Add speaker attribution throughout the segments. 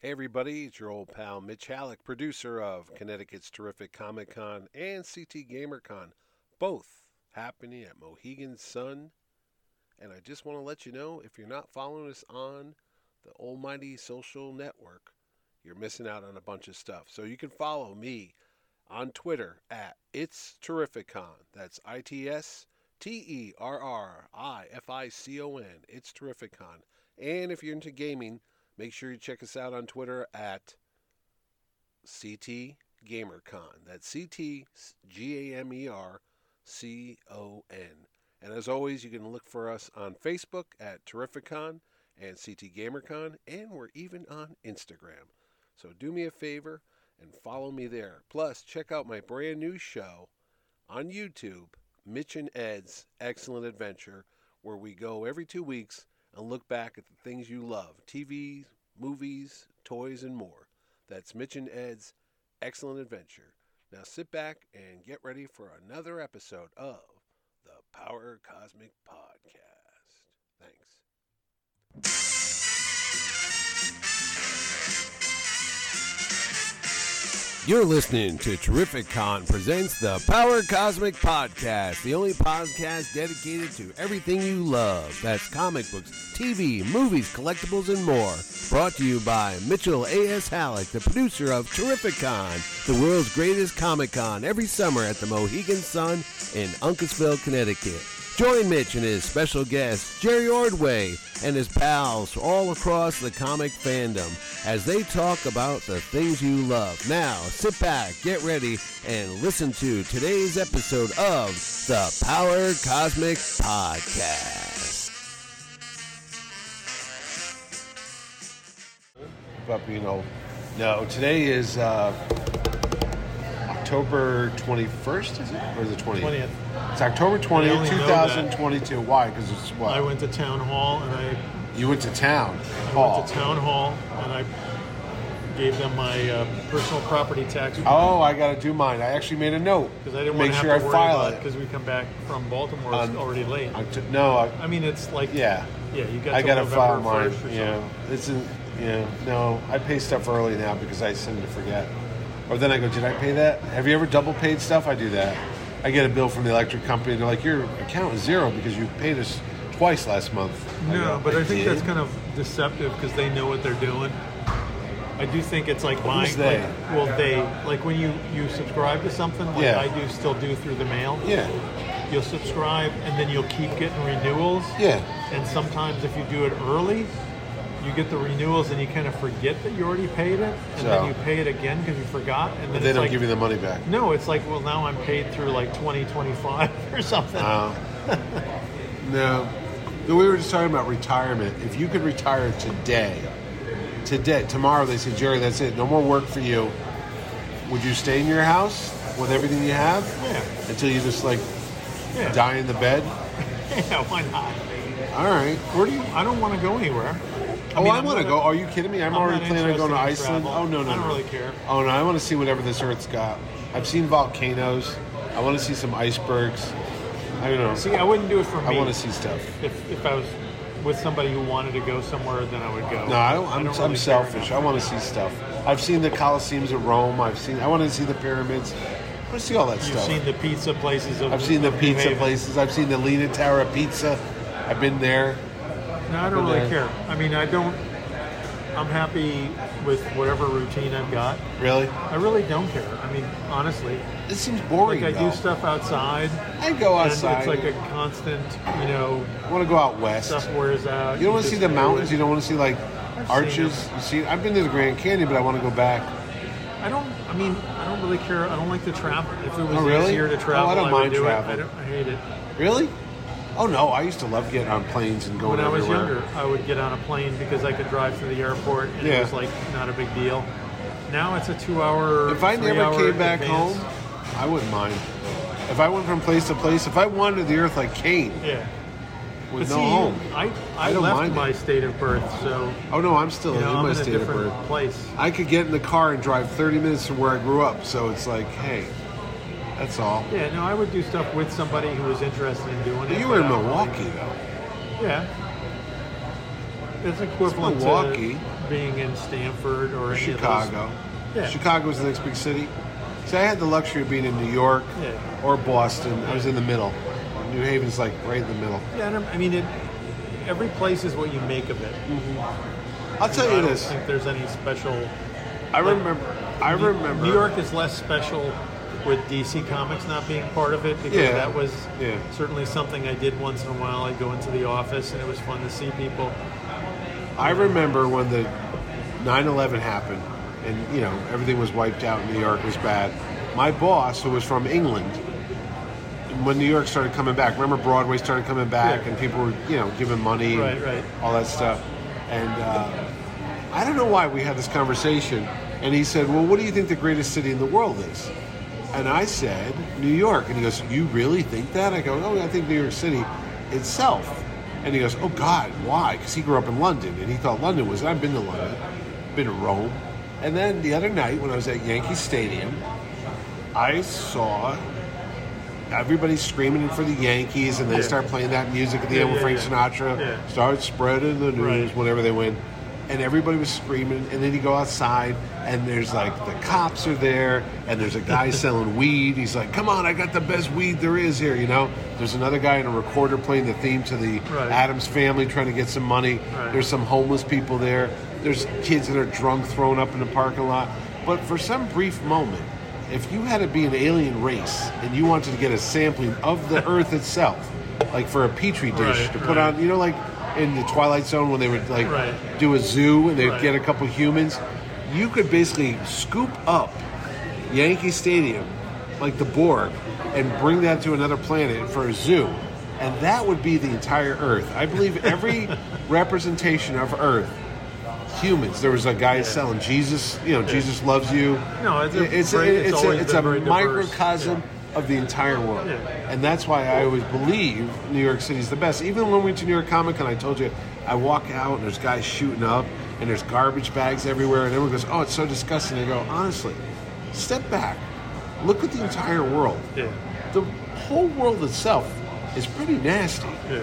Speaker 1: Hey, everybody, it's your old pal Mitch Halleck, producer of Connecticut's Terrific Comic Con and CT GamerCon, both happening at Mohegan Sun. And I just want to let you know if you're not following us on the almighty social network, you're missing out on a bunch of stuff. So you can follow me on Twitter at It's Terrific Con. That's I T S T E R R I F I C O N. It's Terrific Con. And if you're into gaming, Make sure you check us out on Twitter at CT GamerCon. That's C T G A M E R C O N. And as always, you can look for us on Facebook at Terrificon and CT GamerCon, and we're even on Instagram. So do me a favor and follow me there. Plus, check out my brand new show on YouTube, Mitch and Ed's Excellent Adventure, where we go every two weeks and look back at the things you love TV, movies, toys, and more. That's Mitch and Ed's Excellent Adventure. Now sit back and get ready for another episode of the Power Cosmic Podcast. Thanks. You're listening to Terrific Con presents the Power Cosmic Podcast, the only podcast dedicated to everything you love. That's comic books, TV, movies, collectibles, and more. Brought to you by Mitchell A.S. Halleck, the producer of Terrific Con, the world's greatest Comic Con, every summer at the Mohegan Sun in Uncasville, Connecticut. Join Mitch and his special guest, Jerry Ordway, and his pals all across the comic fandom as they talk about the things you love. Now, sit back, get ready, and listen to today's episode of the Power Cosmic Podcast. But, you know, no, today is uh, October 21st, is it? Or the 20th?
Speaker 2: 20th.
Speaker 1: It's October
Speaker 2: I
Speaker 1: 20th,
Speaker 2: only know that.
Speaker 1: 2022. Why? Because it's what?
Speaker 2: I went to town hall and I,
Speaker 1: You went to town.
Speaker 2: I
Speaker 1: Paul.
Speaker 2: went to town hall and I gave them my uh, personal property tax because
Speaker 1: Oh, I gotta do mine. I actually made a note.
Speaker 2: I didn't
Speaker 1: make
Speaker 2: want to
Speaker 1: sure
Speaker 2: have
Speaker 1: I
Speaker 2: to worry
Speaker 1: file
Speaker 2: about it because we come back from Baltimore it's
Speaker 1: Um,
Speaker 2: already late.
Speaker 1: I took no. I,
Speaker 2: I mean, it's like
Speaker 1: yeah,
Speaker 2: yeah, you got
Speaker 1: I
Speaker 2: till
Speaker 1: gotta
Speaker 2: November
Speaker 1: file mine.
Speaker 2: 1st or
Speaker 1: Yeah,
Speaker 2: something.
Speaker 1: it's in, yeah. No, I pay stuff early now because I seem to forget. Or then I go, did I pay that? Have you ever double paid stuff? I do that. I get a bill from the electric company. They're like, your account is zero because you paid us twice last month.
Speaker 2: No, but I think
Speaker 1: did?
Speaker 2: that's kind of deceptive because they know what they're doing. I do think it's like buying.
Speaker 1: they?
Speaker 2: Like, well, they like when you you subscribe to something like
Speaker 1: Yeah.
Speaker 2: I do still do through the mail.
Speaker 1: yeah,
Speaker 2: You'll subscribe and then you'll keep getting renewals.
Speaker 1: yeah.
Speaker 2: And sometimes if you do it early, you get the renewals and you kind of forget that you already paid it, and
Speaker 1: So-
Speaker 2: then you pay it again because you forgot, and
Speaker 1: But
Speaker 2: then
Speaker 1: they
Speaker 2: it's
Speaker 1: don't
Speaker 2: like,
Speaker 1: give you the money back.
Speaker 2: no, it's like well now I'm paid through like 2025 or something.
Speaker 1: Wow. Um, no. No, We were just talking about retirement. If you could retire today, today, tomorrow, they said, Jerry, that's it. No more work for you. Would you stay in your house with everything you have
Speaker 2: yeah,
Speaker 1: until you just like
Speaker 2: yeah,
Speaker 1: die in the bed?
Speaker 2: yeah. Why not?
Speaker 1: All right. Where do you?
Speaker 2: I don't want to go anywhere.
Speaker 1: Oh, I,
Speaker 2: mean, I'm
Speaker 1: want to
Speaker 2: not-
Speaker 1: go. Are you kidding me? I'm,
Speaker 2: I'm
Speaker 1: already
Speaker 2: not
Speaker 1: planning on going to
Speaker 2: interested in
Speaker 1: Iceland.
Speaker 2: travel.
Speaker 1: Oh no, no,
Speaker 2: I don't
Speaker 1: no.
Speaker 2: really care.
Speaker 1: Oh no, I want to see whatever this Earth's got. I've seen volcanoes. I want to see some icebergs. I don't know.
Speaker 2: See, I wouldn't do it for me.
Speaker 1: I want to see stuff.
Speaker 2: If, if I was with somebody who wanted to go somewhere, then I would go.
Speaker 1: No, I don't, I'm, I am
Speaker 2: don't
Speaker 1: i
Speaker 2: really
Speaker 1: am
Speaker 2: care
Speaker 1: selfish.
Speaker 2: enough.
Speaker 1: I want to see stuff. I've seen the Colosseums of Rome. I've seen. I want to see the pyramids. I want to see all that
Speaker 2: You've
Speaker 1: stuff.
Speaker 2: seen the pizza places. Of,
Speaker 1: I've seen the
Speaker 2: of New
Speaker 1: pizza
Speaker 2: Haven.
Speaker 1: places. I've seen the Lena Tower pizza. I've been there.
Speaker 2: No, I don't
Speaker 1: But,
Speaker 2: really
Speaker 1: uh,
Speaker 2: care. I mean, I don't. I'm happy with whatever routine I've got.
Speaker 1: Really,
Speaker 2: I really don't care. I mean, honestly,
Speaker 1: this seems
Speaker 2: like
Speaker 1: boring.
Speaker 2: I
Speaker 1: though.
Speaker 2: do stuff outside,
Speaker 1: I go
Speaker 2: and
Speaker 1: outside.
Speaker 2: it's like a constant, you know,
Speaker 1: I want to go out west.
Speaker 2: stuff wears out.
Speaker 1: You don't want to
Speaker 2: just
Speaker 1: see the
Speaker 2: do
Speaker 1: mountains.
Speaker 2: it.
Speaker 1: You don't want to see like
Speaker 2: I've seen
Speaker 1: arches. You see, I've been to the Grand Canyon, but I want to go back.
Speaker 2: I don't. I mean, I don't really care. I don't like to travel. If it was
Speaker 1: Oh, really?
Speaker 2: easier to
Speaker 1: Oh, I
Speaker 2: travel,
Speaker 1: don't
Speaker 2: would
Speaker 1: mind
Speaker 2: do
Speaker 1: travel.
Speaker 2: It. I, don't, I hate it.
Speaker 1: Really? Oh no, I used to love getting on planes and going
Speaker 2: When I was
Speaker 1: everywhere.
Speaker 2: younger, I would get on a plane because I could drive to the airport, and
Speaker 1: Yeah.
Speaker 2: it was like not a big deal. Now it's a two-hour.
Speaker 1: If I never
Speaker 2: three-hour
Speaker 1: came back
Speaker 2: advance.
Speaker 1: home, I wouldn't mind. If I went from place to place, if I wandered the earth like Cain
Speaker 2: yeah.
Speaker 1: with
Speaker 2: But
Speaker 1: no
Speaker 2: see,
Speaker 1: home.
Speaker 2: I, I,
Speaker 1: I don't mind
Speaker 2: left
Speaker 1: it.
Speaker 2: my state of birth, so
Speaker 1: Oh no, I'm still
Speaker 2: you know,
Speaker 1: in
Speaker 2: I'm
Speaker 1: my
Speaker 2: in a
Speaker 1: state of birth.
Speaker 2: different place.
Speaker 1: I could get in the car and drive 30 minutes from where I grew up, so it's like, hey, that's all.
Speaker 2: Yeah, no, I would do stuff with somebody who was interested in doing
Speaker 1: But
Speaker 2: it.
Speaker 1: you were in
Speaker 2: but I-
Speaker 1: Milwaukee though.
Speaker 2: Yeah. it's equivalent
Speaker 3: Milwaukee.
Speaker 2: to being in Stanford or any of those-
Speaker 3: Chicago.
Speaker 2: Yeah.
Speaker 3: Chicago's the next big city. See, I had the luxury of being in New York
Speaker 2: Yeah.
Speaker 3: or Boston. I was in the middle. New Haven's like right in the middle.
Speaker 2: Yeah, I, don't, I mean, it, every place is what you make of it.
Speaker 3: I'll tell
Speaker 2: I
Speaker 3: you
Speaker 2: don't
Speaker 3: this.
Speaker 2: think there's any special.
Speaker 3: I remember. I remember.
Speaker 2: New York is less special with DC Comics not being part of it because
Speaker 3: Yeah.
Speaker 2: that was
Speaker 3: Yeah.
Speaker 2: certainly something I did once in a while. I'd go into the office and it was fun to see people.
Speaker 3: I remember when the 9/11 happened, and you know everything was wiped out. and New York was bad. My boss, who was from England, when New York started coming back, remember Broadway started coming back,
Speaker 2: Yeah.
Speaker 3: and people were you know giving money, and
Speaker 2: Right, right.
Speaker 3: all that stuff. And uh, I don't know why we had this conversation. And he said, "Well, what do you think the greatest city in the world is?" And I said, "New York." And he goes, "You really think that?" I go, "No, I think New York City itself." And he goes, "Oh God, why?" Because he grew up in London, and he thought London was. and I've been to London, been to Rome, and then the other night when I was at Yankee Stadium, I saw everybody screaming for the Yankees, and they
Speaker 2: Yeah.
Speaker 3: start playing that music at the
Speaker 2: Yeah,
Speaker 3: end with
Speaker 2: yeah,
Speaker 3: Frank
Speaker 2: yeah.
Speaker 3: Sinatra.
Speaker 2: Yeah.
Speaker 3: Start spreading the news
Speaker 2: Right.
Speaker 3: whenever they win. And everybody was screaming, and then you go outside, and there's like the cops are there, and there's a guy selling weed. He's like, "Come on, I got the best weed there is here." You know, there's another guy in a recorder playing the theme to the
Speaker 2: Right.
Speaker 3: Adams Family, trying to get some money.
Speaker 2: Right.
Speaker 3: There's some homeless people there. There's kids that are drunk, thrown up in the parking lot. But for some brief moment, if you had to be an alien race and you wanted to get a sampling of the Earth itself, like for a petri dish
Speaker 2: Right,
Speaker 3: to put
Speaker 2: right.
Speaker 3: on, you know, like in the Twilight Zone when they would like
Speaker 2: Right.
Speaker 3: do a zoo and they'd
Speaker 2: Right.
Speaker 3: get a couple humans, you could basically scoop up Yankee Stadium, like the Borg, and bring that to another planet for a zoo. And that would be the entire Earth. I believe every representation of Earth, humans. There was a guy selling Jesus, you know, Jesus loves you.
Speaker 2: No, it's a
Speaker 3: it's
Speaker 2: very- it's
Speaker 3: it's,
Speaker 2: always
Speaker 3: a, it's
Speaker 2: been
Speaker 3: a
Speaker 2: very diverse.
Speaker 3: microcosm of the entire world.
Speaker 2: Yeah.
Speaker 3: And that's why I always believe New York City's the best. Even when we went to New York Comic Con, I told you, I walk out and there's guys shooting up and there's garbage bags everywhere, and everyone goes, oh, it's so disgusting. I go, honestly, step back, look at the entire world.
Speaker 2: Yeah,
Speaker 3: The whole world itself is pretty nasty.
Speaker 2: yeah.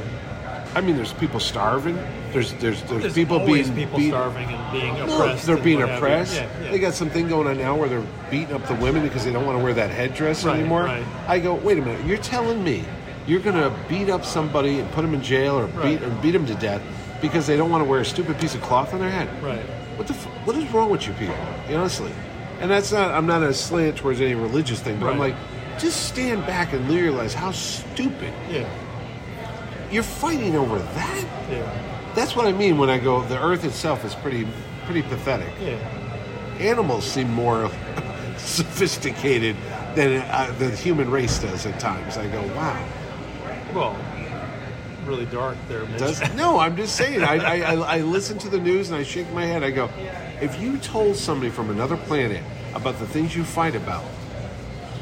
Speaker 3: I mean, there's people starving. There's there's there's,
Speaker 2: There's
Speaker 3: people
Speaker 2: always
Speaker 3: being
Speaker 2: people
Speaker 3: beat-
Speaker 2: starving and being
Speaker 3: No,
Speaker 2: oppressed.
Speaker 3: they're
Speaker 2: and
Speaker 3: being
Speaker 2: what have you.
Speaker 3: oppressed.
Speaker 2: Yeah, yeah.
Speaker 3: They got something going on now where they're beating up the women because they don't want to wear that headdress
Speaker 2: Right,
Speaker 3: anymore.
Speaker 2: right.
Speaker 3: I go, wait a minute, you're telling me you're going to beat up somebody and put them in jail or
Speaker 2: Right.
Speaker 3: beat or beat them to death because they don't want to wear a stupid piece of cloth on their head?
Speaker 2: right.
Speaker 3: What the f- what is wrong with you people? Honestly, and that's not I'm not a slant towards any religious thing, but I'm
Speaker 2: Right.
Speaker 3: like, just stand back and realize how stupid
Speaker 2: Yeah,
Speaker 3: you're fighting over that.
Speaker 2: yeah,
Speaker 3: That's what I mean when I go. The Earth itself is pretty pretty pathetic.
Speaker 2: yeah.
Speaker 3: Animals seem more sophisticated than uh, the human race does at times. I go, wow.
Speaker 2: Well, really dark there, Mitch.
Speaker 3: Does, no, I'm just saying. I, I, I, I listen to the news and I shake my head. I go, if you told somebody from another planet about the things you fight about,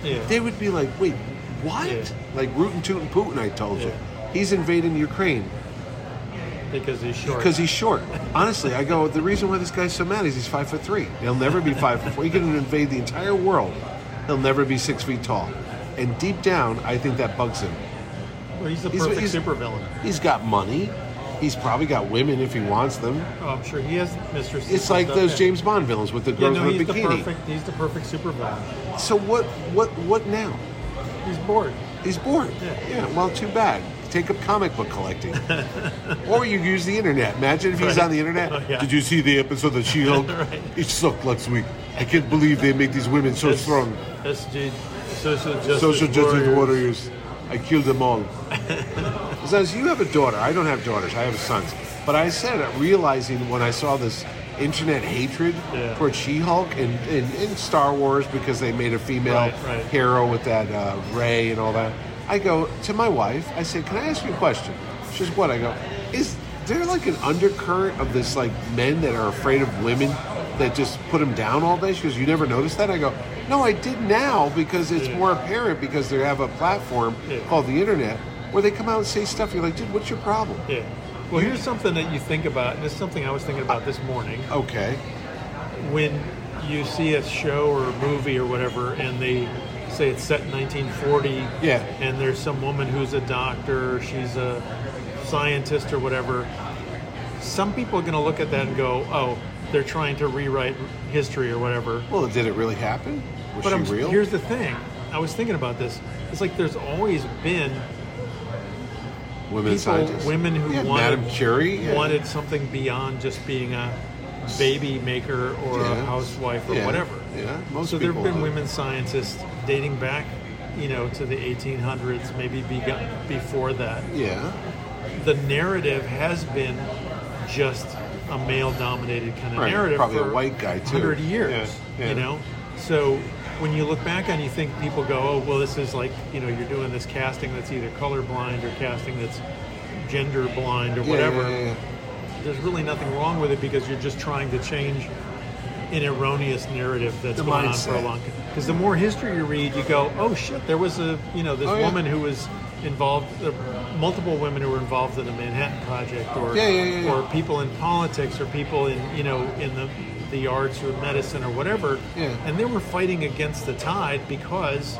Speaker 2: yeah.
Speaker 3: they would be like, wait, what?
Speaker 2: Yeah.
Speaker 3: Like rootin' tootin' Putin, I told you.
Speaker 2: Yeah.
Speaker 3: He's invading Ukraine.
Speaker 2: because he's short.
Speaker 3: Because he's short. Honestly, I go. The reason why this guy's so mad is he's five foot three. He'll never be five foot four. He can invade the entire world. He'll never be six feet tall. And deep down, I think that bugs him.
Speaker 2: well, he's the
Speaker 3: he's-
Speaker 2: perfect
Speaker 3: he's-
Speaker 2: supervillain.
Speaker 3: He's got money. He's probably got women if he wants them.
Speaker 2: Oh, I'm sure he has mistresses.
Speaker 3: It's
Speaker 2: and
Speaker 3: like
Speaker 2: stuff,
Speaker 3: those
Speaker 2: yeah.
Speaker 3: James Bond villains with the
Speaker 2: Yeah,
Speaker 3: girls
Speaker 2: no,
Speaker 3: with
Speaker 2: he's
Speaker 3: the
Speaker 2: the
Speaker 3: bikini.
Speaker 2: perfect. He's the perfect supervillain.
Speaker 3: so what? What? What now?
Speaker 2: He's bored.
Speaker 3: He's bored.
Speaker 2: Yeah.
Speaker 3: well, too bad. Take up comic book collecting. or you use the internet. Imagine if he's
Speaker 2: Right.
Speaker 3: on the internet.
Speaker 2: Oh, yeah.
Speaker 3: Did you see the episode of She Hulk? It sucked last week. I can't believe they make these women so
Speaker 2: That's-
Speaker 3: strong.
Speaker 2: That's ju- social justice.
Speaker 3: Social justice warriors.
Speaker 2: warriors.
Speaker 3: I killed them all. Says you have a daughter. I don't have daughters. I have sons. But I said, uh, realizing when I saw this internet hatred
Speaker 2: Yeah.
Speaker 3: toward She-Hulk and in, in Star Wars because they made a female
Speaker 2: Right, right.
Speaker 3: hero with that uh, Ray and all that, I go to my wife. I say, "Can I ask you a question?" She says, "What?" I go, "Is there like an undercurrent of this like men that are afraid of women that just put them down all day?" She goes, "You never noticed that?" I go, "No, I did now because it's
Speaker 2: Yeah.
Speaker 3: more apparent because they have a platform
Speaker 2: Yeah.
Speaker 3: called the internet." Where they come out and say stuff, you're like, dude, what's your problem?
Speaker 2: Yeah. Well, here's something that you think about, and it's something I was thinking about this morning.
Speaker 3: Okay.
Speaker 2: When you see a show or a movie or whatever, and they say it's set in 1940,
Speaker 3: Yeah.
Speaker 2: and there's some woman who's a doctor, she's a scientist or whatever. some people are going to look at that and go, "Oh, they're trying to rewrite history or whatever."
Speaker 3: Well, did it really happen? Was
Speaker 2: But
Speaker 3: she
Speaker 2: I'm,
Speaker 3: real?
Speaker 2: here's the thing: I was thinking about this. It's like there's always been
Speaker 3: women
Speaker 2: people,
Speaker 3: scientists,
Speaker 2: women who
Speaker 3: yeah,
Speaker 2: wanted,
Speaker 3: Madame Curie yeah.
Speaker 2: wanted something beyond just being a baby maker or a
Speaker 3: Yeah.
Speaker 2: housewife or
Speaker 3: Yeah.
Speaker 2: whatever.
Speaker 3: Yeah, most
Speaker 2: so there have
Speaker 3: people
Speaker 2: been
Speaker 3: do.
Speaker 2: women scientists dating back, you know, to the 1800s, maybe bega- before that.
Speaker 3: Yeah,
Speaker 2: The narrative has been just a male-dominated kind of
Speaker 3: Right,
Speaker 2: narrative
Speaker 3: probably a
Speaker 2: for
Speaker 3: white guy, too.
Speaker 2: 100 years,
Speaker 3: Yeah, yeah.
Speaker 2: you know. So when you look back on, it, you think people go, "Oh, well, this is like you know, you're doing this casting that's either colorblind or casting that's gender blind or
Speaker 3: Yeah,
Speaker 2: whatever."
Speaker 3: yeah, yeah, yeah.
Speaker 2: there's really nothing wrong with it because you're just trying to change an erroneous narrative that's
Speaker 3: The
Speaker 2: going on for
Speaker 3: mindset.
Speaker 2: a long time. Because the more history you read, you go, oh shit, there was a you know this
Speaker 3: Oh, yeah.
Speaker 2: woman who was involved, uh, multiple women who were involved in the Manhattan Project, or
Speaker 3: Yeah, yeah, yeah, yeah.
Speaker 2: or people in politics, or people in you know in the the arts or medicine or whatever,
Speaker 3: Yeah.
Speaker 2: and they were fighting against the tide because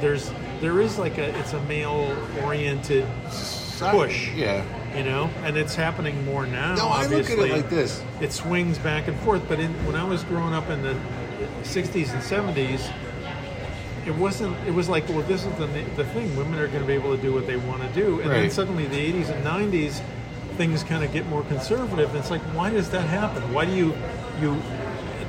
Speaker 2: there's there is like a it's a male oriented
Speaker 3: Sci-
Speaker 2: push
Speaker 3: Yeah.
Speaker 2: you know and it's happening more now
Speaker 3: No, I look at
Speaker 2: obviously
Speaker 3: it like this.
Speaker 2: it swings back and forth but in, when i was growing up in the 60s and 70s it wasn't it was like well this is the, the thing women are going to be able to do what they want to do and then
Speaker 3: Right.
Speaker 2: suddenly the 80s and 90s things kind of get more conservative and it's like why does that happen why do you you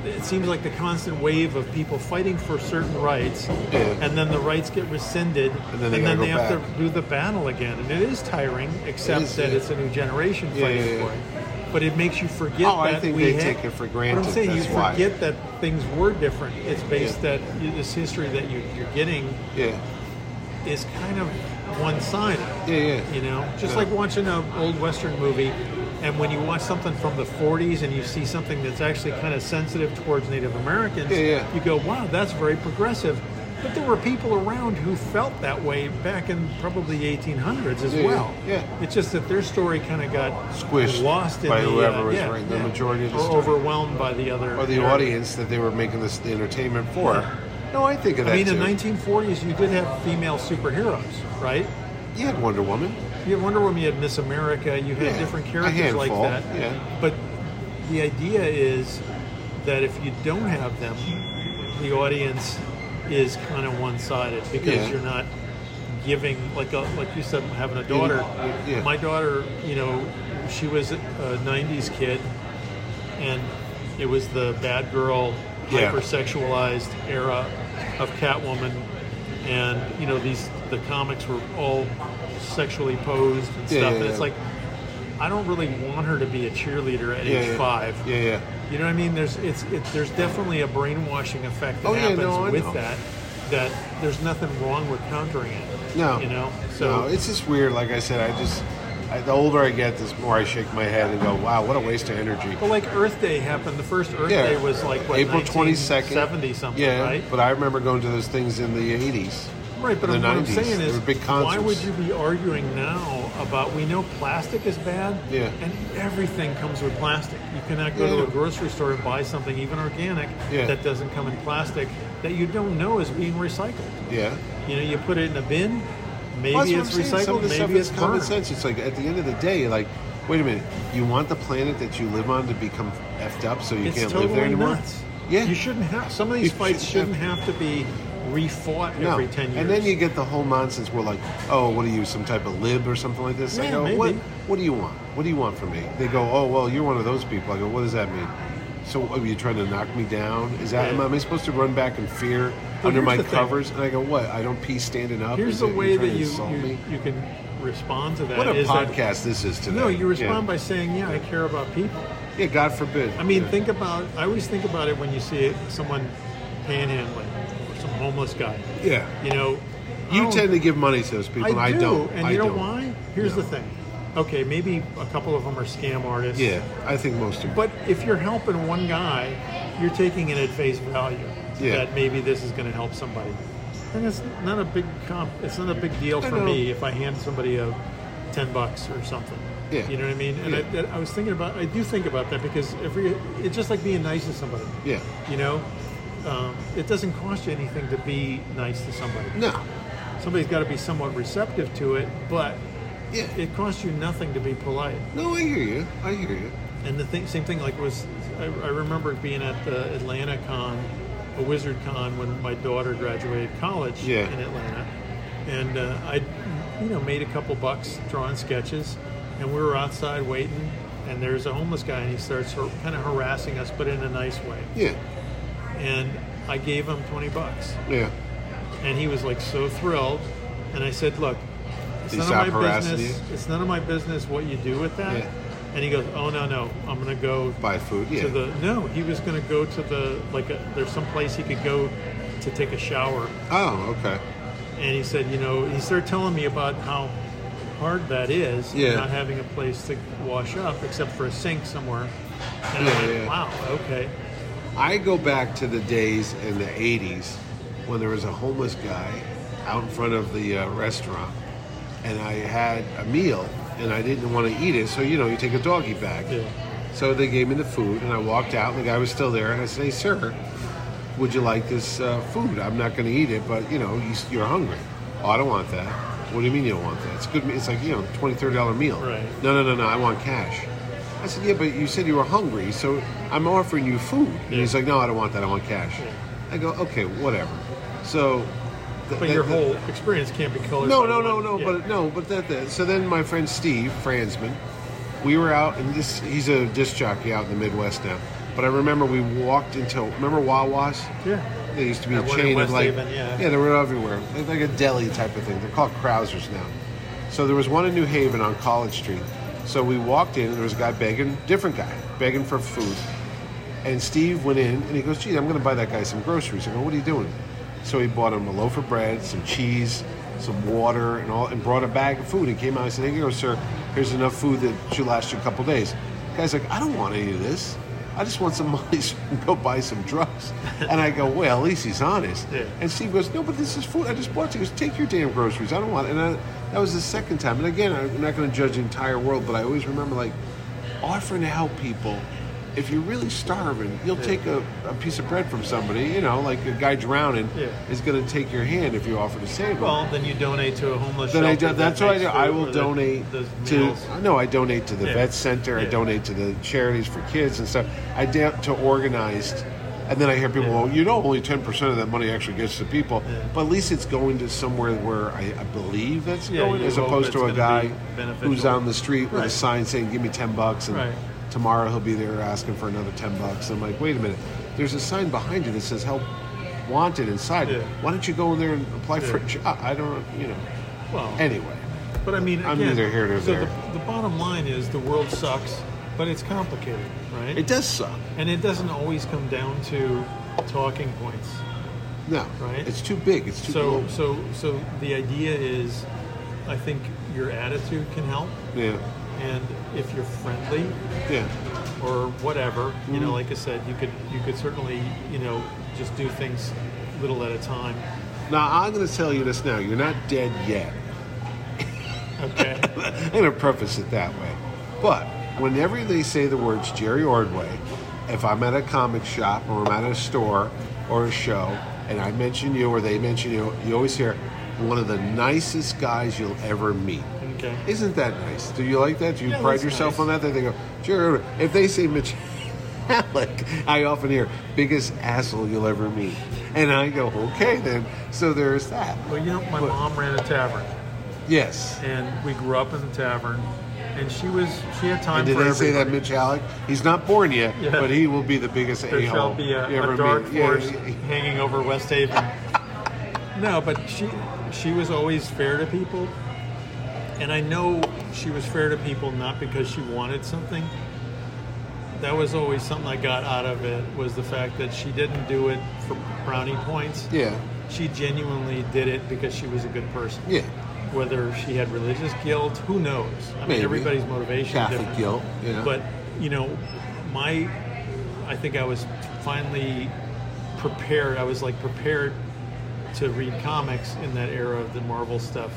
Speaker 2: it seems like the constant wave of people fighting for certain rights
Speaker 3: Yeah.
Speaker 2: and then the rights get rescinded
Speaker 3: And then they gotta go
Speaker 2: have
Speaker 3: back.
Speaker 2: to do the battle again and it is tiring except
Speaker 3: is,
Speaker 2: that
Speaker 3: yeah.
Speaker 2: it's a new generation
Speaker 3: Yeah,
Speaker 2: fighting
Speaker 3: yeah, yeah.
Speaker 2: for it but it makes you forget
Speaker 3: Oh, I
Speaker 2: that
Speaker 3: think
Speaker 2: we
Speaker 3: they
Speaker 2: had-
Speaker 3: take it for
Speaker 2: But
Speaker 3: granted,
Speaker 2: I'm saying you
Speaker 3: that's why.
Speaker 2: forget that things were different. It's based
Speaker 3: Yeah.
Speaker 2: that you, this history that you, you're getting
Speaker 3: Yeah.
Speaker 2: is kind of one-sided.
Speaker 3: Yeah, yeah.
Speaker 2: You know, just
Speaker 3: Yeah.
Speaker 2: like watching an old Western movie, and when you watch something from the 40s and you see something that's actually kind of sensitive towards Native Americans,
Speaker 3: Yeah, yeah.
Speaker 2: you go, "Wow, that's very progressive." But there were people around who felt that way back in probably 1800s as
Speaker 3: Yeah, yeah.
Speaker 2: well.
Speaker 3: Yeah.
Speaker 2: it's just that their story kind of got
Speaker 3: Squished
Speaker 2: lost in
Speaker 3: by
Speaker 2: the, uh,
Speaker 3: whoever was
Speaker 2: yeah,
Speaker 3: writing the
Speaker 2: yeah.
Speaker 3: majority of the
Speaker 2: or
Speaker 3: story.
Speaker 2: overwhelmed by the other
Speaker 3: Or the
Speaker 2: narrative.
Speaker 3: audience that they were making this the entertainment for.
Speaker 2: Yeah.
Speaker 3: No, I think of that
Speaker 2: I mean,
Speaker 3: too.
Speaker 2: in 1940s, you did have female superheroes, right?
Speaker 3: you had Wonder Woman.
Speaker 2: You had Wonder Woman, you had Miss America, you had
Speaker 3: Yeah,
Speaker 2: different
Speaker 3: a
Speaker 2: characters like
Speaker 3: handful,
Speaker 2: that.
Speaker 3: yeah.
Speaker 2: But the idea is that if you don't have them, the audience is kind of one-sided because
Speaker 3: Yeah.
Speaker 2: you're not giving like a, like you said having a daughter.
Speaker 3: yeah.
Speaker 2: My daughter, you know, she was a 90s kid and it was the bad girl
Speaker 3: Yeah.
Speaker 2: hypersexualized era of Catwoman, and you know these the comics were all sexually posed and
Speaker 3: Yeah,
Speaker 2: stuff.
Speaker 3: yeah,
Speaker 2: and it's
Speaker 3: yeah.
Speaker 2: like I don't really want her to be a cheerleader at
Speaker 3: Yeah,
Speaker 2: age
Speaker 3: yeah.
Speaker 2: five.
Speaker 3: Yeah, yeah.
Speaker 2: You know what I mean? There's it's it, there's definitely a brainwashing effect that
Speaker 3: Oh, yeah,
Speaker 2: happens
Speaker 3: no, I
Speaker 2: with
Speaker 3: know.
Speaker 2: that. That there's nothing wrong with countering it.
Speaker 3: No.
Speaker 2: you know. So
Speaker 3: no, it's just weird. Like I said, I just I, the older I get, the more I shake my head and go, "Wow, what a waste of energy."
Speaker 2: but like Earth Day happened. The first Earth
Speaker 3: Yeah.
Speaker 2: Day was like what,
Speaker 3: April twenty second,
Speaker 2: 1970 something,
Speaker 3: Yeah,
Speaker 2: right?
Speaker 3: but I remember going to those things in the eighties.
Speaker 2: Right, but
Speaker 3: the
Speaker 2: I'm- what I'm
Speaker 3: 90s.
Speaker 2: saying
Speaker 3: There
Speaker 2: is,
Speaker 3: were big
Speaker 2: why
Speaker 3: concerts.
Speaker 2: would you be arguing now about we know plastic is bad?
Speaker 3: Yeah.
Speaker 2: And everything comes with plastic. You cannot go
Speaker 3: Yeah.
Speaker 2: to a grocery store and buy something, even organic,
Speaker 3: Yeah.
Speaker 2: that doesn't come in plastic that you don't know is being recycled.
Speaker 3: Yeah.
Speaker 2: You know, you put it in a bin, maybe
Speaker 3: Well,
Speaker 2: it's
Speaker 3: that's what I'm saying. Some
Speaker 2: recycled,
Speaker 3: of the stuff
Speaker 2: maybe
Speaker 3: is
Speaker 2: it's
Speaker 3: common
Speaker 2: burned.
Speaker 3: sense. It's like at the end of the day, like, wait a minute, you want the planet that you live on to become effed up so you
Speaker 2: It's
Speaker 3: can't
Speaker 2: totally
Speaker 3: live there anymore?
Speaker 2: nuts.
Speaker 3: Yeah,
Speaker 2: You shouldn't have some of these
Speaker 3: You
Speaker 2: fights
Speaker 3: shouldn't
Speaker 2: shouldn't have to be refought
Speaker 3: No.
Speaker 2: every ten years.
Speaker 3: And then you get the whole nonsense where like, oh, what are you, some type of lib or something like this? I
Speaker 2: Yeah,
Speaker 3: go,
Speaker 2: maybe.
Speaker 3: what? What do you want? What do you want from me? They go, oh, well, you're one of those people. I go, what does that mean? So are you trying to knock me down? Is that am
Speaker 2: Yeah.
Speaker 3: I supposed to run back in fear
Speaker 2: Well,
Speaker 3: under
Speaker 2: here's
Speaker 3: my
Speaker 2: the thing.
Speaker 3: covers? And I go, what? I don't pee standing up.
Speaker 2: here's
Speaker 3: Is
Speaker 2: the
Speaker 3: it-
Speaker 2: way
Speaker 3: trying
Speaker 2: that
Speaker 3: to
Speaker 2: you
Speaker 3: insult
Speaker 2: you,
Speaker 3: me?
Speaker 2: you can respond to that.
Speaker 3: What a
Speaker 2: is that-
Speaker 3: podcast this is today.
Speaker 2: No, you
Speaker 3: yeah.
Speaker 2: respond by saying, "Yeah, I care about people."
Speaker 3: Yeah, God forbid.
Speaker 2: I mean,
Speaker 3: Yeah.
Speaker 2: think about. I always think about it when you see it, someone panhandling or some homeless guy.
Speaker 3: Yeah.
Speaker 2: You know, I
Speaker 3: You
Speaker 2: don't-
Speaker 3: tend to give money to those people. and
Speaker 2: I,
Speaker 3: I
Speaker 2: do,
Speaker 3: don't.
Speaker 2: and
Speaker 3: I
Speaker 2: you know
Speaker 3: don't.
Speaker 2: why? Here's the thing. Okay, maybe a couple of them are scam artists.
Speaker 3: Yeah, I think most of them.
Speaker 2: But if you're helping one guy, you're taking it at face value
Speaker 3: Yeah.
Speaker 2: that maybe this is going to help somebody. And it's not a big comp. It's not a big deal
Speaker 3: I
Speaker 2: for
Speaker 3: know.
Speaker 2: me if I hand somebody a ten bucks or something.
Speaker 3: Yeah.
Speaker 2: You know what I mean? And I,
Speaker 3: Yeah.
Speaker 2: that- I was thinking about. I do think about that because every it's just like being nice to somebody.
Speaker 3: Yeah.
Speaker 2: You know, um, it doesn't cost you anything to be nice to somebody
Speaker 3: No.
Speaker 2: somebody's got to be somewhat receptive to it, but
Speaker 3: Yeah.
Speaker 2: It costs you nothing to be polite.
Speaker 3: No, I hear you. I hear you.
Speaker 2: And the thing, same thing, like was I, I remember being at the Atlanta Con, a Wizard Con, when my daughter graduated college
Speaker 3: Yeah.
Speaker 2: in Atlanta, and uh, I, you know, made a couple bucks drawing sketches, and we were outside waiting, and there's a homeless guy, and he starts har- kind of harassing us, but in a nice way,
Speaker 3: Yeah.
Speaker 2: and I gave him twenty bucks,
Speaker 3: Yeah.
Speaker 2: and he was like so thrilled, and I said, look. It's
Speaker 3: He
Speaker 2: none,
Speaker 3: stopped
Speaker 2: of my
Speaker 3: harassing
Speaker 2: business, it's none of my business what you do with that.
Speaker 3: Yeah.
Speaker 2: And he goes, Oh, no, no. I'm going to go
Speaker 3: Buy food. Yeah.
Speaker 2: to the no he was going to go to the like a, there's some place he could go to take a shower
Speaker 3: oh, okay.
Speaker 2: and he said you know he started telling me about how hard that is
Speaker 3: Yeah.
Speaker 2: not having a place to wash up except for a sink somewhere and
Speaker 3: Yeah,
Speaker 2: i went
Speaker 3: yeah.
Speaker 2: wow okay
Speaker 3: I go back to the days in the 80s when there was a homeless guy out in front of the uh, restaurant and I had a meal and I didn't want to eat it. So, you know, you take a doggy bag.
Speaker 2: Yeah.
Speaker 3: So they gave me the food and I walked out and the guy was still there and I said, hey, sir, would you like this uh, food? I'm not going to eat it, but, you know, you, you're hungry. Oh, I don't want that. What do you mean you don't want that? It's good. It's like, you know, $20, $30 meal.
Speaker 2: Right.
Speaker 3: No, no, no, no. I want cash. I said, yeah, but you said you were hungry, so I'm offering you food. And he's like, no, I don't want that. I want cash. I go, okay, whatever. So, th-
Speaker 2: but
Speaker 3: th-
Speaker 2: your
Speaker 3: th-
Speaker 2: whole experience can't be colored
Speaker 3: no,
Speaker 2: by
Speaker 3: no,
Speaker 2: one-
Speaker 3: no, no.
Speaker 2: yeah.
Speaker 3: But no, but that, that. So then my friend Steve Franzman, we were out, and this he's a disc jockey out in the Midwest now. But I remember we walked into remember Wawa's.
Speaker 2: yeah
Speaker 3: There used to be
Speaker 2: That
Speaker 3: a
Speaker 2: one in
Speaker 3: chain of
Speaker 2: West
Speaker 3: like
Speaker 2: Haven, yeah.
Speaker 3: they were everywhere, like, like a deli type of thing. They're called Krausers now. So there was one in New Haven on College Street. So we walked in, and there was a guy begging, different guy begging for food. And Steve went in, and he goes, "Gee, I'm going to buy that guy some groceries." I go, "What are you doing?" So he bought him a loaf of bread, some cheese, some water, and all, and brought a bag of food. He came out and said, "Here you go, sir. Here's enough food that should last you a couple days." guy's like, "I don't want any of this. I just want some money so I can go buy some drugs." And I go, "Well, at least he's honest."
Speaker 2: Yeah.
Speaker 3: And Steve goes, "No, but this is food. I just bought you. He goes, Take your damn groceries. I don't want." It. And I, that was the second time. And again, I'm not going to judge the entire world, but I always remember like offering to help people. If you're really starving, you'll take a, a piece of bread from somebody. You know, like a guy drowning
Speaker 2: Yeah.
Speaker 3: is going to take your hand if you offer to save him.
Speaker 2: well then you donate to a homeless
Speaker 3: then I
Speaker 2: shelter
Speaker 3: do,
Speaker 2: that
Speaker 3: that's what I
Speaker 2: makes
Speaker 3: do. I
Speaker 2: food
Speaker 3: will
Speaker 2: or that-
Speaker 3: donate
Speaker 2: those
Speaker 3: to
Speaker 2: meals.
Speaker 3: no, I donate to the
Speaker 2: Yeah.
Speaker 3: vet center. I
Speaker 2: Yeah.
Speaker 3: donate to the charities for kids and stuff. I do to organized, and then I hear people, well, you know, only ten percent of that money actually gets to people, but at least it's going to somewhere where I, I believe that's
Speaker 2: Yeah,
Speaker 3: going,
Speaker 2: you
Speaker 3: as
Speaker 2: hope
Speaker 3: opposed
Speaker 2: it's
Speaker 3: to a
Speaker 2: gonna
Speaker 3: guy
Speaker 2: be beneficial.
Speaker 3: who's on the street with a
Speaker 2: Right.
Speaker 3: sign saying, "Give me ten bucks," and
Speaker 2: Right.
Speaker 3: tomorrow he'll be there asking for another ten bucks. I'm like, wait a minute, there's a sign behind you that says help. Wanted inside.
Speaker 2: Yeah.
Speaker 3: Why don't you go in there and apply for a
Speaker 2: Yeah.
Speaker 3: job? I don't, you know.
Speaker 2: well
Speaker 3: Anyway,
Speaker 2: But I mean, again,
Speaker 3: I'm neither here nor
Speaker 2: so
Speaker 3: there.
Speaker 2: The, the bottom line is the world sucks, but it's complicated, right?
Speaker 3: it does suck.
Speaker 2: and it doesn't always come down to talking points.
Speaker 3: No,
Speaker 2: Right?
Speaker 3: It's too big. It's too
Speaker 2: So,
Speaker 3: global.
Speaker 2: so, so the idea is, I think your attitude can help,
Speaker 3: yeah,
Speaker 2: and if you're friendly
Speaker 3: yeah,
Speaker 2: or whatever, you
Speaker 3: Mm-hmm.
Speaker 2: know, like I said, you could you could certainly you know just do things little at a time.
Speaker 3: Now I'm going to tell you this now. You're not dead yet.
Speaker 2: Okay.
Speaker 3: I'm going to preface it that way. But whenever they say the words Jerry Ordway, if I'm at a comic shop or I'm at a store or a show, and I mention you or they mention you, you always hear one of the nicest guys you'll ever meet.
Speaker 2: okay.
Speaker 3: Isn't that nice? Do you like that? Do you
Speaker 2: Yeah,
Speaker 3: pride
Speaker 2: that's
Speaker 3: yourself
Speaker 2: nice.
Speaker 3: on that? That They go, sure. If they say Mitch Alec, I often hear, biggest asshole you'll ever meet. And I go, okay then. So there's that.
Speaker 2: Well, you know, my mom ran a tavern.
Speaker 3: Yes.
Speaker 2: and we grew up in the tavern. And she was she had time
Speaker 3: And did
Speaker 2: for
Speaker 3: they say
Speaker 2: everybody.
Speaker 3: that Mitch Alec? He's not born yet,
Speaker 2: Yeah.
Speaker 3: but he will be the biggest
Speaker 2: there
Speaker 3: a-hole
Speaker 2: shall be a,
Speaker 3: you
Speaker 2: a
Speaker 3: ever
Speaker 2: dark
Speaker 3: meet. Yeah,
Speaker 2: force
Speaker 3: yeah, yeah.
Speaker 2: hanging over West Haven. no, but she she was always fair to people, and I know she was fair to people not because she wanted something. That was always something I got out of it was the fact that she didn't do it for brownie points.
Speaker 3: Yeah,
Speaker 2: She genuinely did it because she was a good person.
Speaker 3: yeah.
Speaker 2: Whether she had religious guilt, who knows? I mean,
Speaker 3: Maybe.
Speaker 2: everybody's motivation is
Speaker 3: Catholic
Speaker 2: different.
Speaker 3: guilt, yeah.
Speaker 2: But you know, my, I think I was finally prepared. I was like prepared to read comics in that era of the Marvel stuff,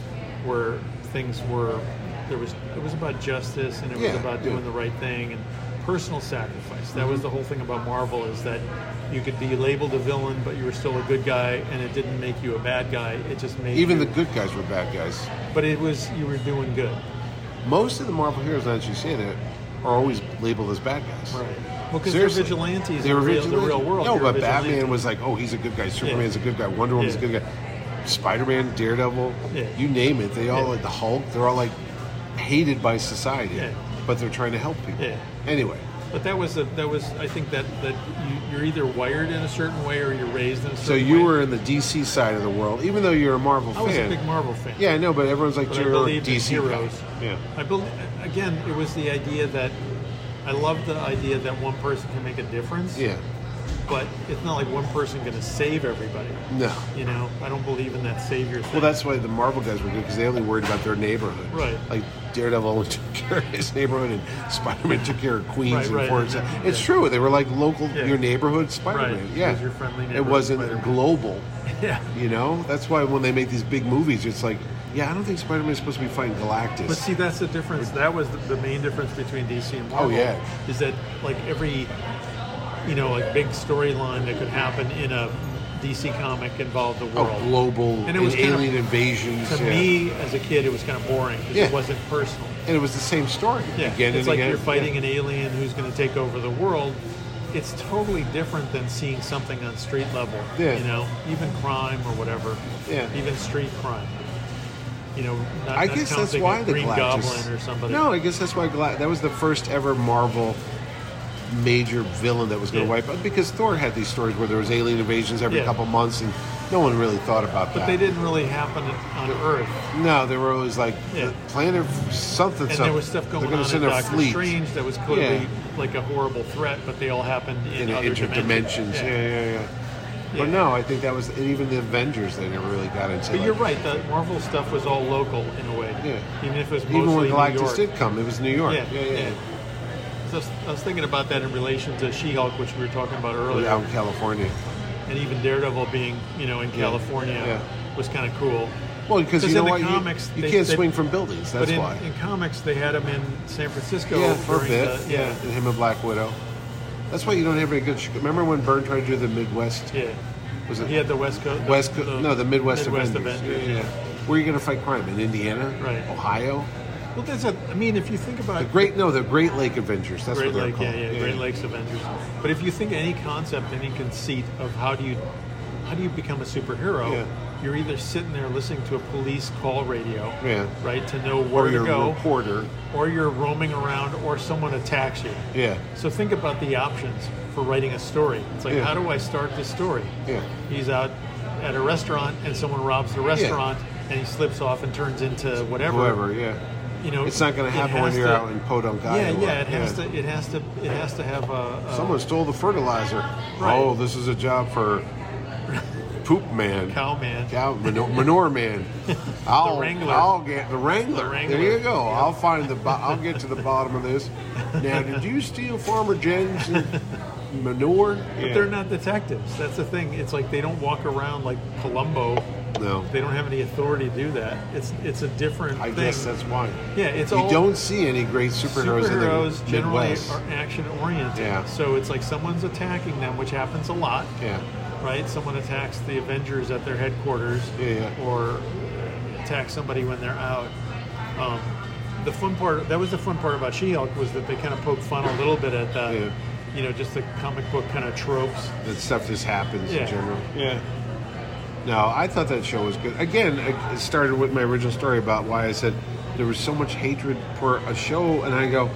Speaker 2: where things were there was it was about justice and it was
Speaker 3: Yeah,
Speaker 2: about
Speaker 3: yeah.
Speaker 2: doing the right thing and personal sacrifice. That was the whole thing about Marvel is that you could be labeled a villain, but you were still a good guy, and it didn't make you a bad guy. It just made
Speaker 3: Even
Speaker 2: you,
Speaker 3: the good guys were bad guys.
Speaker 2: but it was you were doing good.
Speaker 3: Most of the Marvel heroes, as you say that, are always labeled as bad guys.
Speaker 2: Well, because they're
Speaker 3: Seriously.
Speaker 2: vigilantes
Speaker 3: They
Speaker 2: in
Speaker 3: were
Speaker 2: the real, the
Speaker 3: vigilantes.
Speaker 2: real world.
Speaker 3: No,
Speaker 2: You're a
Speaker 3: but Batman
Speaker 2: vigilante.
Speaker 3: was like, oh, he's a good guy. Superman's a good guy. Wonder Woman's
Speaker 2: Yeah.
Speaker 3: a good guy. Spider Man, Daredevil,
Speaker 2: Yeah.
Speaker 3: you name it. They all,
Speaker 2: Yeah.
Speaker 3: like the Hulk, they're all like hated by society,
Speaker 2: Yeah.
Speaker 3: but they're trying to help people.
Speaker 2: Yeah.
Speaker 3: Anyway,
Speaker 2: But that was a, that was I think that that you, you're either wired in a certain way or you're raised in a certain
Speaker 3: so
Speaker 2: way.
Speaker 3: you were in the DC side of the world, even though you're a Marvel
Speaker 2: I was
Speaker 3: fan.
Speaker 2: a big Marvel fan.
Speaker 3: yeah, I know, but everyone's like,
Speaker 2: But I
Speaker 3: you're a
Speaker 2: believed in
Speaker 3: DC guy."
Speaker 2: heroes.
Speaker 3: Yeah.
Speaker 2: I believe again it was the idea that I love the idea that one person can make a difference.
Speaker 3: Yeah.
Speaker 2: But it's not like one person going to save everybody.
Speaker 3: No.
Speaker 2: You know, I don't believe in that savior thing.
Speaker 3: Well, that's why the Marvel guys were good because they only worried about their neighborhood.
Speaker 2: Right.
Speaker 3: Like Daredevil only took care of his neighborhood, and Spider-Man took care of Queens
Speaker 2: Right,
Speaker 3: and
Speaker 2: right,
Speaker 3: Fort.
Speaker 2: and-
Speaker 3: It's
Speaker 2: yeah.
Speaker 3: true. They were like local,
Speaker 2: Yeah.
Speaker 3: your neighborhood Spider-Man.
Speaker 2: Right, it
Speaker 3: Yeah.
Speaker 2: was your friendly
Speaker 3: it
Speaker 2: neighborhood
Speaker 3: wasn't
Speaker 2: Spider-Man.
Speaker 3: global.
Speaker 2: yeah.
Speaker 3: You know. That's why when they make these big movies, it's like, yeah, I don't think Spider-Man's supposed to be fighting Galactus.
Speaker 2: But see, that's the difference. That was the, the main difference between DC and Marvel.
Speaker 3: Oh, yeah.
Speaker 2: Is that like every, you know, like big storyline that could happen in a DC comic involved the world.
Speaker 3: a Oh, global
Speaker 2: And it was kind of-
Speaker 3: alien invasions.
Speaker 2: to
Speaker 3: yeah.
Speaker 2: me, as a kid, it was kind of boring because
Speaker 3: Yeah.
Speaker 2: it wasn't personal.
Speaker 3: and it was the same story
Speaker 2: Yeah,
Speaker 3: again
Speaker 2: it's
Speaker 3: and
Speaker 2: like
Speaker 3: again.
Speaker 2: you're fighting
Speaker 3: Yeah.
Speaker 2: an alien who's going to take over the world. It's totally different than seeing something on street level.
Speaker 3: Yeah.
Speaker 2: You know, even crime or whatever.
Speaker 3: Yeah.
Speaker 2: Even street crime. You know, not,
Speaker 3: I
Speaker 2: not
Speaker 3: guess that's
Speaker 2: counting
Speaker 3: why
Speaker 2: a
Speaker 3: the
Speaker 2: Green
Speaker 3: Galactus.
Speaker 2: Goblin or somebody.
Speaker 3: No, I guess that's why Gla- that was the first ever Marvel major villain that was going to
Speaker 2: Yeah.
Speaker 3: wipe out because Thor had these stories where there was alien invasions every
Speaker 2: Yeah.
Speaker 3: couple months and no one really thought about that.
Speaker 2: But they didn't really happen on Earth.
Speaker 3: No, they were always like
Speaker 2: Yeah.
Speaker 3: planet something.
Speaker 2: And
Speaker 3: something.
Speaker 2: there was stuff
Speaker 3: They're
Speaker 2: going
Speaker 3: gonna
Speaker 2: on in
Speaker 3: send a
Speaker 2: Doctor
Speaker 3: fleet
Speaker 2: Strange that was clearly
Speaker 3: Yeah.
Speaker 2: like a horrible threat, but they all happened in,
Speaker 3: in
Speaker 2: other
Speaker 3: interdimensions. Yeah, yeah, yeah. But
Speaker 2: Yeah.
Speaker 3: no, I think that was and even the Avengers. They never really got into.
Speaker 2: But
Speaker 3: like-
Speaker 2: you're right. The Marvel stuff was all local in a way.
Speaker 3: Yeah.
Speaker 2: Even if it was mostly
Speaker 3: Even when
Speaker 2: New
Speaker 3: Galactus
Speaker 2: York.
Speaker 3: did come, it was New York.
Speaker 2: Yeah,
Speaker 3: yeah. yeah.
Speaker 2: yeah. So I was- I was thinking about that in relation to She-Hulk, which we were talking about earlier,
Speaker 3: Out in California.
Speaker 2: and even Daredevil being, you know, in California
Speaker 3: yeah.
Speaker 2: was kind of cool.
Speaker 3: Well, because
Speaker 2: 'Cause
Speaker 3: you know
Speaker 2: in the
Speaker 3: what, You-
Speaker 2: comics,
Speaker 3: you,
Speaker 2: they-
Speaker 3: can't
Speaker 2: they-
Speaker 3: swing from buildings. That's
Speaker 2: but in,
Speaker 3: why.
Speaker 2: in comics, they had him in San Francisco
Speaker 3: yeah, for a
Speaker 2: during
Speaker 3: bit.
Speaker 2: the-
Speaker 3: yeah.
Speaker 2: yeah,
Speaker 3: and him and Black Widow. That's why you don't have any good. Chica- Remember when Byrne tried to do the Midwest?
Speaker 2: yeah.
Speaker 3: Was it
Speaker 2: He had the West Coast.
Speaker 3: West? Co- no, the Midwest,
Speaker 2: Midwest
Speaker 3: Avengers.
Speaker 2: Avengers,
Speaker 3: Yeah, yeah. Where are you going to fight crime in Indiana?
Speaker 2: Right.
Speaker 3: Ohio.
Speaker 2: Well, there's a. I mean, if you think about
Speaker 3: The Great No, the Great Lake Avengers. That's
Speaker 2: Great
Speaker 3: what they're
Speaker 2: Lake,
Speaker 3: called.
Speaker 2: yeah, yeah, Great Lakes Avengers. But if you think any concept, any conceit of how do you how do you become a superhero,
Speaker 3: Yeah.
Speaker 2: you're either sitting there listening to a police call radio,
Speaker 3: Yeah.
Speaker 2: right, to know
Speaker 3: Or
Speaker 2: where
Speaker 3: you're
Speaker 2: to
Speaker 3: a
Speaker 2: go,
Speaker 3: reporter.
Speaker 2: or you're roaming around, or someone attacks you.
Speaker 3: Yeah.
Speaker 2: So think about the options for writing a story. It's like,
Speaker 3: Yeah.
Speaker 2: how do I start this story?
Speaker 3: Yeah.
Speaker 2: He's out at a restaurant, and someone robs the restaurant, and he slips off and turns into whatever.
Speaker 3: Whoever. Yeah.
Speaker 2: You know,
Speaker 3: It's not going
Speaker 2: it
Speaker 3: to happen when
Speaker 2: has
Speaker 3: you're
Speaker 2: to-
Speaker 3: out in Podunk,
Speaker 2: yeah,
Speaker 3: Iowa.
Speaker 2: yeah, it has to. It has to. It has to have a. a
Speaker 3: Someone stole the fertilizer.
Speaker 2: Oh. Right.
Speaker 3: Oh, this is a job for poop man,
Speaker 2: cow man.
Speaker 3: cow manure, manure man. I'll,
Speaker 2: wrangler.
Speaker 3: I'll get the wrangler.
Speaker 2: The wrangler.
Speaker 3: There you go. I'll find the. Bo- I'll get to the bottom of this. Now, did you steal Farmer Jen's manure?
Speaker 2: But
Speaker 3: Yeah.
Speaker 2: they're not detectives. That's the thing. It's like they don't walk around like Columbo.
Speaker 3: No,
Speaker 2: They don't have any authority to do that. It's it's a different
Speaker 3: I
Speaker 2: thing.
Speaker 3: guess that's why.
Speaker 2: yeah, it's
Speaker 3: You
Speaker 2: all
Speaker 3: don't see any great
Speaker 2: superheroes,
Speaker 3: superheroes, in the
Speaker 2: generally
Speaker 3: Midwest.
Speaker 2: are action oriented.
Speaker 3: Yeah.
Speaker 2: So it's like someone's attacking them, which happens a lot,
Speaker 3: yeah,
Speaker 2: right? Someone attacks the Avengers at their headquarters,
Speaker 3: Yeah, yeah.
Speaker 2: or attacks somebody when they're out. Um, the fun part that was the fun part about She-Hulk was that they kind of poked fun a little bit at the,
Speaker 3: Yeah.
Speaker 2: you know, just the comic book kind of tropes.
Speaker 3: that stuff just happens
Speaker 2: Yeah.
Speaker 3: in general. Yeah. No, I thought that show was good. Again, I- it started with my original story about why I said there was so much hatred for a show, and I go,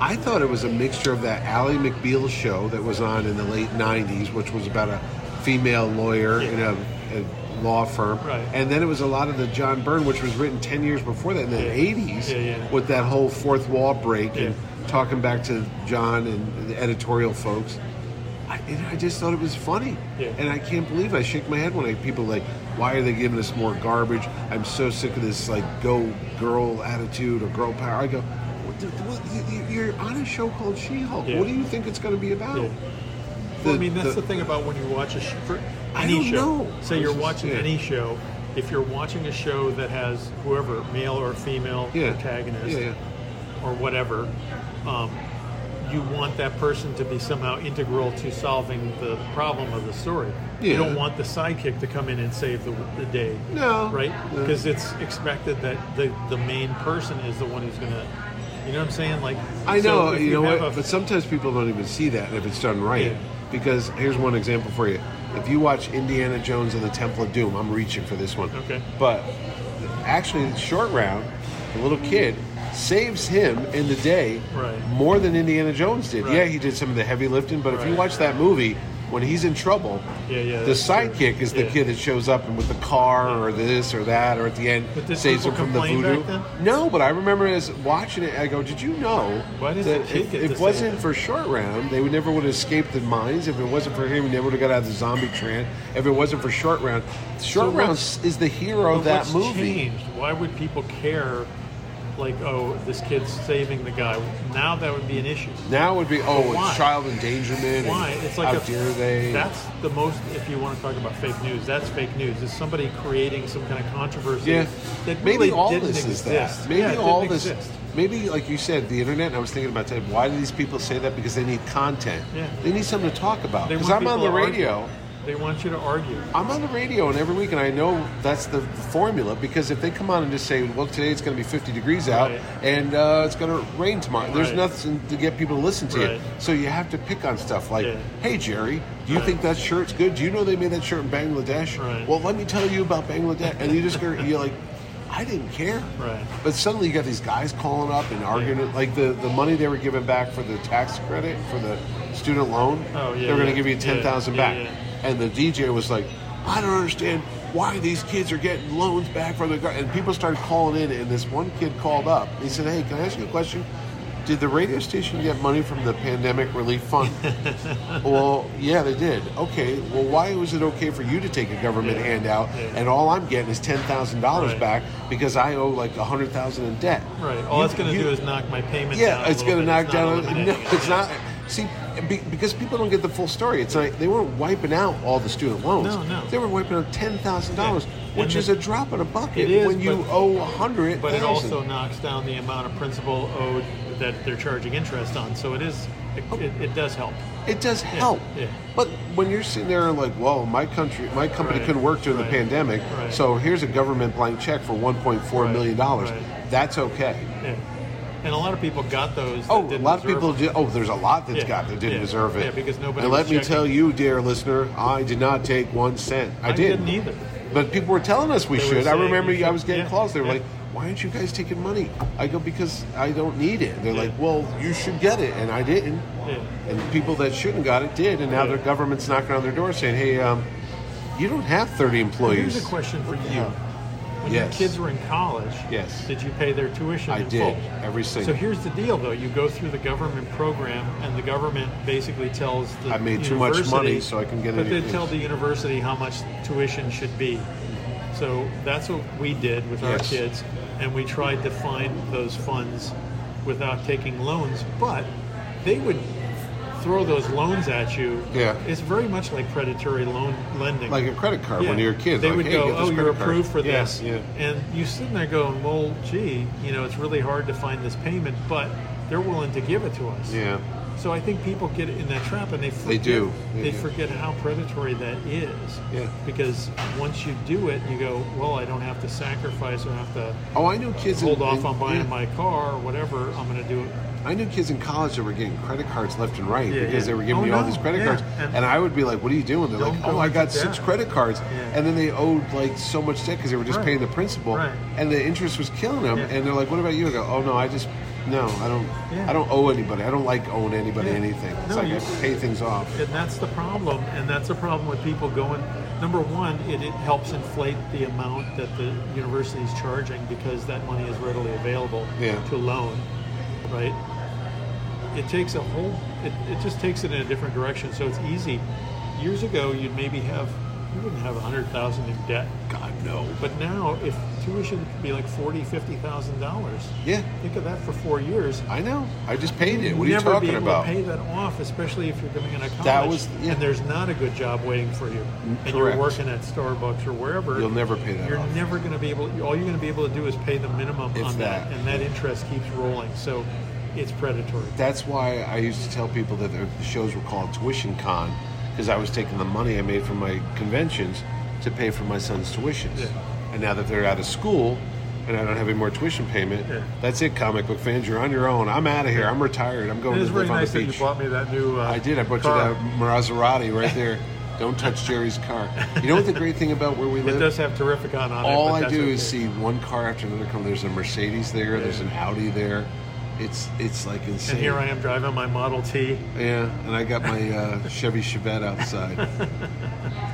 Speaker 3: I thought it was a mixture of that Ally McBeal show that was on in the late '90s, which was about a female lawyer in a, a law firm,
Speaker 2: Right.
Speaker 3: and then it was a lot of the John Byrne, which was written ten years before that in the
Speaker 2: Yeah.
Speaker 3: '80s,
Speaker 2: Yeah, yeah.
Speaker 3: with that whole fourth wall break and
Speaker 2: Yeah.
Speaker 3: talking back to John and the editorial folks. I, and I just thought it was funny,
Speaker 2: Yeah.
Speaker 3: and I can't believe I shake my head when I people are like, why are they giving us more garbage? I'm so sick of this like go girl attitude or girl power. I go, what, the- what, you- you- you're on a show called She-Hulk.
Speaker 2: Yeah.
Speaker 3: What do you think it's going to be about?
Speaker 2: Yeah. Well, I mean, that's the, thing about when you watch a sh- for
Speaker 3: I
Speaker 2: any
Speaker 3: don't
Speaker 2: show.
Speaker 3: know.
Speaker 2: Say
Speaker 3: It's
Speaker 2: you're
Speaker 3: just-
Speaker 2: watching
Speaker 3: yeah.
Speaker 2: any show. If you're watching a show that has whoever, male or female
Speaker 3: Yeah.
Speaker 2: protagonist
Speaker 3: Yeah, yeah.
Speaker 2: or whatever, um, you want that person to be somehow integral to solving the problem of the story. You
Speaker 3: Yeah.
Speaker 2: don't want the sidekick to come in and save the, the day.
Speaker 3: No.
Speaker 2: Right?
Speaker 3: No.
Speaker 2: Because it's expected that the, the main person is the one who's going to, you know what I'm saying? Like,
Speaker 3: I
Speaker 2: so
Speaker 3: know,
Speaker 2: if
Speaker 3: you know what?
Speaker 2: have a-
Speaker 3: but sometimes people don't even see that if it's done right.
Speaker 2: Yeah.
Speaker 3: Because here's one example for you. If you watch Indiana Jones and the Temple of Doom, I'm reaching for this one.
Speaker 2: Okay.
Speaker 3: But actually, in short round, the little kid saves him in the day
Speaker 2: Right.
Speaker 3: more than Indiana Jones did.
Speaker 2: Right.
Speaker 3: Yeah, he did some of the heavy lifting, but if you
Speaker 2: Right.
Speaker 3: watch that movie, when he's in trouble,
Speaker 2: Yeah, yeah,
Speaker 3: the
Speaker 2: that's true.
Speaker 3: sidekick is the
Speaker 2: Yeah.
Speaker 3: kid that shows up and with the car or this or that or at the end
Speaker 2: But did
Speaker 3: saves
Speaker 2: people
Speaker 3: him from the
Speaker 2: complain
Speaker 3: voodoo.
Speaker 2: back then?
Speaker 3: No, but I remember as watching it, I go, "Did you know
Speaker 2: Why does
Speaker 3: that
Speaker 2: the kid
Speaker 3: if
Speaker 2: get
Speaker 3: it
Speaker 2: to say
Speaker 3: wasn't
Speaker 2: that?
Speaker 3: for short round, they would never would have escaped the mines. If it wasn't for him, we never would have got out of the zombie trance. If it wasn't for short round, short round
Speaker 2: what's-
Speaker 3: is the hero of
Speaker 2: But
Speaker 3: that
Speaker 2: what's
Speaker 3: movie.
Speaker 2: changed? Why would people care? Like, oh, this kid's saving the guy. Now that would be an issue.
Speaker 3: Now it would be oh,
Speaker 2: Why?
Speaker 3: it's child endangerment.
Speaker 2: Why?
Speaker 3: And
Speaker 2: It's like
Speaker 3: how
Speaker 2: a,
Speaker 3: dare they?
Speaker 2: That's the most. If you want to talk about fake news, that's fake news. Is somebody creating some kind of controversy?
Speaker 3: yeah.
Speaker 2: That
Speaker 3: maybe
Speaker 2: really
Speaker 3: all
Speaker 2: didn't
Speaker 3: this is
Speaker 2: exist.
Speaker 3: that. Maybe
Speaker 2: Yeah, it
Speaker 3: all
Speaker 2: didn't
Speaker 3: this.
Speaker 2: Exist.
Speaker 3: Maybe like you said, the internet. and I was thinking about that. Why do these people say that? Because they need content.
Speaker 2: Yeah.
Speaker 3: They need something to talk about.
Speaker 2: They
Speaker 3: Because
Speaker 2: want
Speaker 3: I'm on the
Speaker 2: people to
Speaker 3: radio.
Speaker 2: argue. They want you to argue.
Speaker 3: I'm on the radio and every week, and I know that's the formula because if they come on and just say, "Well, today it's going to be 50 degrees out
Speaker 2: Right.
Speaker 3: and uh, it's going to rain tomorrow," there's
Speaker 2: Right.
Speaker 3: nothing to get people to listen to you.
Speaker 2: Right.
Speaker 3: So you have to pick on stuff like,
Speaker 2: Yeah.
Speaker 3: "Hey, Jerry, do you
Speaker 2: Right.
Speaker 3: think that shirt's good? Do you know they made that shirt in Bangladesh?"
Speaker 2: Right.
Speaker 3: Well, let me tell you about Bangladesh, and you just go, you're like, "I didn't care."
Speaker 2: Right.
Speaker 3: But suddenly you got these guys calling up and arguing like the, the money they were giving back for the tax credit for the student loan.
Speaker 2: Oh, yeah,
Speaker 3: they were going to
Speaker 2: yeah.
Speaker 3: give you
Speaker 2: Yeah,
Speaker 3: ten thousand
Speaker 2: yeah,
Speaker 3: back.
Speaker 2: yeah.
Speaker 3: And the DJ was like, I don't understand why these kids are getting loans back from the government. And people started calling in, and this one kid called up. He said, Hey, can I ask you a question? Did the radio station get money from the pandemic relief fund? well, yeah, they did. Okay, well, why was it okay for you to take a government
Speaker 2: Yeah.
Speaker 3: handout,
Speaker 2: Yeah.
Speaker 3: and all I'm getting is ten thousand dollars
Speaker 2: Right.
Speaker 3: back because I owe like a hundred thousand in debt?
Speaker 2: Right. All
Speaker 3: You-
Speaker 2: it's going to
Speaker 3: you-
Speaker 2: do is knock my payment. down
Speaker 3: yeah,
Speaker 2: a
Speaker 3: it's
Speaker 2: little
Speaker 3: going to
Speaker 2: bit.
Speaker 3: knock down.
Speaker 2: It's not
Speaker 3: no,
Speaker 2: eliminating it.
Speaker 3: it's not. See, be, because people don't get the full story. It's like they weren't wiping out all the student loans.
Speaker 2: No, no.
Speaker 3: They were wiping out ten thousand dollars,
Speaker 2: Yeah.
Speaker 3: which
Speaker 2: And
Speaker 3: is
Speaker 2: the-
Speaker 3: a drop in a bucket
Speaker 2: It is,
Speaker 3: when you
Speaker 2: but-
Speaker 3: owe a hundred
Speaker 2: But it also
Speaker 3: thousand.
Speaker 2: knocks down the amount of principal owed that they're charging interest on. So it is, it, it, it does help.
Speaker 3: It does help.
Speaker 2: yeah.
Speaker 3: But when you're sitting there like, "Whoa, my country, my company
Speaker 2: Right,
Speaker 3: couldn't work during
Speaker 2: right,
Speaker 3: the pandemic,
Speaker 2: right.
Speaker 3: so here's a government blank check for one point four
Speaker 2: Right,
Speaker 3: million dollars.
Speaker 2: right.
Speaker 3: That's okay."
Speaker 2: Yeah. And a lot of people got those. that
Speaker 3: Oh, a
Speaker 2: didn't
Speaker 3: lot of
Speaker 2: deserve
Speaker 3: people.
Speaker 2: them.
Speaker 3: Did, oh, there's a lot that's
Speaker 2: Yeah,
Speaker 3: got that didn't
Speaker 2: yeah,
Speaker 3: deserve it.
Speaker 2: yeah, because nobody
Speaker 3: And
Speaker 2: was
Speaker 3: let me
Speaker 2: checking.
Speaker 3: tell you, dear listener, I did not take one cent. I,
Speaker 2: I
Speaker 3: did.
Speaker 2: didn't either.
Speaker 3: But people were telling us we
Speaker 2: They were
Speaker 3: should. I
Speaker 2: saying
Speaker 3: remember
Speaker 2: you
Speaker 3: I
Speaker 2: should.
Speaker 3: was getting
Speaker 2: Yeah,
Speaker 3: calls. They were
Speaker 2: yeah.
Speaker 3: like, "Why aren't you guys taking money?" I go, "Because I don't need it." They're
Speaker 2: Yeah.
Speaker 3: like, "Well, you should get it," and I didn't.
Speaker 2: Yeah.
Speaker 3: And people that shouldn't got it did, and now
Speaker 2: Yeah.
Speaker 3: their government's knocking on their door saying, "Hey, um, you don't have 30 employees."
Speaker 2: Here's a question for
Speaker 3: What the
Speaker 2: you.
Speaker 3: hell?
Speaker 2: When your
Speaker 3: Yes.
Speaker 2: kids were in college,
Speaker 3: Yes.
Speaker 2: did you pay their tuition?
Speaker 3: I
Speaker 2: in
Speaker 3: did,
Speaker 2: Full?
Speaker 3: every
Speaker 2: So
Speaker 3: single-
Speaker 2: here's the deal, though. You go through the government program, and the government basically tells the
Speaker 3: I made too much money,
Speaker 2: university-
Speaker 3: so I can get
Speaker 2: But
Speaker 3: it-
Speaker 2: they tell the university how much tuition should be. So that's what we did with our
Speaker 3: Yes.
Speaker 2: kids, and we tried to find those funds without taking loans. But they would throw those loans at you.
Speaker 3: Yeah.
Speaker 2: It's very much like predatory loan lending
Speaker 3: Like a credit card when you're a kid.
Speaker 2: they
Speaker 3: like,
Speaker 2: would
Speaker 3: "Hey,
Speaker 2: go,
Speaker 3: get this
Speaker 2: "Oh, you're
Speaker 3: credit card."
Speaker 2: approved for
Speaker 3: Yeah,
Speaker 2: this,"
Speaker 3: Yeah.
Speaker 2: and you sitting there going, "Well, gee, you know, it's really hard to find this payment, but they're willing to give it to us."
Speaker 3: Yeah.
Speaker 2: So I think people get in that trap and they forget,
Speaker 3: They do. They
Speaker 2: They,
Speaker 3: do.
Speaker 2: forget how predatory that is.
Speaker 3: Yeah.
Speaker 2: Because once you do it, you go, "Well, I don't have to sacrifice or have to
Speaker 3: Oh, I knew kids in-
Speaker 2: hold off
Speaker 3: in-
Speaker 2: on buying
Speaker 3: yeah.
Speaker 2: my car or whatever. I'm going to do it."
Speaker 3: I knew kids in college that were getting credit cards left and right
Speaker 2: Yeah,
Speaker 3: because
Speaker 2: yeah.
Speaker 3: they were giving
Speaker 2: Oh,
Speaker 3: me all
Speaker 2: no,
Speaker 3: these credit
Speaker 2: yeah.
Speaker 3: cards, and,
Speaker 2: And-
Speaker 3: I would be like, "What are you doing?" They're like,
Speaker 2: Don't
Speaker 3: "Oh,
Speaker 2: go
Speaker 3: I
Speaker 2: into
Speaker 3: got
Speaker 2: debt.
Speaker 3: six credit cards,"
Speaker 2: Yeah.
Speaker 3: and then they owed like so much debt because they were just
Speaker 2: Right.
Speaker 3: paying the principal,
Speaker 2: Right.
Speaker 3: and the interest was killing them.
Speaker 2: Yeah.
Speaker 3: And they're like, "What about you?" I go, "Oh no, I just no, I don't,
Speaker 2: Yeah.
Speaker 3: I don't owe anybody. I don't like owing anybody
Speaker 2: Yeah.
Speaker 3: anything. It's
Speaker 2: No,
Speaker 3: like
Speaker 2: you-
Speaker 3: I pay things off."
Speaker 2: And that's the problem. And that's the problem with people going. Number one, it, it helps inflate the amount that the university is charging because that money is readily available
Speaker 3: Yeah.
Speaker 2: to loan, right? It takes a whole, it, it just takes it in a different direction. So it's easy. Years ago, you'd maybe have, you wouldn't have 100000 in debt.
Speaker 3: God no.
Speaker 2: But now, if tuition could be like forty, fifty thousand dollars,
Speaker 3: Yeah.
Speaker 2: think of that for four years.
Speaker 3: I know. I just paid it. What are you
Speaker 2: Never
Speaker 3: talking
Speaker 2: be able
Speaker 3: about?
Speaker 2: To pay that off, especially if you're coming in a college.
Speaker 3: That was- yeah.
Speaker 2: and there's not a good job waiting for you, and
Speaker 3: correct.
Speaker 2: you're working at Starbucks or wherever.
Speaker 3: You'll never pay that
Speaker 2: You're
Speaker 3: off.
Speaker 2: never going to be able. All you're going to be able to do is pay the minimum
Speaker 3: If
Speaker 2: on that,
Speaker 3: that.
Speaker 2: and that interest keeps rolling. So it's predatory.
Speaker 3: That's why I used to tell people that the shows were called Tuition Con because I was taking the money I made from my conventions to pay for my son's tuitions.
Speaker 2: Yeah.
Speaker 3: And now that they're out of school and I don't have any more tuition payment,
Speaker 2: Yeah.
Speaker 3: that's it, comic book fans. You're on your own. I'm out of here. I'm retired. I'm going
Speaker 2: It
Speaker 3: to
Speaker 2: is
Speaker 3: live
Speaker 2: really
Speaker 3: on
Speaker 2: nice
Speaker 3: the
Speaker 2: that
Speaker 3: beach.
Speaker 2: you bought me that new. Uh,
Speaker 3: I did. I brought
Speaker 2: car.
Speaker 3: you that Maserati right there. don't touch Jerry's car. You know what the great thing about where we
Speaker 2: It
Speaker 3: live?
Speaker 2: does have Terrificon on it.
Speaker 3: All
Speaker 2: but
Speaker 3: I
Speaker 2: that's
Speaker 3: do
Speaker 2: okay.
Speaker 3: is see one car after another come. There's a Mercedes there. There's an Audi there. It's it's like insane.
Speaker 2: And here I am driving my Model T.
Speaker 3: Yeah, and I got my uh, Chevy Chevette outside,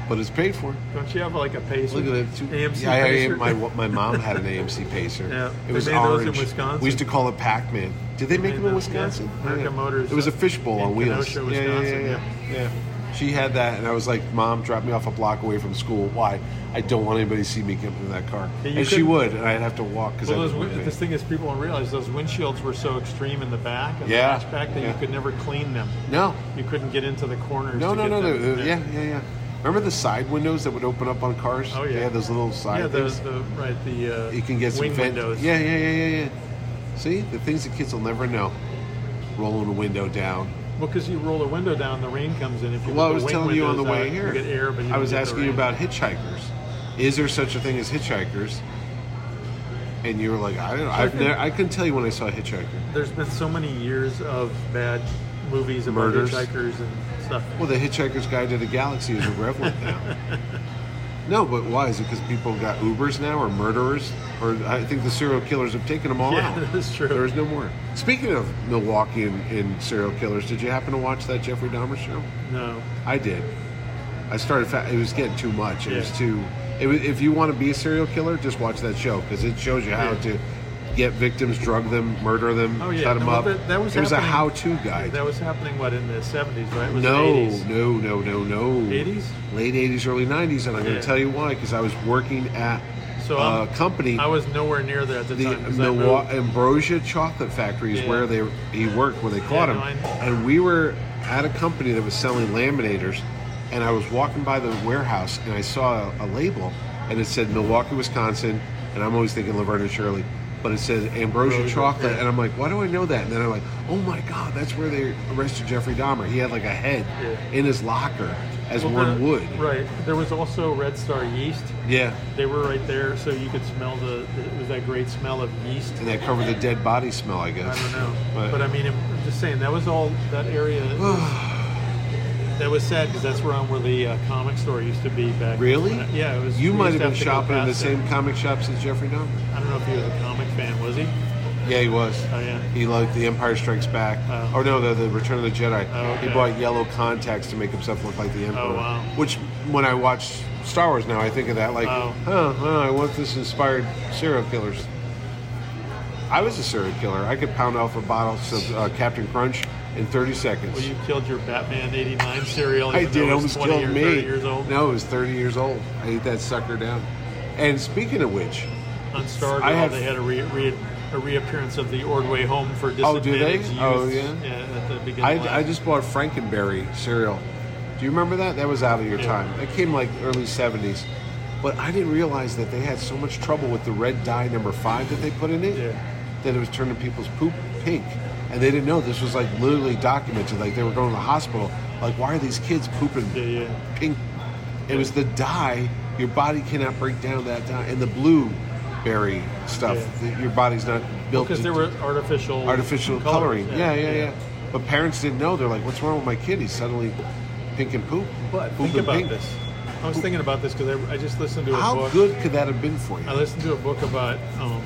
Speaker 3: but it's paid for.
Speaker 2: Don't you have like a Pacer?
Speaker 3: Look at it. Two,
Speaker 2: AMC
Speaker 3: yeah, I- I-
Speaker 2: Pacer?
Speaker 3: my my mom had an AMC Pacer.
Speaker 2: Yeah,
Speaker 3: it
Speaker 2: they
Speaker 3: was
Speaker 2: made those in
Speaker 3: orange.
Speaker 2: Wisconsin.
Speaker 3: We used to call it Pac-Man. Did they, make
Speaker 2: made
Speaker 3: them in
Speaker 2: those, yeah.
Speaker 3: Wisconsin?
Speaker 2: American
Speaker 3: Yeah.
Speaker 2: Motors,
Speaker 3: It was a
Speaker 2: uh,
Speaker 3: fishbowl
Speaker 2: in
Speaker 3: on wheels.
Speaker 2: Kenosha,
Speaker 3: Yeah, yeah,
Speaker 2: Wisconsin,
Speaker 3: yeah, yeah. Yeah. She had that, and I was like, "Mom, drop me off a block away from school. Why? I don't want anybody to see me get into that car."
Speaker 2: Yeah, you
Speaker 3: and she
Speaker 2: couldn't-
Speaker 3: would, and I'd have to walk because
Speaker 2: Well,
Speaker 3: I
Speaker 2: those,
Speaker 3: didn't want
Speaker 2: win-
Speaker 3: anybody-
Speaker 2: this thing is people don't realize those windshields were so extreme in the back and
Speaker 3: Yeah,
Speaker 2: the hatchback that
Speaker 3: yeah.
Speaker 2: you could never clean them.
Speaker 3: No,
Speaker 2: You couldn't get into the corners.
Speaker 3: No,
Speaker 2: to
Speaker 3: no,
Speaker 2: get
Speaker 3: no, no.
Speaker 2: them.
Speaker 3: uh, Yeah, yeah, yeah. Remember the side windows that would open up on cars?
Speaker 2: Oh,
Speaker 3: They
Speaker 2: yeah.
Speaker 3: had those little side
Speaker 2: Yeah, the,
Speaker 3: things.
Speaker 2: the right the uh,
Speaker 3: you can get some
Speaker 2: wing
Speaker 3: vent-
Speaker 2: windows.
Speaker 3: Yeah, yeah, yeah, yeah, yeah. See the things that kids will never know. Rolling a window down.
Speaker 2: Well, because you roll the window down, the rain comes in. If you
Speaker 3: Well, I
Speaker 2: put
Speaker 3: was
Speaker 2: the wing
Speaker 3: telling you on the
Speaker 2: windows
Speaker 3: way
Speaker 2: out,
Speaker 3: here.
Speaker 2: You get air, but you
Speaker 3: I
Speaker 2: don't
Speaker 3: was
Speaker 2: get the
Speaker 3: asking you
Speaker 2: rain.
Speaker 3: about hitchhikers. Is there such a thing as hitchhikers? And you were like, I don't know. I've
Speaker 2: Sure.
Speaker 3: never, I couldn't tell you when I saw a hitchhiker.
Speaker 2: There's been so many years of bad movies about
Speaker 3: Murders.
Speaker 2: hitchhikers and stuff.
Speaker 3: Well, the Hitchhiker's Guide to the Galaxy is a Revlon now. no, but why? Is it because people got Ubers now or murderers? Or I think the serial killers have taken them all
Speaker 2: Yeah,
Speaker 3: out.
Speaker 2: that's true.
Speaker 3: There's no more. Speaking of Milwaukee and, and serial killers, did you happen to watch that Jeffrey Dahmer show?
Speaker 2: No,
Speaker 3: I did. I started. Fa- it was getting too much. It
Speaker 2: Yeah.
Speaker 3: was too. It was, if you want to be a serial killer, just watch that show because it shows you how
Speaker 2: Yeah.
Speaker 3: to get victims, drug them, murder them,
Speaker 2: Oh, yeah.
Speaker 3: cut them
Speaker 2: No,
Speaker 3: up.
Speaker 2: that- that was
Speaker 3: it was a
Speaker 2: happening-
Speaker 3: how-to guide.
Speaker 2: that was happening what in the 70s, right? It was
Speaker 3: No,
Speaker 2: 80s.
Speaker 3: no, no, no, no.
Speaker 2: 80s?
Speaker 3: Late 80s, early 90s, and I'm going
Speaker 2: Yeah.
Speaker 3: to tell you why, because I was working at
Speaker 2: So
Speaker 3: a
Speaker 2: I'm-
Speaker 3: company.
Speaker 2: I was nowhere near there at the,
Speaker 3: the
Speaker 2: time. 'cause I
Speaker 3: Milwa-
Speaker 2: moved.
Speaker 3: Ambrosia Chocolate Factory is
Speaker 2: Yeah.
Speaker 3: where they he worked when they caught
Speaker 2: Yeah,
Speaker 3: him.
Speaker 2: no, I-
Speaker 3: and we were at a company that was selling laminators, and I was walking by the warehouse, and I saw a, a label, and it said Milwaukee, Wisconsin, and I'm always thinking Laverne and Shirley. But it said Ambrosia
Speaker 2: Ambrosia,
Speaker 3: Chocolate,
Speaker 2: yeah.
Speaker 3: and I'm like, why do I know that? And then I'm like, oh my God, that's where they arrested Jeffrey Dahmer. He had like a head
Speaker 2: Yeah.
Speaker 3: in his locker, as
Speaker 2: Well,
Speaker 3: one
Speaker 2: the-
Speaker 3: would.
Speaker 2: Right. There was also Red Star yeast.
Speaker 3: Yeah.
Speaker 2: They were right there, so you could smell the. It was that great smell of yeast.
Speaker 3: And that covered the dead body smell, I guess.
Speaker 2: I don't know,
Speaker 3: But-
Speaker 2: but, I mean, I'm I'm just saying that was all that area. that was sad because that's around where the uh, comic store used to be back.
Speaker 3: Really?
Speaker 2: when I- Uh, yeah, it was.
Speaker 3: You
Speaker 2: we
Speaker 3: might
Speaker 2: used
Speaker 3: have been
Speaker 2: to to go
Speaker 3: shopping in the
Speaker 2: past it.
Speaker 3: same comic shops as Jeffrey Dahmer.
Speaker 2: I don't know if he was a comic fan, was he?
Speaker 3: Yeah, he was.
Speaker 2: Oh yeah.
Speaker 3: He liked The Empire Strikes Back.
Speaker 2: Oh.
Speaker 3: or no, the, the Return of the Jedi.
Speaker 2: Oh, okay. Oh,
Speaker 3: He bought yellow contacts to make himself look like the Emperor.
Speaker 2: wow.
Speaker 3: Which, when I watch Star Wars now, I think of that like,
Speaker 2: Oh.
Speaker 3: huh, huh, I want this inspired serial killers. I was a serial killer. I could pound off a bottle of uh, Captain Crunch in 30 seconds.
Speaker 2: Well, you killed your Batman '89 cereal.
Speaker 3: I
Speaker 2: even though
Speaker 3: did.
Speaker 2: it
Speaker 3: Almost
Speaker 2: 20
Speaker 3: killed
Speaker 2: or
Speaker 3: me.
Speaker 2: 30 years old.
Speaker 3: No, it was 30 years old. I ate that sucker down. And speaking of which,
Speaker 2: On Star
Speaker 3: I
Speaker 2: Girl,
Speaker 3: have-
Speaker 2: they had a, re- re- a reappearance of the Ordway Home for
Speaker 3: Oh,
Speaker 2: Disadvantaged
Speaker 3: do they?
Speaker 2: Youth,
Speaker 3: Oh, yeah?
Speaker 2: at the beginning. of
Speaker 3: I, I
Speaker 2: last-
Speaker 3: just bought Frankenberry cereal. Do you remember that? That was out of your
Speaker 2: Yeah.
Speaker 3: time. That came like early 70s. But I didn't realize that they had so much trouble with the red dye number five that they put in it
Speaker 2: Yeah.
Speaker 3: that it was turning people's poop pink. And they didn't know this was like literally documented. Like they were going to the hospital. Like, why are these kids pooping
Speaker 2: Yeah, yeah.
Speaker 3: pink? It was the dye. Your body cannot break down that dye. And the blueberry stuff.
Speaker 2: Yeah.
Speaker 3: that Your body's not built
Speaker 2: Because
Speaker 3: to
Speaker 2: there were artificial
Speaker 3: artificial
Speaker 2: colors,
Speaker 3: coloring. Yeah, yeah, yeah, But parents didn't know. They're like, "What's wrong with my kid? He's suddenly pink and poop."
Speaker 2: But
Speaker 3: Poop and
Speaker 2: think about
Speaker 3: pink."
Speaker 2: this. I was thinking about this because I, I just listened to a
Speaker 3: How
Speaker 2: book.
Speaker 3: good could that have been for you?
Speaker 2: I listened to a book about um,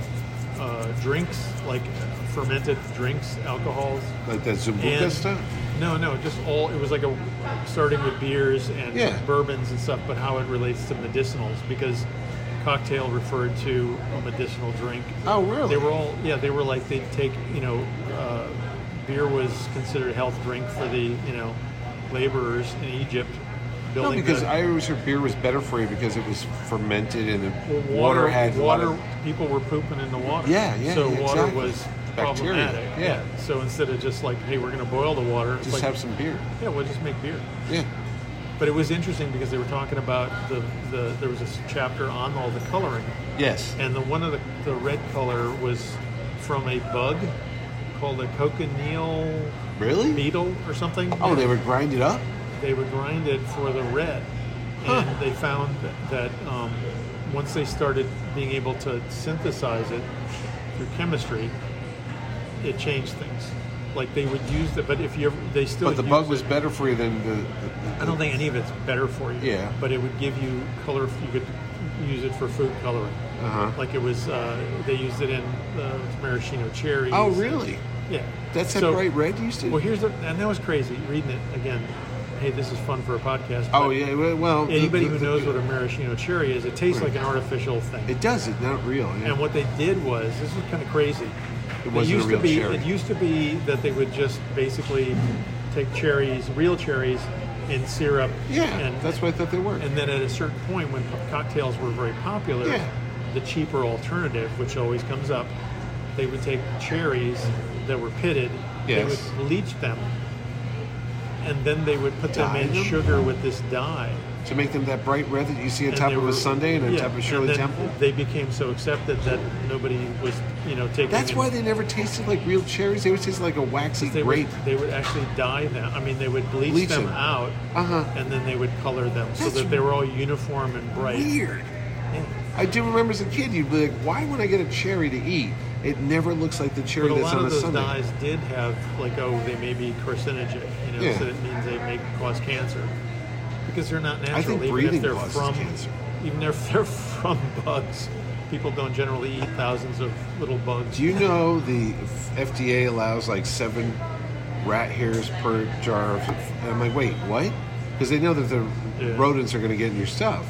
Speaker 2: uh, drinks, like uh, fermented drinks, alcohols,
Speaker 3: Like that Zumbuca
Speaker 2: and
Speaker 3: stuff.
Speaker 2: no, no, just all. It was like a starting with beers and
Speaker 3: Yeah.
Speaker 2: bourbons and stuff, but how it relates to medicinals because cocktail referred to a medicinal drink.
Speaker 3: Oh, really?
Speaker 2: They were all yeah. They were like they'd take you know, uh, beer was considered a health drink for the you know laborers in Egypt.
Speaker 3: no,
Speaker 2: Building
Speaker 3: because
Speaker 2: the-
Speaker 3: I always heard beer was better for you because it was fermented and the
Speaker 2: Well,
Speaker 3: water, had a lot
Speaker 2: water.
Speaker 3: of-
Speaker 2: people were pooping in the water.
Speaker 3: Yeah, yeah,
Speaker 2: So
Speaker 3: yeah,
Speaker 2: water
Speaker 3: exactly.
Speaker 2: was
Speaker 3: Bacteria,
Speaker 2: problematic.
Speaker 3: yeah.
Speaker 2: So instead of just like, hey, we're going to boil the water, it's
Speaker 3: just
Speaker 2: like,
Speaker 3: have some beer.
Speaker 2: yeah, we'll just make beer.
Speaker 3: Yeah.
Speaker 2: But it was interesting because they were talking about the, the there was this chapter on all the coloring,
Speaker 3: Yes.
Speaker 2: and the one of the, the red color was from a bug called a cochineal
Speaker 3: Really?
Speaker 2: beetle or something.
Speaker 3: Oh, they would grind it up.
Speaker 2: they would grind it for the red, and they found that, that um, once they started being able to synthesize it through chemistry, it changed things. Like they would use it, but if you ever, they still.
Speaker 3: But the
Speaker 2: use
Speaker 3: bug
Speaker 2: it.
Speaker 3: was better for you than the. the,
Speaker 2: I don't think any of it's better for you.
Speaker 3: Yeah.
Speaker 2: But it would give you color. You could use it for food coloring.
Speaker 3: Uh-huh.
Speaker 2: Like it was, uh, they used it in uh, maraschino cherries.
Speaker 3: Oh, really?
Speaker 2: Yeah.
Speaker 3: That's that
Speaker 2: So-
Speaker 3: bright red you used to.
Speaker 2: Well, here's the, and that was crazy reading it again. Hey, this is fun for a podcast.
Speaker 3: oh
Speaker 2: but
Speaker 3: yeah. Well, the-
Speaker 2: Anybody
Speaker 3: the-
Speaker 2: who
Speaker 3: the-
Speaker 2: knows what a maraschino cherry is, it tastes
Speaker 3: Right.
Speaker 2: like an artificial thing.
Speaker 3: it does. It's not real. Yeah.
Speaker 2: and what they did was, this was kind of crazy.
Speaker 3: It wasn't a
Speaker 2: used
Speaker 3: real
Speaker 2: to be,
Speaker 3: cherry.
Speaker 2: It used to be that they would just basically take cherries, real cherries, and syrup.
Speaker 3: yeah,
Speaker 2: and,
Speaker 3: that's why I thought they were.
Speaker 2: and then at a certain point, when po- cocktails were very popular,
Speaker 3: Yeah.
Speaker 2: the cheaper alternative, which always comes up, they would take cherries that were pitted,
Speaker 3: Yes.
Speaker 2: they would bleach them, and then they would put them
Speaker 3: Dye
Speaker 2: in
Speaker 3: them?
Speaker 2: sugar with this dye.
Speaker 3: to make them that bright red that you see on
Speaker 2: And
Speaker 3: top
Speaker 2: they
Speaker 3: of
Speaker 2: were-
Speaker 3: a Sunday and on
Speaker 2: yeah,
Speaker 3: top of
Speaker 2: and
Speaker 3: Shirley
Speaker 2: then
Speaker 3: Temple.
Speaker 2: They became so accepted that nobody was, you know, taking.
Speaker 3: That's
Speaker 2: and-
Speaker 3: why they never tasted like real cherries. They always tasted like a waxy
Speaker 2: they
Speaker 3: grape.
Speaker 2: Would, they would actually dye them. I mean, they would bleach,
Speaker 3: Bleach
Speaker 2: them
Speaker 3: them.
Speaker 2: out,
Speaker 3: Uh-huh.
Speaker 2: and then they would color them so
Speaker 3: That's
Speaker 2: that they were all uniform and bright.
Speaker 3: Weird.
Speaker 2: Yeah.
Speaker 3: I do remember as a kid, you'd be like, "Why when I get a cherry to eat, it never looks like the cherry
Speaker 2: But a
Speaker 3: that's
Speaker 2: lot
Speaker 3: on a
Speaker 2: of those
Speaker 3: Sunday."
Speaker 2: dyes did have like, oh, they may be carcinogenic, you know,
Speaker 3: Yeah.
Speaker 2: so it means they may cause cancer because they're not natural.
Speaker 3: I think
Speaker 2: even
Speaker 3: breathing
Speaker 2: if they're
Speaker 3: causes
Speaker 2: from,
Speaker 3: cancer.
Speaker 2: even if they're from bugs, people don't generally eat thousands of little bugs.
Speaker 3: Do you know the FDA allows like seven rat hairs per jar? Of, and I'm like, wait, what? Because they know that the
Speaker 2: Yeah.
Speaker 3: rodents are going to get in your stuff.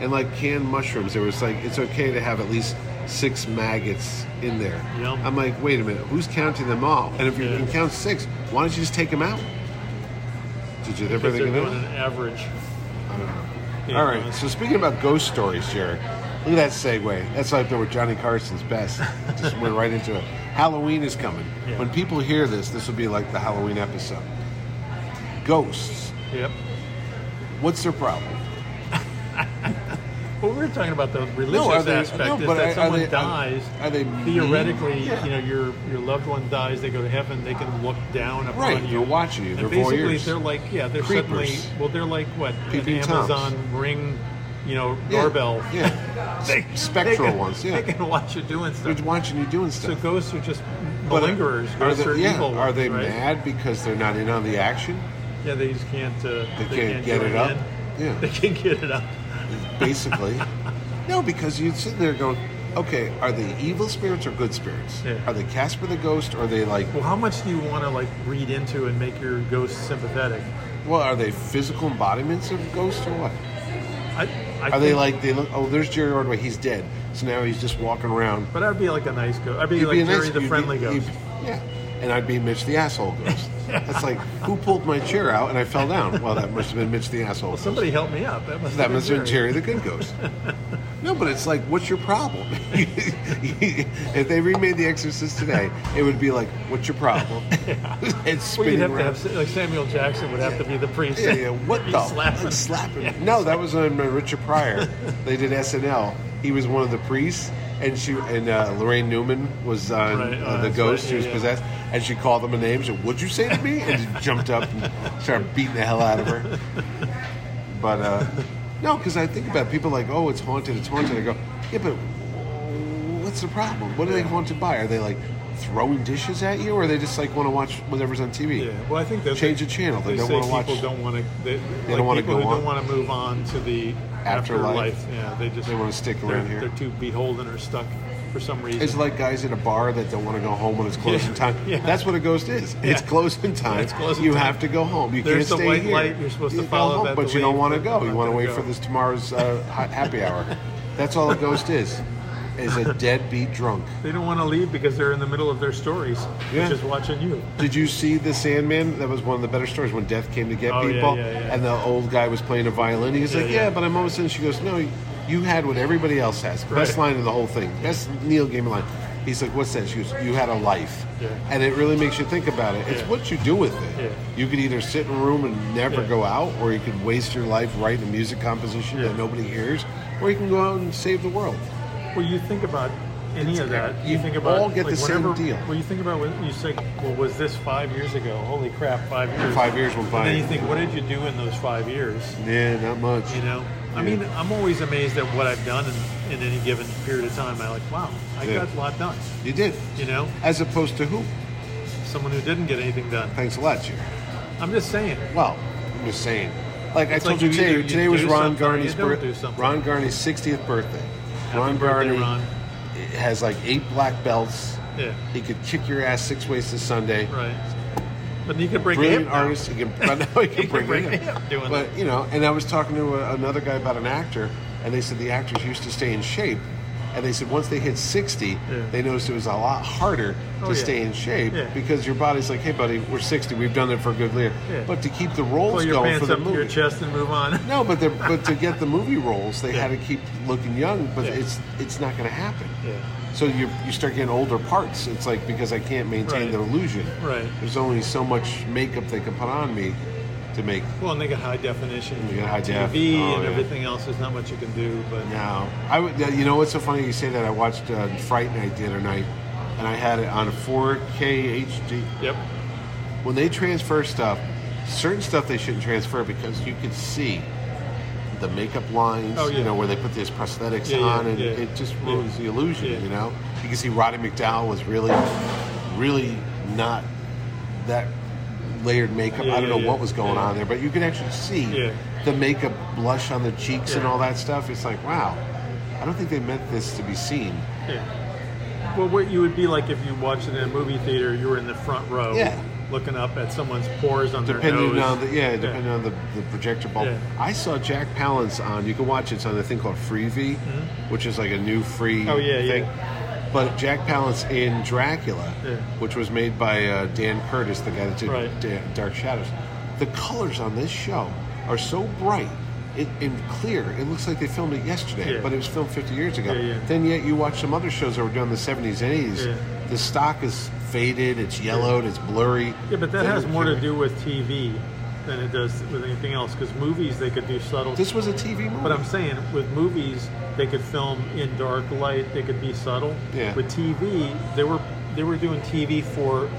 Speaker 3: And like canned mushrooms, there was like, it's okay to have at least six maggots in there.
Speaker 2: Yum.
Speaker 3: I'm like, wait a minute, who's counting them all? And if you
Speaker 2: Yeah.
Speaker 3: can count six, why don't you just take them out? Did you ever
Speaker 2: because they're
Speaker 3: think of
Speaker 2: doing
Speaker 3: that?
Speaker 2: an average. Yeah,
Speaker 3: All
Speaker 2: no,
Speaker 3: right. So speaking about ghost stories, Jared, look at that segue. That's like there with Johnny Carson's best. Just went right into it. Halloween is coming.
Speaker 2: Yeah.
Speaker 3: When people hear this, this will be like the Halloween episode. Ghosts.
Speaker 2: Yep.
Speaker 3: What's their problem?
Speaker 2: Well, we were talking about the religious
Speaker 3: are they-
Speaker 2: aspect
Speaker 3: no,
Speaker 2: is
Speaker 3: but
Speaker 2: that
Speaker 3: are- are
Speaker 2: someone
Speaker 3: they- are-
Speaker 2: dies.
Speaker 3: are they
Speaker 2: theoretically,
Speaker 3: mean? Yeah.
Speaker 2: you know, your your loved one dies. They go to heaven. They can look down upon
Speaker 3: Right,
Speaker 2: you.
Speaker 3: they're watching you,
Speaker 2: And
Speaker 3: they're
Speaker 2: basically,
Speaker 3: voyeurs.
Speaker 2: they're like, yeah, they're
Speaker 3: Creepers.
Speaker 2: suddenly, well, they're like what an
Speaker 3: Peeping Toms.
Speaker 2: Amazon Ring, you know, doorbell.
Speaker 3: Yeah.
Speaker 2: They-
Speaker 3: Spectral
Speaker 2: they can-
Speaker 3: ones.
Speaker 2: They
Speaker 3: Yeah.
Speaker 2: can watch you doing stuff.
Speaker 3: They're watching you doing
Speaker 2: so
Speaker 3: stuff.
Speaker 2: ghosts are just
Speaker 3: But uh,
Speaker 2: malingerers.
Speaker 3: Are
Speaker 2: ghosts are
Speaker 3: they, yeah,
Speaker 2: evil
Speaker 3: are
Speaker 2: ones,
Speaker 3: they
Speaker 2: right?
Speaker 3: mad because they're not in on the action?
Speaker 2: Yeah, they just can't. Uh,
Speaker 3: They can't get
Speaker 2: join
Speaker 3: it up?
Speaker 2: in.
Speaker 3: Yeah.
Speaker 2: they can't get it up.
Speaker 3: basically. no, because you're sitting there going, okay, are they evil spirits or good spirits?
Speaker 2: Yeah.
Speaker 3: Are they Casper the Ghost? Or are they like,
Speaker 2: Well, how much do you want to like read into and make your ghost sympathetic?
Speaker 3: well, are they physical embodiments of ghosts or what?
Speaker 2: I, I
Speaker 3: Are they
Speaker 2: think-
Speaker 3: like, they look, oh, there's Jerry Ordway, he's dead. So now he's just walking around.
Speaker 2: But I'd be like a nice ghost. I'd be
Speaker 3: He'd
Speaker 2: like
Speaker 3: a nice-
Speaker 2: Jerry the
Speaker 3: he'd be-
Speaker 2: friendly
Speaker 3: he'd-
Speaker 2: ghost.
Speaker 3: Yeah. And I'd be Mitch the asshole ghost. That's like, who pulled my chair out and I fell down? Well, that must have been Mitch the asshole.
Speaker 2: Well,
Speaker 3: ghost.
Speaker 2: somebody help me up. That must
Speaker 3: That
Speaker 2: have been
Speaker 3: must have been
Speaker 2: Jerry.
Speaker 3: Jerry the Good Ghost. No, but it's like, what's your problem? if they remade The Exorcist today, it would be like, what's your problem? it's
Speaker 2: Well, you'd
Speaker 3: spinning
Speaker 2: have
Speaker 3: around.
Speaker 2: to have like Samuel Jackson would have to be the priest.
Speaker 3: yeah, yeah, uh, what
Speaker 2: He's
Speaker 3: the?
Speaker 2: slapping.
Speaker 3: Like, slapping. No, that was on uh, Richard Pryor. they did SNL. He was one of the priests, and she and uh, Lorraine Newman was on
Speaker 2: Right,
Speaker 3: uh,
Speaker 2: oh,
Speaker 3: the
Speaker 2: that's
Speaker 3: ghost.
Speaker 2: right,
Speaker 3: she was
Speaker 2: yeah, yeah.
Speaker 3: possessed, and she called him a name. She said, "What'd you say to me?" And he jumped up and started beating the hell out of her. But uh, no, because I think about it, people like, oh, it's haunted, it's haunted. I go, yeah, but what's the problem? What are they haunted by? Are they like throwing dishes at you, or are they just like want to watch whatever's on TV?
Speaker 2: Yeah. Well, I think that's
Speaker 3: Change the channel. They
Speaker 2: They,
Speaker 3: don't
Speaker 2: say
Speaker 3: wanna
Speaker 2: people
Speaker 3: watch-
Speaker 2: don't want to. They, like
Speaker 3: don't wanna
Speaker 2: people
Speaker 3: go
Speaker 2: who
Speaker 3: on.
Speaker 2: don't want to move on to the
Speaker 3: Afterlife.
Speaker 2: Yeah, they just
Speaker 3: They wanna stick
Speaker 2: they're-
Speaker 3: around here.
Speaker 2: They're too beholden or stuck for some reason.
Speaker 3: It's like guys at a bar that don't want to go home when it's closing
Speaker 2: Yeah.
Speaker 3: time.
Speaker 2: Yeah.
Speaker 3: That's what a ghost is. It's
Speaker 2: Yeah.
Speaker 3: closing time.
Speaker 2: It's closing
Speaker 3: you
Speaker 2: time.
Speaker 3: have to go home. You
Speaker 2: There's
Speaker 3: can't
Speaker 2: the
Speaker 3: stay
Speaker 2: white
Speaker 3: here.
Speaker 2: light you're supposed
Speaker 3: You
Speaker 2: to
Speaker 3: go
Speaker 2: follow
Speaker 3: home,
Speaker 2: that
Speaker 3: but
Speaker 2: the
Speaker 3: you don't
Speaker 2: lead,
Speaker 3: want to
Speaker 2: but
Speaker 3: go.
Speaker 2: I'm
Speaker 3: You
Speaker 2: not
Speaker 3: want to wait
Speaker 2: gonna go.
Speaker 3: for this tomorrow's uh, ha- happy hour. That's all a ghost is. Is a deadbeat drunk.
Speaker 2: they don't want to leave because they're in the middle of their stories,
Speaker 3: Yeah.
Speaker 2: which is watching you.
Speaker 3: Did you see the Sandman? That was one of the better stories when death came to get
Speaker 2: Oh, yeah,
Speaker 3: people,
Speaker 2: yeah, yeah.
Speaker 3: and the old guy was playing a violin. He was
Speaker 2: Yeah,
Speaker 3: like, "Yeah,
Speaker 2: yeah.
Speaker 3: but I'm almost in." She goes, "No, you had what everybody else has. Best
Speaker 2: Right.
Speaker 3: line in the whole thing. Best Neil Gaiman line." He's like, "What's that?" She goes, "You had a life,"
Speaker 2: Yeah.
Speaker 3: and it really makes you think about it. It's
Speaker 2: Yeah.
Speaker 3: what you do with it.
Speaker 2: Yeah.
Speaker 3: You could either sit in a room and never
Speaker 2: Yeah.
Speaker 3: go out, or you could waste your life writing a music composition
Speaker 2: Yeah.
Speaker 3: that nobody hears, or you can go out and save the world.
Speaker 2: Well, you think about any
Speaker 3: It's-
Speaker 2: of that.
Speaker 3: you
Speaker 2: You think about
Speaker 3: all get
Speaker 2: like,
Speaker 3: the same
Speaker 2: whatever-
Speaker 3: deal.
Speaker 2: Well, you think about when you say, "Well, was this five years ago?" Holy crap, five years.
Speaker 3: Five years went
Speaker 2: And
Speaker 3: by.
Speaker 2: then you think, what did you do in those five years?
Speaker 3: Yeah, not much.
Speaker 2: You know, I mean, I'm always amazed at what I've done in, in any given period of time. I'm like, wow, I
Speaker 3: Yeah.
Speaker 2: got a lot done.
Speaker 3: You did.
Speaker 2: You know,
Speaker 3: As opposed to who?
Speaker 2: someone who didn't get anything done.
Speaker 3: Thanks a lot, Jim.
Speaker 2: I'm just saying.
Speaker 3: Well, I'm just saying. Like I
Speaker 2: It's
Speaker 3: told
Speaker 2: like
Speaker 3: you
Speaker 2: you
Speaker 3: today,
Speaker 2: either- you
Speaker 3: today was
Speaker 2: do
Speaker 3: Ron
Speaker 2: something or you
Speaker 3: Garney's
Speaker 2: don't
Speaker 3: birthday.
Speaker 2: do something.
Speaker 3: Ron Garney's 60th birthday. Ron
Speaker 2: birthday,
Speaker 3: Garney
Speaker 2: Ron.
Speaker 3: has like eight black belts.
Speaker 2: Yeah,
Speaker 3: He could kick your ass six ways to Sunday.
Speaker 2: right. But you could break a
Speaker 3: Brilliant
Speaker 2: hip now.
Speaker 3: artist. He can, I know he can break
Speaker 2: break
Speaker 3: it
Speaker 2: a hip doing
Speaker 3: But you know, and I was talking to a, another guy about an actor, and they said the actors used to stay in shape, and they said once they hit sixty, they noticed it was a lot harder to
Speaker 2: Oh, yeah.
Speaker 3: stay in shape
Speaker 2: Yeah.
Speaker 3: because your body's like, hey, buddy, we're sixty, we've done it for a good year,
Speaker 2: Yeah.
Speaker 3: but to keep the roles
Speaker 2: Pull your
Speaker 3: going for
Speaker 2: pants
Speaker 3: the
Speaker 2: up to your
Speaker 3: movie.
Speaker 2: chest and move on.
Speaker 3: No, but the, but to get the movie roles, they had to keep looking young, but
Speaker 2: Yeah.
Speaker 3: it's it's not going to happen.
Speaker 2: yeah,
Speaker 3: So you you start getting older parts. It's like because I can't maintain
Speaker 2: Right.
Speaker 3: the illusion.
Speaker 2: right.
Speaker 3: There's only so much makeup they can put on me to make
Speaker 2: Well, and they got high definition.
Speaker 3: They got high def.
Speaker 2: TV
Speaker 3: Oh,
Speaker 2: and
Speaker 3: yeah.
Speaker 2: everything else. There's not much you can do. But
Speaker 3: now. I would, you know what's so funny? You say that I watched uh, Fright Night the other night, and I had it on 4K HD.
Speaker 2: yep,
Speaker 3: When they transfer stuff, certain stuff they shouldn't transfer because you could see the makeup lines.
Speaker 2: Oh,
Speaker 3: You
Speaker 2: yeah.
Speaker 3: know where they put these prosthetics
Speaker 2: Yeah, yeah,
Speaker 3: on, and
Speaker 2: yeah.
Speaker 3: it just ruins
Speaker 2: Yeah.
Speaker 3: the illusion.
Speaker 2: Yeah.
Speaker 3: You know, you can see Roddy McDowell was really, really not that layered makeup.
Speaker 2: Yeah,
Speaker 3: I don't
Speaker 2: yeah,
Speaker 3: know
Speaker 2: yeah.
Speaker 3: what was going
Speaker 2: Yeah.
Speaker 3: on there, but you can actually see
Speaker 2: Yeah.
Speaker 3: the makeup blush on the cheeks and
Speaker 2: Yeah.
Speaker 3: all that stuff. It's like, wow, I don't think they meant this to be seen.
Speaker 2: yeah. Well, what you would be like if you watched it in a movie theater, you were in the front row,
Speaker 3: Yeah.
Speaker 2: looking up at someone's pores on their
Speaker 3: Depending
Speaker 2: nose.
Speaker 3: on the yeah, depending on the, the projector bulb.
Speaker 2: Yeah.
Speaker 3: I saw Jack Palance on. You can watch it, it's on a thing called Freevee, which is like a new free
Speaker 2: Mm-hmm. Oh, yeah,
Speaker 3: thing. But Jack Palance in Dracula,
Speaker 2: Yeah.
Speaker 3: which was made by uh, Dan Curtis, the guy that did
Speaker 2: Right.
Speaker 3: Da- Dark Shadows. The colors on this show are so bright. It, and clear. It looks like they filmed it yesterday,
Speaker 2: Yeah.
Speaker 3: but it was filmed 50 years ago.
Speaker 2: Yeah, yeah.
Speaker 3: Then yet you watch some other shows that were done in the 70s and 80s.
Speaker 2: Yeah.
Speaker 3: The stock is faded. It's yellowed. It's blurry.
Speaker 2: Yeah, but that
Speaker 3: They
Speaker 2: has
Speaker 3: don't
Speaker 2: more
Speaker 3: care.
Speaker 2: to do with TV than it does with anything else. Because movies, they could do subtle.
Speaker 3: This was a TV movie.
Speaker 2: but I'm saying with movies, they could film in dark light. They could be subtle.
Speaker 3: Yeah.
Speaker 2: With TV, they were they were doing TV for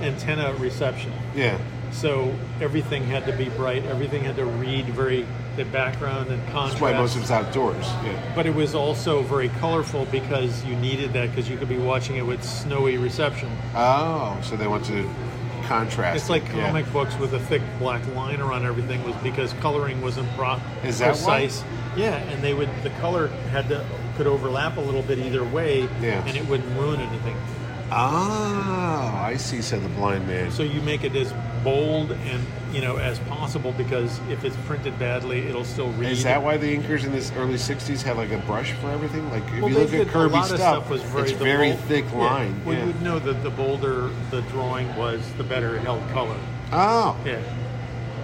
Speaker 2: antenna reception.
Speaker 3: yeah,
Speaker 2: So everything had to be bright. Everything had to read very the background and contrast.
Speaker 3: that's why most of it's outdoors. Yeah,
Speaker 2: but it was also very colorful because you needed that because you could be watching it with snowy reception.
Speaker 3: Oh, so they want to contrast.
Speaker 2: It's like
Speaker 3: it, yeah.
Speaker 2: comic books with a thick black line around everything was because coloring wasn't pro-
Speaker 3: Is that why?
Speaker 2: precise. Yeah, and they would the color had to could overlap a little bit either way,
Speaker 3: Yeah.
Speaker 2: and it wouldn't ruin anything.
Speaker 3: Ah, I see," said the blind man.
Speaker 2: So you make it as bold and you know as possible because if it's printed badly, it'll still read.
Speaker 3: Is that why the inkers in this early '60s had like a brush for everything? Like if
Speaker 2: Well,
Speaker 3: you
Speaker 2: they
Speaker 3: look at
Speaker 2: did- a
Speaker 3: Kirby
Speaker 2: lot of
Speaker 3: stuff,
Speaker 2: was very,
Speaker 3: it's
Speaker 2: the
Speaker 3: very
Speaker 2: bold-
Speaker 3: thick
Speaker 2: yeah.
Speaker 3: line.
Speaker 2: Well,
Speaker 3: yeah.
Speaker 2: you would know that the bolder the drawing was, the better it held color.
Speaker 3: Oh,
Speaker 2: Yeah,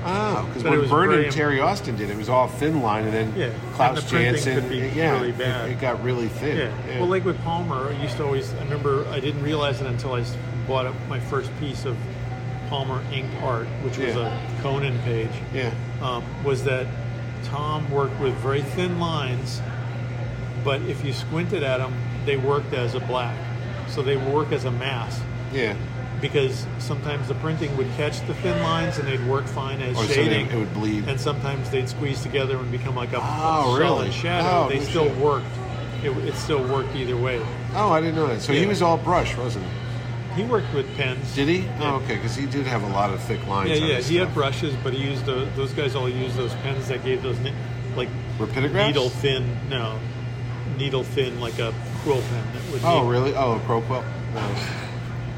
Speaker 3: oh, because
Speaker 2: But it
Speaker 3: when
Speaker 2: was
Speaker 3: Byrne
Speaker 2: very
Speaker 3: and Terry Austin did it, it was all thin line, and then
Speaker 2: Yeah,
Speaker 3: Klaus
Speaker 2: and the printing
Speaker 3: Janson,
Speaker 2: could be
Speaker 3: it- yeah,
Speaker 2: really
Speaker 3: it-
Speaker 2: bad.
Speaker 3: It, got really thin.
Speaker 2: yeah. Well, like with Palmer, I used to always. I remember I didn't realize it until I s- bought up my first piece of Palmer ink art, which was
Speaker 3: Yeah.
Speaker 2: a Conan page.
Speaker 3: yeah,
Speaker 2: Um, was that Tom worked with very thin lines, but if you squinted at them, they worked as a black, so they work as a mass.
Speaker 3: yeah.
Speaker 2: because sometimes the printing would catch the thin lines and they'd work fine as
Speaker 3: Or something,
Speaker 2: shading.
Speaker 3: it would bleed.
Speaker 2: And sometimes they'd squeeze together and become like a,
Speaker 3: Oh,
Speaker 2: a
Speaker 3: really?
Speaker 2: solid shadow.
Speaker 3: Oh,
Speaker 2: they
Speaker 3: no
Speaker 2: still
Speaker 3: shit.
Speaker 2: worked. It, it still worked either way.
Speaker 3: Oh, I didn't know that. So he
Speaker 2: Yeah.
Speaker 3: was all brush, wasn't he?
Speaker 2: He worked with pens.
Speaker 3: Did he?
Speaker 2: Yeah.
Speaker 3: Oh, okay, because he did have a lot of thick lines. on
Speaker 2: Yeah, yeah.
Speaker 3: his
Speaker 2: He had
Speaker 3: stuff.
Speaker 2: brushes, but he used those, those guys all used those pens that gave those ni- like
Speaker 3: Were pictographs?
Speaker 2: needle thin. No, needle thin like a quill pen that would.
Speaker 3: Oh,
Speaker 2: need-
Speaker 3: really? Oh, Crowquill. Nice.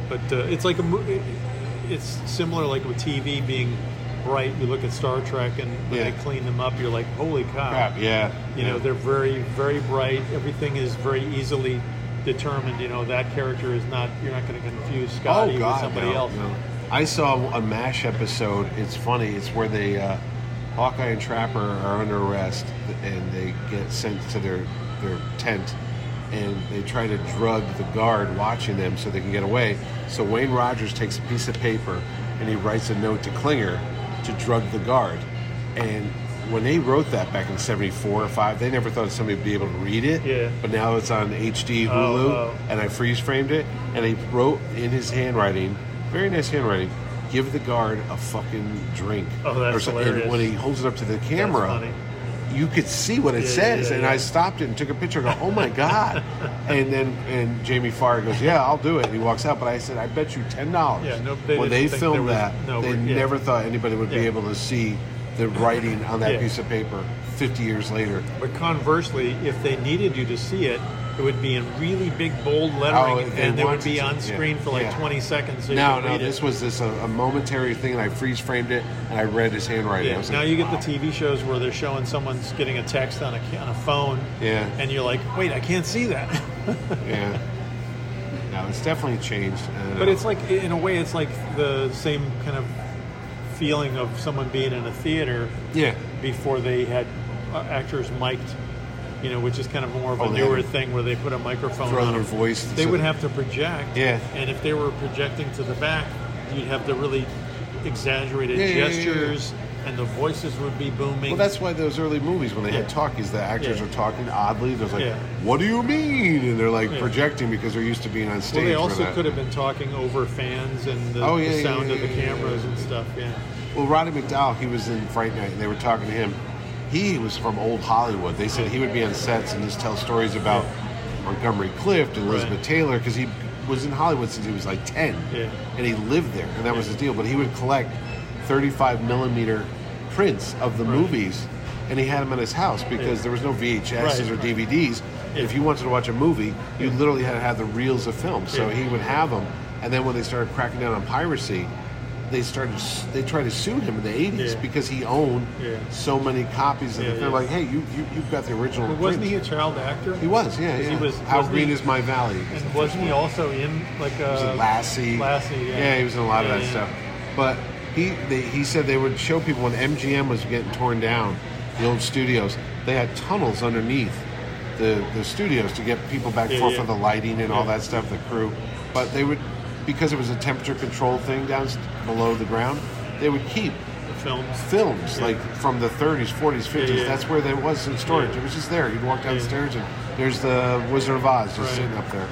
Speaker 2: But uh, it's like a mo- it- it's similar like with TV being bright. You look at Star Trek and when
Speaker 3: Yeah.
Speaker 2: they clean them up, you're like, holy cow!
Speaker 3: Crap. Yeah.
Speaker 2: You know, they're very very bright. Everything is very easily determined. You know, that character is not. You're not going to confuse Scotty
Speaker 3: oh God,
Speaker 2: with somebody
Speaker 3: no,
Speaker 2: else.
Speaker 3: no. I saw a Mash episode. It's funny. It's where they uh, Hawkeye and Trapper are under arrest, and they get sent to their their tent, and they try to drug the guard watching them so they can get away. So Wayne Rogers takes a piece of paper and he writes a note to Klinger to drug the guard, and when they wrote that back in 74 or 5 they never thought somebody would be able to read it
Speaker 2: Yeah.
Speaker 3: but now it's on hd hulu
Speaker 2: oh.
Speaker 3: and i freeze framed it and he wrote in his handwriting very nice handwriting give the guard a fucking drink
Speaker 2: Oh, that's
Speaker 3: Or so- and
Speaker 2: hilarious.
Speaker 3: when he holds it up to the camera
Speaker 2: funny.
Speaker 3: you could see what it
Speaker 2: Yeah,
Speaker 3: says
Speaker 2: yeah,
Speaker 3: and
Speaker 2: yeah.
Speaker 3: i stopped it and took a picture I go oh my god and then and jamie farr goes yeah i'll do it and he walks out but i said i bet you $10
Speaker 2: Yeah, no, they
Speaker 3: when
Speaker 2: didn't
Speaker 3: they
Speaker 2: think there
Speaker 3: filmed
Speaker 2: was-
Speaker 3: that
Speaker 2: no,
Speaker 3: they
Speaker 2: yeah.
Speaker 3: never thought anybody would be
Speaker 2: Yeah.
Speaker 3: able to see the writing on that
Speaker 2: Yeah.
Speaker 3: piece of paper 50 years later
Speaker 2: But conversely, if they needed you to see it, it would be in really big bold
Speaker 3: Oh,
Speaker 2: lettering,
Speaker 3: if they
Speaker 2: and it would
Speaker 3: wanted
Speaker 2: be
Speaker 3: to,
Speaker 2: on screen
Speaker 3: yeah,
Speaker 2: for like
Speaker 3: yeah.
Speaker 2: 20 seconds. So you
Speaker 3: no
Speaker 2: could
Speaker 3: no
Speaker 2: read it.
Speaker 3: this was this a, a momentary thing and i freeze framed it and i read his handwriting I
Speaker 2: Yeah.
Speaker 3: was
Speaker 2: Now
Speaker 3: like,
Speaker 2: you get the TV shows where they're showing someone's getting a text on a on a phone.
Speaker 3: Yeah.
Speaker 2: And you're like, wait, I can't see that.
Speaker 3: yeah no it's definitely changed and,
Speaker 2: But
Speaker 3: uh,
Speaker 2: it's like, in a way, it's like the same kind of feeling of someone being in a theater
Speaker 3: yeah
Speaker 2: before they had uh, actors mic'd, you know, which is kind of more of
Speaker 3: Oh,
Speaker 2: a
Speaker 3: they
Speaker 2: newer
Speaker 3: had to
Speaker 2: thing where they put a microphone
Speaker 3: throw
Speaker 2: on
Speaker 3: their
Speaker 2: them.
Speaker 3: voice
Speaker 2: They
Speaker 3: so-
Speaker 2: would have to project.
Speaker 3: Yeah.
Speaker 2: And if they were projecting to the back, you'd have the really exaggerated
Speaker 3: Yeah, yeah, yeah, yeah.
Speaker 2: gestures, and the voices would be booming.
Speaker 3: Well, that's why those early movies, when they
Speaker 2: Yeah.
Speaker 3: had talkies, the actors
Speaker 2: Yeah.
Speaker 3: are talking oddly. There's like,
Speaker 2: Yeah.
Speaker 3: "What do you mean?" And they're like
Speaker 2: Yeah.
Speaker 3: projecting because they're used to being on stage.
Speaker 2: well, they
Speaker 3: for
Speaker 2: also
Speaker 3: that.
Speaker 2: could have been talking over fans and the,
Speaker 3: Oh, yeah,
Speaker 2: the
Speaker 3: yeah,
Speaker 2: sound
Speaker 3: yeah,
Speaker 2: of the
Speaker 3: yeah, yeah,
Speaker 2: cameras and stuff. Yeah.
Speaker 3: Well, Roddy McDowell, he was in Fright Night, and they were talking to him. He was from old Hollywood. They said he would be on sets and just tell stories about Montgomery Clift and Elizabeth
Speaker 2: Right.
Speaker 3: Taylor because he was in Hollywood since he was like ten,
Speaker 2: Yeah.
Speaker 3: and he lived there, and that was his deal. But he would collect 35 millimeter prints of the movies, and he had them at his house because
Speaker 2: Yeah.
Speaker 3: there was no VHSs
Speaker 2: Right,
Speaker 3: or
Speaker 2: right.
Speaker 3: DVDs. If you wanted to watch a movie, you literally had to have the reels of film. So
Speaker 2: Yeah.
Speaker 3: he would have them, and then when they started cracking down on piracy, they started they tried to sue him in the 80s
Speaker 2: Yeah.
Speaker 3: because he owned
Speaker 2: Yeah.
Speaker 3: so many copies of
Speaker 2: Yeah,
Speaker 3: it. They're
Speaker 2: yeah.
Speaker 3: like, hey, you, you you've got the original.
Speaker 2: But wasn't he a
Speaker 3: prints."
Speaker 2: child actor?
Speaker 3: He was, yeah.
Speaker 2: He
Speaker 3: yeah.
Speaker 2: was-
Speaker 3: How
Speaker 2: wasn't
Speaker 3: green
Speaker 2: he-
Speaker 3: is my valley? Is the
Speaker 2: And wasn't he also in like a
Speaker 3: was it Lassie.
Speaker 2: uh, Lassie, yeah.
Speaker 3: he was in a lot
Speaker 2: Yeah,
Speaker 3: of that
Speaker 2: yeah.
Speaker 3: stuff. But he they, he said they would show people when MGM was getting torn down, the old studios. They had tunnels underneath the the studios to get people back
Speaker 2: Yeah,
Speaker 3: forth
Speaker 2: yeah.
Speaker 3: for the lighting and all
Speaker 2: Yeah.
Speaker 3: that stuff, the crew. But they would because it was a temperature control thing down s- below the ground. They would keep
Speaker 2: The films.
Speaker 3: films like from the 30s, 40s, 50s.
Speaker 2: yeah.
Speaker 3: That's where they was in storage.
Speaker 2: Yeah.
Speaker 3: It was just there. You'd walk downstairs and there's the Wizard of Oz just
Speaker 2: Right.
Speaker 3: sitting up there,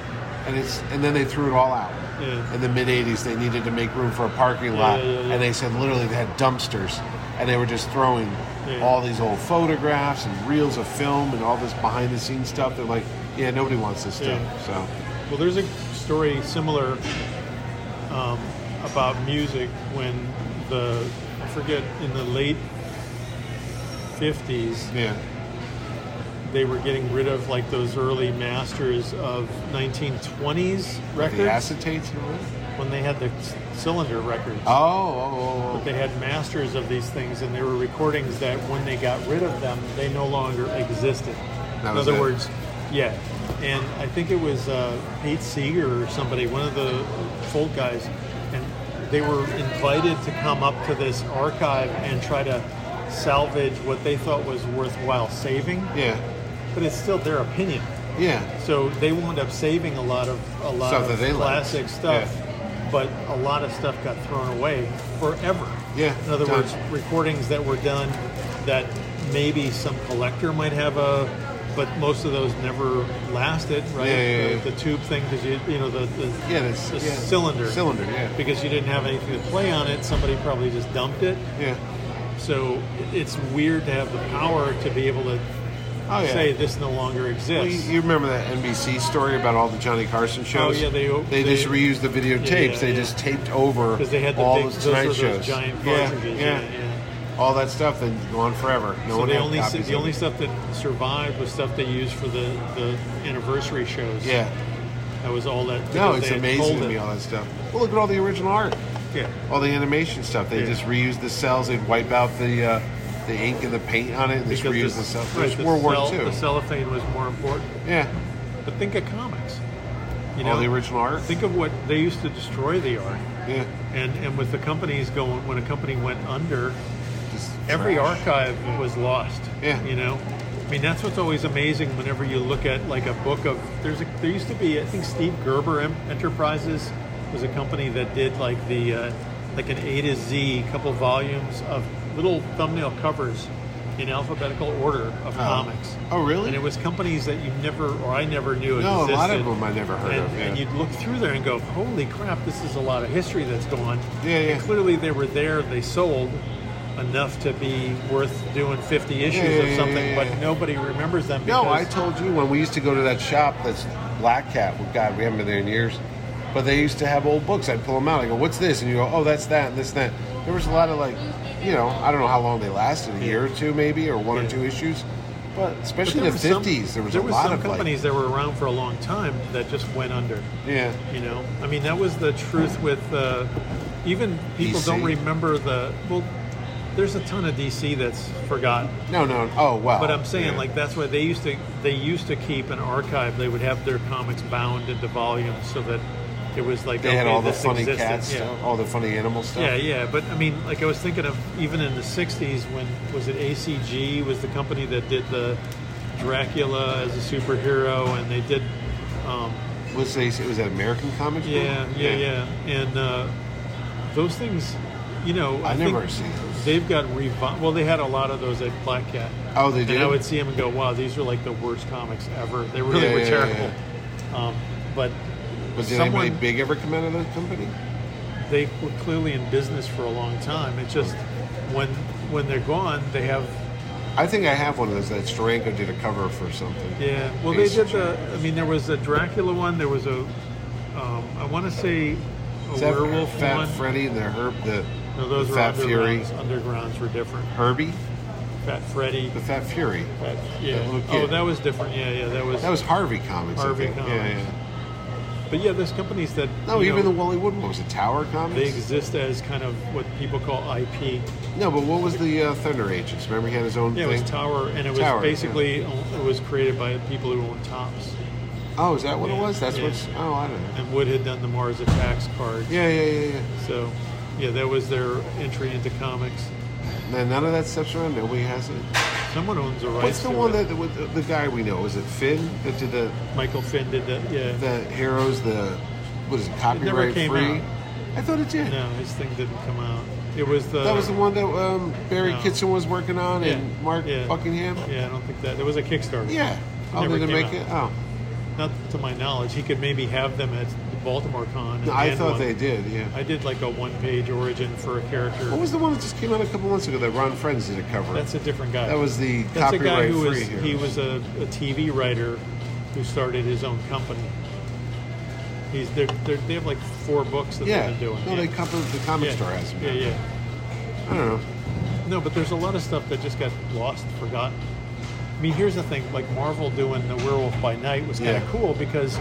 Speaker 3: and it's and then they threw it all out.
Speaker 2: Yeah.
Speaker 3: In the mid 80s, they needed to make room for a parking lot,
Speaker 2: yeah, yeah.
Speaker 3: and they said literally they had dumpsters, and they were just throwing
Speaker 2: Yeah.
Speaker 3: all these old photographs and reels of film and all this behind the scenes stuff. They're like, yeah, nobody wants this
Speaker 2: Yeah.
Speaker 3: stuff. So.
Speaker 2: Well, there's a story similar um, about music when the I forget in the late '50s
Speaker 3: Yeah,
Speaker 2: they were getting rid of like those early masters of 1920s records
Speaker 3: the acetates. and all that?
Speaker 2: when they had the c- cylinder records.
Speaker 3: Oh, oh, oh, oh.
Speaker 2: They had masters of these things, and they were recordings that when they got rid of them, they no longer existed.
Speaker 3: That
Speaker 2: In
Speaker 3: was
Speaker 2: other
Speaker 3: it.
Speaker 2: words, yeah. And I think it was uh, Pete Seeger or somebody, one of the folk guys, and they were invited to come up to this archive and try to salvage what they thought was worthwhile saving.
Speaker 3: yeah,
Speaker 2: But it's still their opinion.
Speaker 3: yeah.
Speaker 2: So they wound up saving a lot of a lot
Speaker 3: Stuff
Speaker 2: of
Speaker 3: that they liked.
Speaker 2: classic stuff, but a lot of stuff got thrown away forever.
Speaker 3: Yeah,
Speaker 2: In other
Speaker 3: done.
Speaker 2: words, recordings that were done that maybe some collector might have a, but most of those never lasted. Right.
Speaker 3: Yeah, yeah, yeah.
Speaker 2: The, the tube thing because you you know the the,
Speaker 3: Yeah, that's-
Speaker 2: the
Speaker 3: yeah.
Speaker 2: cylinder
Speaker 3: Cylinder, yeah.
Speaker 2: because you didn't have anything to play on it. Somebody probably just dumped it.
Speaker 3: Yeah.
Speaker 2: So it's weird to have the power to be able to
Speaker 3: Oh, yeah.
Speaker 2: say this no longer
Speaker 3: Well, you,
Speaker 2: exists.
Speaker 3: you remember that NBC story about all the Johnny Carson shows?
Speaker 2: Oh, yeah, they-
Speaker 3: they,
Speaker 2: they-
Speaker 3: just reused the videotapes.
Speaker 2: yeah,
Speaker 3: they
Speaker 2: yeah.
Speaker 3: just taped over
Speaker 2: 'Cause they had the
Speaker 3: all
Speaker 2: big-
Speaker 3: those
Speaker 2: those
Speaker 3: Tonight
Speaker 2: were those
Speaker 3: shows.
Speaker 2: giant cartridges,
Speaker 3: yeah,
Speaker 2: yeah,
Speaker 3: yeah.
Speaker 2: yeah.
Speaker 3: All that stuff and go on forever. No
Speaker 2: so
Speaker 3: one
Speaker 2: the
Speaker 3: had
Speaker 2: only
Speaker 3: copies
Speaker 2: the
Speaker 3: of
Speaker 2: only
Speaker 3: it.
Speaker 2: stuff that survived was stuff they used for the, the anniversary shows.
Speaker 3: Yeah.
Speaker 2: that was all that.
Speaker 3: No,
Speaker 2: because
Speaker 3: it's
Speaker 2: they had
Speaker 3: amazing
Speaker 2: pulled
Speaker 3: to me
Speaker 2: it.
Speaker 3: all that stuff. Well, look at all the original art,
Speaker 2: Yeah,
Speaker 3: all the animation stuff. They
Speaker 2: Yeah.
Speaker 3: just reused the cells. They'd wipe out the uh, the ink and the paint on it. And just
Speaker 2: because
Speaker 3: reuse
Speaker 2: the-
Speaker 3: the stuff.
Speaker 2: right,
Speaker 3: It was
Speaker 2: the
Speaker 3: World
Speaker 2: cell-
Speaker 3: War
Speaker 2: The
Speaker 3: II.
Speaker 2: cellophane was more important.
Speaker 3: Yeah,
Speaker 2: But think of comics. You
Speaker 3: all
Speaker 2: know,
Speaker 3: the original art.
Speaker 2: Think of what they used to destroy the art,
Speaker 3: Yeah,
Speaker 2: and and with the companies going when a company went under,
Speaker 3: just
Speaker 2: every
Speaker 3: trash.
Speaker 2: archive was lost.
Speaker 3: Yeah.
Speaker 2: You know, I mean that's what's always amazing whenever you look at like a book of there's a, there used to be I think Steve Gerber Em- Enterprises was a company that did like the uh, like an A to Z couple volumes of little thumbnail covers in alphabetical order of comics.
Speaker 3: Oh, really?
Speaker 2: And it was companies that you never, or I never knew
Speaker 3: No,
Speaker 2: existed.
Speaker 3: a lot of them I never heard
Speaker 2: and,
Speaker 3: of. Yeah.
Speaker 2: and you'd look through there and go, "Holy crap! This is a lot of history that's gone."
Speaker 3: Yeah,
Speaker 2: And
Speaker 3: yeah.
Speaker 2: clearly, they were there. They sold enough to be worth doing 50 issues
Speaker 3: Yeah, yeah,
Speaker 2: of
Speaker 3: yeah,
Speaker 2: something,
Speaker 3: yeah, yeah.
Speaker 2: but nobody remembers them.
Speaker 3: no, I
Speaker 2: because
Speaker 3: told you when we used to go to that shop that's Black Cat. Well, God, we haven't been there in years. But they used to have old books. I'd pull them out. I go, "What's this?" And you go, "Oh, that's that and this and that." There was a lot of like, you know, I don't know how long they lasted—a year or two, maybe, or one
Speaker 2: Yeah.
Speaker 3: or two issues. But
Speaker 2: but
Speaker 3: especially
Speaker 2: there
Speaker 3: in the
Speaker 2: was some-
Speaker 3: fifties, there was
Speaker 2: there
Speaker 3: a
Speaker 2: was
Speaker 3: lot
Speaker 2: some
Speaker 3: of
Speaker 2: companies that were around for a long time that just went under.
Speaker 3: like, yeah.
Speaker 2: You know, I mean, that was the truth with uh, even people
Speaker 3: DC.
Speaker 2: don't remember the well. There's a ton of DC that's forgotten.
Speaker 3: No, no. Oh, wow.
Speaker 2: But I'm saying,
Speaker 3: Yeah.
Speaker 2: like that's why they used to they used to keep an archive. They would have their comics bound into volumes so that it was like
Speaker 3: they had
Speaker 2: okay,
Speaker 3: all the
Speaker 2: this
Speaker 3: funny
Speaker 2: existed.
Speaker 3: cat
Speaker 2: yeah.
Speaker 3: stuff, all the funny animal stuff.
Speaker 2: Yeah, yeah, but I mean, like I was thinking of even in the '60s when was it ACG was the company that did the Dracula as a superhero, and they did, um,
Speaker 3: Was they? Was that American comics? book?
Speaker 2: yeah, yeah, yeah, and uh, those things, you know, I,
Speaker 3: I
Speaker 2: think
Speaker 3: never seen those.
Speaker 2: they've got revived. Well, they had a lot of those at Black Cat.
Speaker 3: Oh, they
Speaker 2: And I
Speaker 3: did.
Speaker 2: would see them and go, "Wow, these are like the worst comics ever. They really
Speaker 3: Yeah,
Speaker 2: were
Speaker 3: yeah, yeah,
Speaker 2: terrible." Um, but
Speaker 3: Was
Speaker 2: someone,
Speaker 3: anybody big ever come out of that company?
Speaker 2: they were clearly in business for a long time. It's just when when they're gone, they have
Speaker 3: I think I have one of those. That Steranko did a cover for something.
Speaker 2: yeah. Well, they did
Speaker 3: ACG.
Speaker 2: the. I mean, there was a Dracula one. There was a. Um, I want to say a
Speaker 3: Is that
Speaker 2: werewolf
Speaker 3: Fat
Speaker 2: one.
Speaker 3: Freddy and the Herb, the,
Speaker 2: no, those
Speaker 3: the
Speaker 2: were
Speaker 3: Fat Fury,
Speaker 2: undergrounds. Undergrounds were different.
Speaker 3: Herbie,
Speaker 2: Fat Freddy.
Speaker 3: the Fat Fury.
Speaker 2: Fat, yeah.
Speaker 3: little
Speaker 2: oh,
Speaker 3: kid.
Speaker 2: that was different. Yeah, yeah. That was.
Speaker 3: That was Harvey Comics. I
Speaker 2: Harvey
Speaker 3: think. Yeah,
Speaker 2: Comics.
Speaker 3: yeah.
Speaker 2: But yeah, there's companies that.
Speaker 3: No,
Speaker 2: you
Speaker 3: even
Speaker 2: know,
Speaker 3: the Wally Wood one was it Tower Comics.
Speaker 2: They exist as kind of what people call IP.
Speaker 3: No, but what was the uh, Thunder Agents? Remember, he had his own
Speaker 2: Yeah, it
Speaker 3: thing.
Speaker 2: was Tower, and it was
Speaker 3: Tower, yeah.
Speaker 2: basically uh, it was created by people who own Tops,
Speaker 3: Oh, is that what
Speaker 2: Yeah,
Speaker 3: it was? That's
Speaker 2: yeah.
Speaker 3: what's. Oh, I don't know.
Speaker 2: and Wood had done the Mars Attacks cards.
Speaker 3: Yeah, yeah, yeah, yeah.
Speaker 2: So, yeah, that was their entry into comics.
Speaker 3: Man, none of that stuff's around. Nobody has it.
Speaker 2: Someone owns the rights.
Speaker 3: What's the
Speaker 2: to
Speaker 3: one
Speaker 2: it.
Speaker 3: that with the, the guy we know? Is it Finn that did the
Speaker 2: Michael Finn did that? Yeah.
Speaker 3: the heroes? The what is it? Copyright
Speaker 2: never came
Speaker 3: free.
Speaker 2: out.
Speaker 3: I thought it did.
Speaker 2: no, his thing didn't come out. It was the.
Speaker 3: That was the one that um, Barry
Speaker 2: No.
Speaker 3: Kitson was working on
Speaker 2: Yeah,
Speaker 3: and Mark
Speaker 2: yeah.
Speaker 3: Buckingham.
Speaker 2: Yeah, I don't think that. There was a Kickstarter.
Speaker 3: Yeah.
Speaker 2: It
Speaker 3: Oh,
Speaker 2: never
Speaker 3: they didn't
Speaker 2: came
Speaker 3: make it. Oh,
Speaker 2: Not to my knowledge. He could maybe have them at the Baltimore Con. and
Speaker 3: no, I
Speaker 2: hand
Speaker 3: thought
Speaker 2: one.
Speaker 3: they did. Yeah.
Speaker 2: I did like a one-page origin for a character.
Speaker 3: What was the one that just came out a couple months ago that Ron Friends did a cover? of?
Speaker 2: That's a different guy.
Speaker 3: that was the
Speaker 2: That's a
Speaker 3: copyright
Speaker 2: guy who
Speaker 3: free.
Speaker 2: was
Speaker 3: heroes.
Speaker 2: he was a, a TV writer who started his own company. He's they're, they're, they have like four books that
Speaker 3: yeah.
Speaker 2: they've been doing.
Speaker 3: No, they covered the comic
Speaker 2: yeah.
Speaker 3: store has them.
Speaker 2: yeah, yeah.
Speaker 3: I don't know.
Speaker 2: No, but there's a lot of stuff that just got lost, forgotten. I mean, here's the thing: like Marvel doing the Werewolf by Night was kind
Speaker 3: Yeah.
Speaker 2: of cool because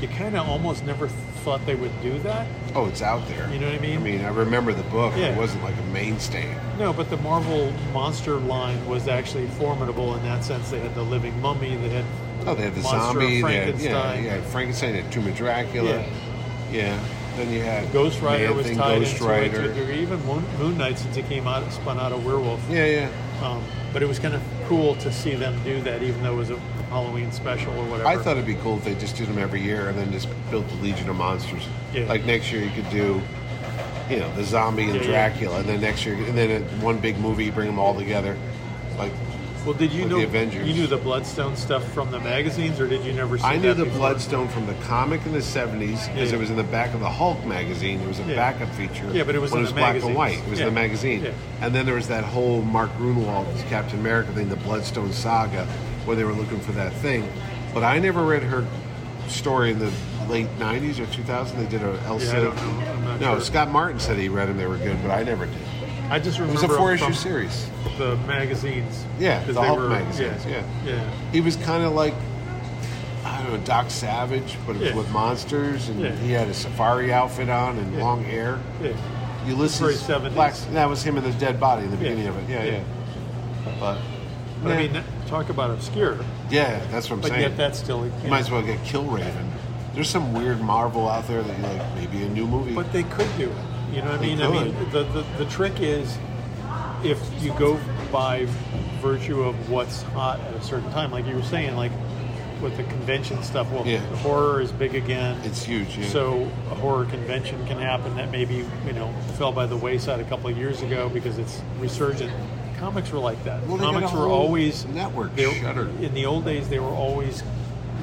Speaker 2: you kind of almost never thought they would do that.
Speaker 3: Oh, it's out there.
Speaker 2: You know what I mean?
Speaker 3: I mean, I remember the book.
Speaker 2: Yeah.
Speaker 3: It wasn't like a mainstay.
Speaker 2: No, but the Marvel monster line was actually formidable in that sense. They had the living mummy. They had
Speaker 3: Oh, they had the
Speaker 2: Monster of
Speaker 3: zombie. They had, yeah,
Speaker 2: Frankenstein.
Speaker 3: yeah, Frankenstein. They had Tomb of Dracula.
Speaker 2: Yeah.
Speaker 3: Yeah. Then you had
Speaker 2: Ghost Rider was
Speaker 3: Man-Thing,
Speaker 2: tied
Speaker 3: Ghost
Speaker 2: into
Speaker 3: Rider.
Speaker 2: it. To, or even Moon, Moon Knight since it came out, spun out of Werewolf.
Speaker 3: Yeah, yeah.
Speaker 2: Um, but it was kind of cool to see them do that, even though it was a Halloween special or whatever.
Speaker 3: I thought it'd be cool if they just did them every year and then just built the Legion of Monsters.
Speaker 2: Yeah.
Speaker 3: Like next year you could do, you know, the zombie and
Speaker 2: Yeah, yeah.
Speaker 3: Dracula, and then next year and then in one big movie you bring them all together. Like
Speaker 2: Well, did you
Speaker 3: with
Speaker 2: know
Speaker 3: the Avengers.
Speaker 2: you knew the Bloodstone stuff from the magazines, or did you never? see
Speaker 3: I knew
Speaker 2: that
Speaker 3: the
Speaker 2: before?
Speaker 3: Bloodstone from the comic in the '70s because
Speaker 2: Yeah.
Speaker 3: it was in the back of the Hulk magazine. It was a
Speaker 2: Yeah.
Speaker 3: backup feature.
Speaker 2: Yeah, but it was
Speaker 3: when
Speaker 2: in
Speaker 3: it was
Speaker 2: the
Speaker 3: black
Speaker 2: magazines.
Speaker 3: and white. It was
Speaker 2: Yeah.
Speaker 3: in the magazine,
Speaker 2: Yeah.
Speaker 3: and then there was that whole Mark Grunewald Captain America thing, the Bloodstone saga, where they were looking for that thing. But I never read her story in the late '90s or 2000. They did a El
Speaker 2: Yeah, I
Speaker 3: Cid-
Speaker 2: don't know. I'm not
Speaker 3: no,
Speaker 2: sure.
Speaker 3: Scott Martin said he read them; they were good, but I never did.
Speaker 2: I just
Speaker 3: It
Speaker 2: remember
Speaker 3: was a four-issue
Speaker 2: from
Speaker 3: series.
Speaker 2: The magazines.
Speaker 3: Yeah, the
Speaker 2: 'cause they
Speaker 3: Hulk
Speaker 2: were,
Speaker 3: magazines,
Speaker 2: Yeah, yeah.
Speaker 3: He was kind of like I don't know Doc Savage, but it was
Speaker 2: Yeah.
Speaker 3: with monsters, and
Speaker 2: Yeah.
Speaker 3: he had a safari outfit on and
Speaker 2: Yeah.
Speaker 3: long hair.
Speaker 2: yeah. very
Speaker 3: Ulysses
Speaker 2: 70s.
Speaker 3: Black. That was him in the dead body in the beginning of it. Yeah, yeah. But,
Speaker 2: But I
Speaker 3: yeah.
Speaker 2: mean, that- talk about obscure.
Speaker 3: yeah, that's what I'm
Speaker 2: But
Speaker 3: saying.
Speaker 2: yet, that's still.
Speaker 3: you might as well get Kill Raven. There's some weird Marvel out there that you like maybe a new movie.
Speaker 2: But they could do it. You know what I
Speaker 3: They
Speaker 2: mean? I mean,
Speaker 3: could.
Speaker 2: the, the, the trick is if you go by virtue of what's hot at a certain time, like you were saying, like with the convention stuff, well,
Speaker 3: Yeah.
Speaker 2: horror is big again.
Speaker 3: it's huge. Yeah.
Speaker 2: So a horror convention can happen that maybe, you know, fell by the wayside a couple of years ago because it's resurgent. comics were like that.
Speaker 3: Well, they got
Speaker 2: comics
Speaker 3: a
Speaker 2: were
Speaker 3: whole
Speaker 2: always
Speaker 3: network
Speaker 2: they-
Speaker 3: shuttered.
Speaker 2: In the old days, they were always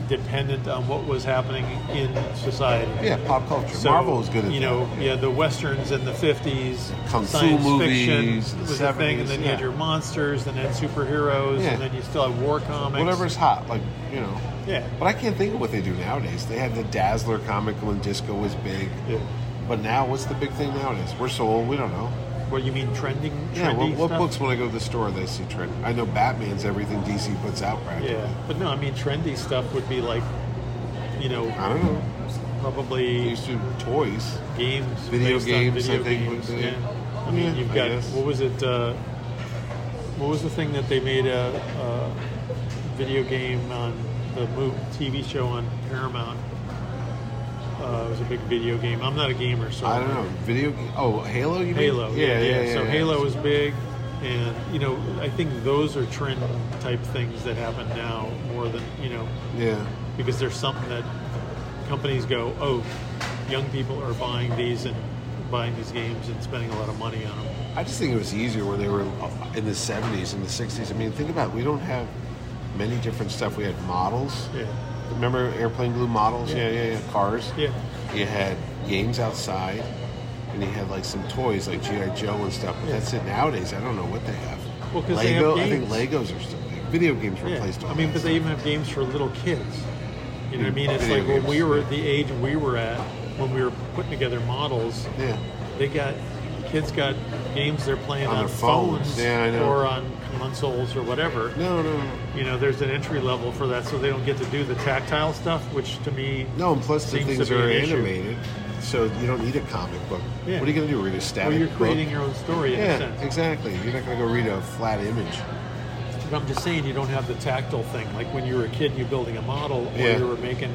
Speaker 2: dependent on what was happening in society.
Speaker 3: Yeah, pop culture.
Speaker 2: So,
Speaker 3: Marvel was good at
Speaker 2: you
Speaker 3: that.
Speaker 2: know, yeah, the westerns in the fifties,
Speaker 3: Kung fu
Speaker 2: science fiction
Speaker 3: movies, the
Speaker 2: was a thing, and
Speaker 3: 70s,
Speaker 2: then you had
Speaker 3: yeah.
Speaker 2: your monsters, and then superheroes,
Speaker 3: Yeah.
Speaker 2: and then you still had war comics.
Speaker 3: whatever's hot, like you know.
Speaker 2: Yeah.
Speaker 3: But I can't think of what they do nowadays. They had the Dazzler comic when disco was big.
Speaker 2: yeah.
Speaker 3: But now, what's the big thing nowadays? We're so old, we don't know.
Speaker 2: What you mean trending?
Speaker 3: Yeah,
Speaker 2: trendy
Speaker 3: what, what
Speaker 2: stuff?
Speaker 3: books when I go to the store they see trend? I know Batman's everything DC puts out practically.
Speaker 2: Yeah, but no, I mean trendy stuff would be like, you know,
Speaker 3: I don't know. They
Speaker 2: probably
Speaker 3: used to do toys.
Speaker 2: games,
Speaker 3: Video
Speaker 2: based on
Speaker 3: games, I
Speaker 2: video
Speaker 3: think, would
Speaker 2: games,
Speaker 3: be-
Speaker 2: Yeah. I mean,
Speaker 3: Yeah,
Speaker 2: you've
Speaker 3: I
Speaker 2: got
Speaker 3: guess.
Speaker 2: what was it? Uh, what was the thing that they made a, a video game on the mo- TV show on Paramount? Uh, it was a big video game. I'm not a gamer, so
Speaker 3: I don't know. Video. ga- Oh, Halo. You mean?
Speaker 2: Halo.
Speaker 3: Yeah, yeah, yeah.
Speaker 2: so
Speaker 3: yeah.
Speaker 2: Halo is big, and you know, I think those are trend type things that happen now more than you know
Speaker 3: Yeah.
Speaker 2: because there's something that companies go, oh, young people are buying these and buying these games and spending a lot of money on them.
Speaker 3: I just think it was easier when they were in the '70s and the '60s. I mean, think about it. We don't have many different stuff. We had models.
Speaker 2: Yeah,
Speaker 3: Remember airplane glue models? Yeah,
Speaker 2: Yeah.
Speaker 3: yeah, yeah. Cars.
Speaker 2: yeah,
Speaker 3: You had games outside, and you had like some toys like GI Joe and stuff. But
Speaker 2: Yeah.
Speaker 3: that's it nowadays. I don't know what they have.
Speaker 2: Well, 'cause they have
Speaker 3: Lego.
Speaker 2: games.
Speaker 3: I think Legos are still big. Video games
Speaker 2: yeah.
Speaker 3: replaced. all
Speaker 2: I mean,
Speaker 3: that
Speaker 2: but
Speaker 3: stuff.
Speaker 2: they even have games for little kids. You know what I mean? It's
Speaker 3: Video
Speaker 2: like when
Speaker 3: games,
Speaker 2: we were
Speaker 3: yeah.
Speaker 2: the age we were at when we were putting together models.
Speaker 3: yeah.
Speaker 2: They got kids got games they're playing
Speaker 3: On
Speaker 2: on,
Speaker 3: their phones. Yeah, I know.
Speaker 2: or on consoles or whatever.
Speaker 3: No, no, no.
Speaker 2: You know, there's an entry level for that, so they don't get to do the tactile stuff, which to me,
Speaker 3: No, and plus the
Speaker 2: Seems
Speaker 3: things
Speaker 2: to be
Speaker 3: are
Speaker 2: an issue.
Speaker 3: animated, so you don't need a comic book.
Speaker 2: Yeah.
Speaker 3: What are you going to do? Read a static
Speaker 2: well, you're
Speaker 3: book?
Speaker 2: creating your own story in a sense.
Speaker 3: yeah, exactly. You're not going to go read a flat image.
Speaker 2: But I'm just saying you don't have the tactile thing. Like when you were a kid, you're building a model or
Speaker 3: Yeah.
Speaker 2: you were making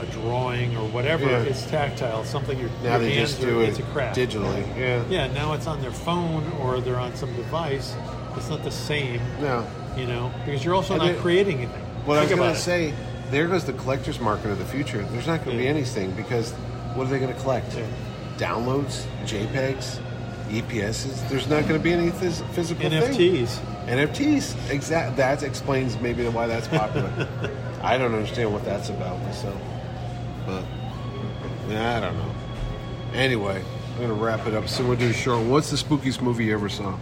Speaker 2: a drawing or whatever.
Speaker 3: Yeah.
Speaker 2: It's tactile. Something your,
Speaker 3: Now
Speaker 2: your
Speaker 3: they
Speaker 2: hands
Speaker 3: just
Speaker 2: are,
Speaker 3: do
Speaker 2: it's
Speaker 3: it
Speaker 2: a craft.
Speaker 3: digitally. Yeah.
Speaker 2: Yeah, now it's on their phone or they're on some device. It's not the same,
Speaker 3: No.
Speaker 2: you know, because you're also
Speaker 3: And
Speaker 2: not
Speaker 3: it-
Speaker 2: creating anything.
Speaker 3: What I was
Speaker 2: Think
Speaker 3: going to
Speaker 2: about it.
Speaker 3: say, there goes the collector's market of the future. There's not going to
Speaker 2: Yeah.
Speaker 3: be anything because what are they going to collect?
Speaker 2: Yeah.
Speaker 3: Downloads, JPEGs, EPSs. There's not going to be any phys- physical thing.
Speaker 2: NFTs.
Speaker 3: NFTs. Exact. That explains maybe why that's popular. I don't understand what that's about myself, but yeah, I don't know. Anyway, I'm going to wrap it up. So we'll do a short. one. What's the spookiest movie you ever saw?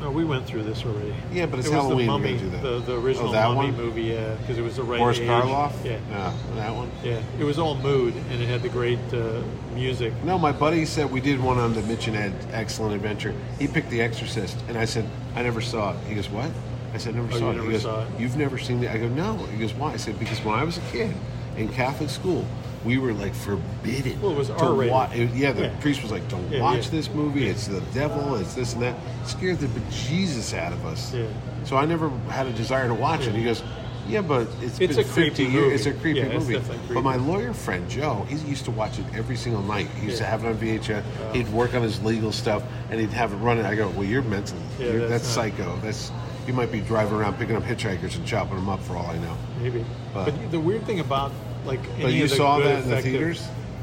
Speaker 2: No, we went through this already.
Speaker 3: Yeah, but it's
Speaker 2: it was
Speaker 3: Halloween,
Speaker 2: The
Speaker 3: you're
Speaker 2: mummy,
Speaker 3: gonna do that.
Speaker 2: The, the
Speaker 3: Oh,
Speaker 2: original
Speaker 3: that
Speaker 2: mummy
Speaker 3: one?
Speaker 2: movie, yeah, because it was the right
Speaker 3: Boris
Speaker 2: age.
Speaker 3: Karloff.
Speaker 2: Yeah.
Speaker 3: No, that one.
Speaker 2: Yeah, it was all mood, and it had the great uh, music.
Speaker 3: No, my buddy said we did one on the Mitch and Ed Excellent Adventure. He picked The Exorcist, and I said, I never saw it. He goes, What? I said, Never
Speaker 2: Oh,
Speaker 3: saw
Speaker 2: you
Speaker 3: it.
Speaker 2: never
Speaker 3: he goes,
Speaker 2: saw it?
Speaker 3: You've never seen it? I go, No. He goes, Why? I said, Because when I was a kid in Catholic school, we were like forbidden.
Speaker 2: Well, it was
Speaker 3: to
Speaker 2: R-rated.
Speaker 3: wa- it- yeah, the
Speaker 2: Yeah.
Speaker 3: priest was like, Don't
Speaker 2: Yeah,
Speaker 3: watch
Speaker 2: yeah.
Speaker 3: this movie. It's the devil. It's this and that. Scared the bejesus out of us.
Speaker 2: Yeah.
Speaker 3: So I never had a desire to watch it.
Speaker 2: Yeah.
Speaker 3: He goes, Yeah, but it's
Speaker 2: It's
Speaker 3: been
Speaker 2: a
Speaker 3: 50
Speaker 2: creepy
Speaker 3: years.
Speaker 2: movie.
Speaker 3: It's a creepy
Speaker 2: Yeah, it's
Speaker 3: movie.
Speaker 2: definitely
Speaker 3: But
Speaker 2: creepy.
Speaker 3: my lawyer friend Joe, he used to watch it every single night. He used
Speaker 2: Yeah. Uh-huh.
Speaker 3: to have it on VHS. he'd work on his legal stuff, and he'd have it running. I go, well, you're mentally,
Speaker 2: Yeah,
Speaker 3: you're, that's,
Speaker 2: that's not-
Speaker 3: psycho. That's you might be driving around picking up hitchhikers and chopping them up for all I know.
Speaker 2: Maybe.
Speaker 3: But-
Speaker 2: But, the weird thing about like any
Speaker 3: you
Speaker 2: of the
Speaker 3: saw
Speaker 2: good
Speaker 3: that in the
Speaker 2: effective-
Speaker 3: theaters?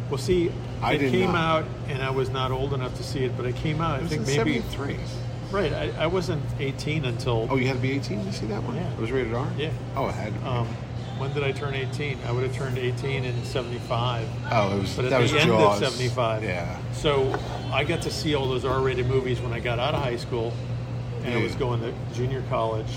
Speaker 2: Well, see,
Speaker 3: I
Speaker 2: it
Speaker 3: did
Speaker 2: came
Speaker 3: not.
Speaker 2: out, and I was not old enough to see it, but it came out.
Speaker 3: It
Speaker 2: I
Speaker 3: was
Speaker 2: think
Speaker 3: in
Speaker 2: maybe
Speaker 3: '73.
Speaker 2: right. I, I wasn't 18 until
Speaker 3: Oh, you had to be 18 to see that one.
Speaker 2: Yeah.
Speaker 3: It was rated R.
Speaker 2: Yeah.
Speaker 3: Oh, it had. to be.
Speaker 2: um, when did I turn 18? I would have turned 18 in 75.
Speaker 3: oh, it was.
Speaker 2: But at
Speaker 3: that
Speaker 2: the
Speaker 3: was
Speaker 2: end
Speaker 3: Jaws.
Speaker 2: of 75.
Speaker 3: Yeah.
Speaker 2: So I got to see all those R-rated movies when I got out of high school, and I
Speaker 3: Yeah.
Speaker 2: was going to junior college,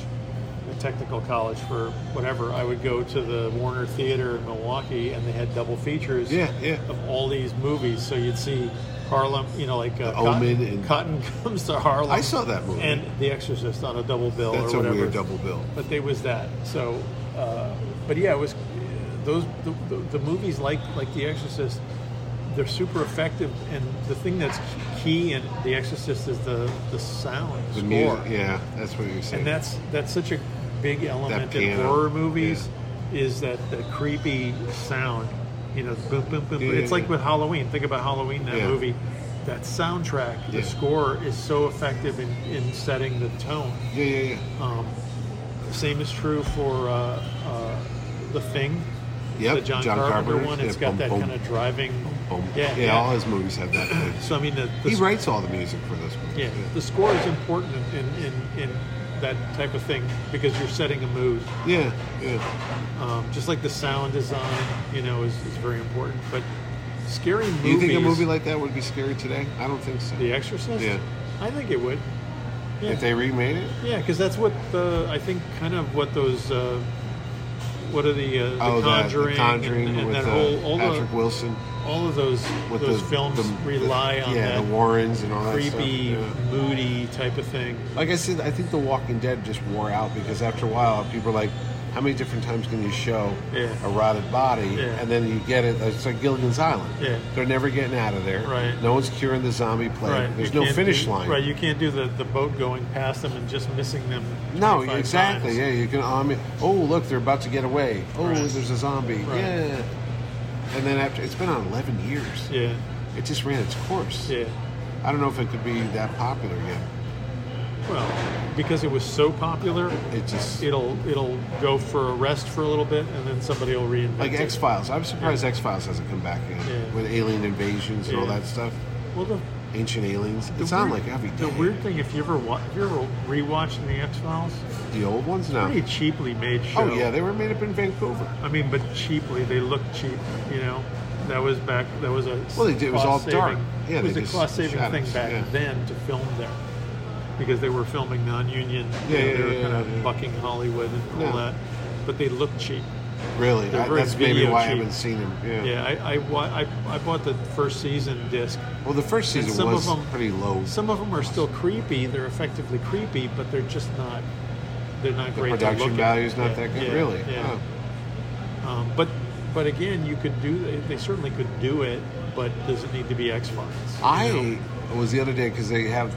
Speaker 2: a technical college for whatever. I would go to the Warner Theater in Milwaukee, and they had double features
Speaker 3: Yeah, yeah.
Speaker 2: of all these movies. So you'd see Harlem, you know, like uh,
Speaker 3: The Omen
Speaker 2: Cotton,
Speaker 3: and-
Speaker 2: Cotton Comes to Harlem.
Speaker 3: I saw that movie.
Speaker 2: And The Exorcist on a double bill
Speaker 3: That's
Speaker 2: or
Speaker 3: a
Speaker 2: whatever
Speaker 3: weird double bill.
Speaker 2: but they was that. So, uh, but yeah, it was those the, the, the movies like like The Exorcist. They're super effective, and the thing that's key in The Exorcist is the the sound
Speaker 3: The
Speaker 2: score,
Speaker 3: music. Yeah, that's what you said.
Speaker 2: and that's that's such a big element in
Speaker 3: piano,
Speaker 2: horror movies is that the creepy sound. You know, boom, boom, boom.
Speaker 3: Yeah,
Speaker 2: it's
Speaker 3: yeah,
Speaker 2: like
Speaker 3: yeah.
Speaker 2: with Halloween. Think about Halloween, that
Speaker 3: Yeah.
Speaker 2: movie. That soundtrack,
Speaker 3: Yeah.
Speaker 2: the score is so effective in, in setting the tone.
Speaker 3: yeah, yeah, yeah.
Speaker 2: Um, same is true for uh, uh, the Thing.
Speaker 3: Yep,
Speaker 2: the John,
Speaker 3: John
Speaker 2: Carpenter,
Speaker 3: Carpenter's,
Speaker 2: one. It's
Speaker 3: yeah,
Speaker 2: got
Speaker 3: bum,
Speaker 2: that
Speaker 3: bum,
Speaker 2: kind of driving.
Speaker 3: Boom.
Speaker 2: Yeah,
Speaker 3: yeah,
Speaker 2: yeah.
Speaker 3: all his movies have that. thing.
Speaker 2: So I mean, the, the
Speaker 3: he writes all the music for this one.
Speaker 2: Yeah, the score is important in, in, in that type of thing because you're setting a mood.
Speaker 3: yeah, yeah.
Speaker 2: Um, just like the sound design, you know, is, is very important. But scary movies.
Speaker 3: Do you think a movie like that would be scary today? I don't think so.
Speaker 2: The Exorcist?
Speaker 3: Yeah.
Speaker 2: I think it would. Yeah,
Speaker 3: If they remade it,
Speaker 2: yeah, because that's what the I think kind of what those uh, what are the, uh, the
Speaker 3: oh, the-
Speaker 2: Conjuring,
Speaker 3: the Conjuring
Speaker 2: and, and
Speaker 3: with
Speaker 2: that
Speaker 3: uh,
Speaker 2: whole all,
Speaker 3: Patrick
Speaker 2: the,
Speaker 3: Wilson,
Speaker 2: all of those
Speaker 3: with
Speaker 2: those
Speaker 3: the,
Speaker 2: films
Speaker 3: the- the-
Speaker 2: rely on
Speaker 3: yeah,
Speaker 2: that
Speaker 3: the Warrens and all that stuff.
Speaker 2: creepy,
Speaker 3: yeah.
Speaker 2: moody type of thing.
Speaker 3: Like I said, I think The Walking Dead just wore out because after a while, people are like, how many different times can you show
Speaker 2: Yeah.
Speaker 3: a rotted body?
Speaker 2: Yeah.
Speaker 3: And then you get it. It's like Gilligan's Island.
Speaker 2: Yeah.
Speaker 3: They're never getting out of there.
Speaker 2: Right.
Speaker 3: No one's curing the zombie plague.
Speaker 2: Right.
Speaker 3: There's
Speaker 2: you
Speaker 3: no
Speaker 2: can't
Speaker 3: finish
Speaker 2: do-
Speaker 3: line.
Speaker 2: Right. You can't do the, the boat going past them and just missing them.
Speaker 3: no,
Speaker 2: 25
Speaker 3: exactly.
Speaker 2: times.
Speaker 3: Yeah, you can. I mean, oh, look, they're about to get away. Oh,
Speaker 2: Right.
Speaker 3: there's a zombie.
Speaker 2: Right.
Speaker 3: Yeah. And then after, it's been on 11 years.
Speaker 2: Yeah.
Speaker 3: It just ran its course.
Speaker 2: Yeah.
Speaker 3: I don't know if it could be that popular yet.
Speaker 2: Well, because it was so popular,
Speaker 3: It just.
Speaker 2: it'll it'll go for a rest for a little bit, and then somebody will reinvent
Speaker 3: like
Speaker 2: it.
Speaker 3: X Files, I'm surprised X Files hasn't come back yet
Speaker 2: Yeah.
Speaker 3: with alien invasions and all
Speaker 2: Yeah.
Speaker 3: that stuff.
Speaker 2: Well, the,
Speaker 3: Ancient aliens.
Speaker 2: the
Speaker 3: It sound
Speaker 2: weird,
Speaker 3: like every day.
Speaker 2: The weird thing, if you ever wa- if you ever rewatched the X Files,
Speaker 3: The old ones now.
Speaker 2: pretty cheaply made show.
Speaker 3: Oh yeah, they were made up in Vancouver.
Speaker 2: I mean, but cheaply. They look cheap. You know, that was back. That was a
Speaker 3: Well, they did- it was all
Speaker 2: cost-saving-
Speaker 3: dark. Yeah,
Speaker 2: it was
Speaker 3: they
Speaker 2: a
Speaker 3: just
Speaker 2: cost saving
Speaker 3: shot
Speaker 2: thing
Speaker 3: us,
Speaker 2: back
Speaker 3: yeah.
Speaker 2: then to film there because they were filming non union.
Speaker 3: Yeah,
Speaker 2: you know,
Speaker 3: yeah,
Speaker 2: they were
Speaker 3: yeah,
Speaker 2: kind of
Speaker 3: yeah, yeah.
Speaker 2: bucking Hollywood and all
Speaker 3: Yeah.
Speaker 2: that, but they look cheap.
Speaker 3: Really,
Speaker 2: They're
Speaker 3: I,
Speaker 2: very
Speaker 3: that's maybe
Speaker 2: video
Speaker 3: why I
Speaker 2: cheap.
Speaker 3: haven't seen them. Yeah.
Speaker 2: Yeah, I I, wa- I I bought the first season disc.
Speaker 3: Well, the first
Speaker 2: And
Speaker 3: season
Speaker 2: some
Speaker 3: was
Speaker 2: of 'em-
Speaker 3: pretty low.
Speaker 2: Some of them are still creepy. They're effectively creepy, but they're just not. They're not
Speaker 3: the
Speaker 2: great. to look
Speaker 3: production
Speaker 2: at.
Speaker 3: value is not
Speaker 2: Yeah,
Speaker 3: that good.
Speaker 2: yeah,
Speaker 3: really.
Speaker 2: Yeah.
Speaker 3: Huh.
Speaker 2: Um, but but again, you could do. They, they certainly could do it, but does it need to be X Files?
Speaker 3: I was the other day because they have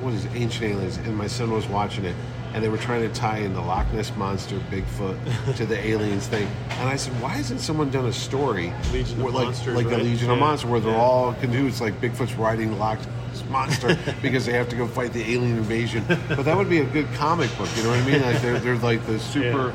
Speaker 3: what is it, ancient aliens, and my son was watching it, and they were trying to tie in the Loch Ness monster, Bigfoot, to the aliens thing, and I said, why hasn't someone done a story
Speaker 2: Legion of
Speaker 3: where, like
Speaker 2: Monsters,
Speaker 3: like
Speaker 2: right?
Speaker 3: the Legion of
Speaker 2: Yeah.
Speaker 3: Monsters, where they're
Speaker 2: Yeah.
Speaker 3: all can do it's like Bigfoot's riding the Loch Ness monster because they have to go fight the alien invasion, but that would be a good comic book, you know what I mean? Like they're they're like the super.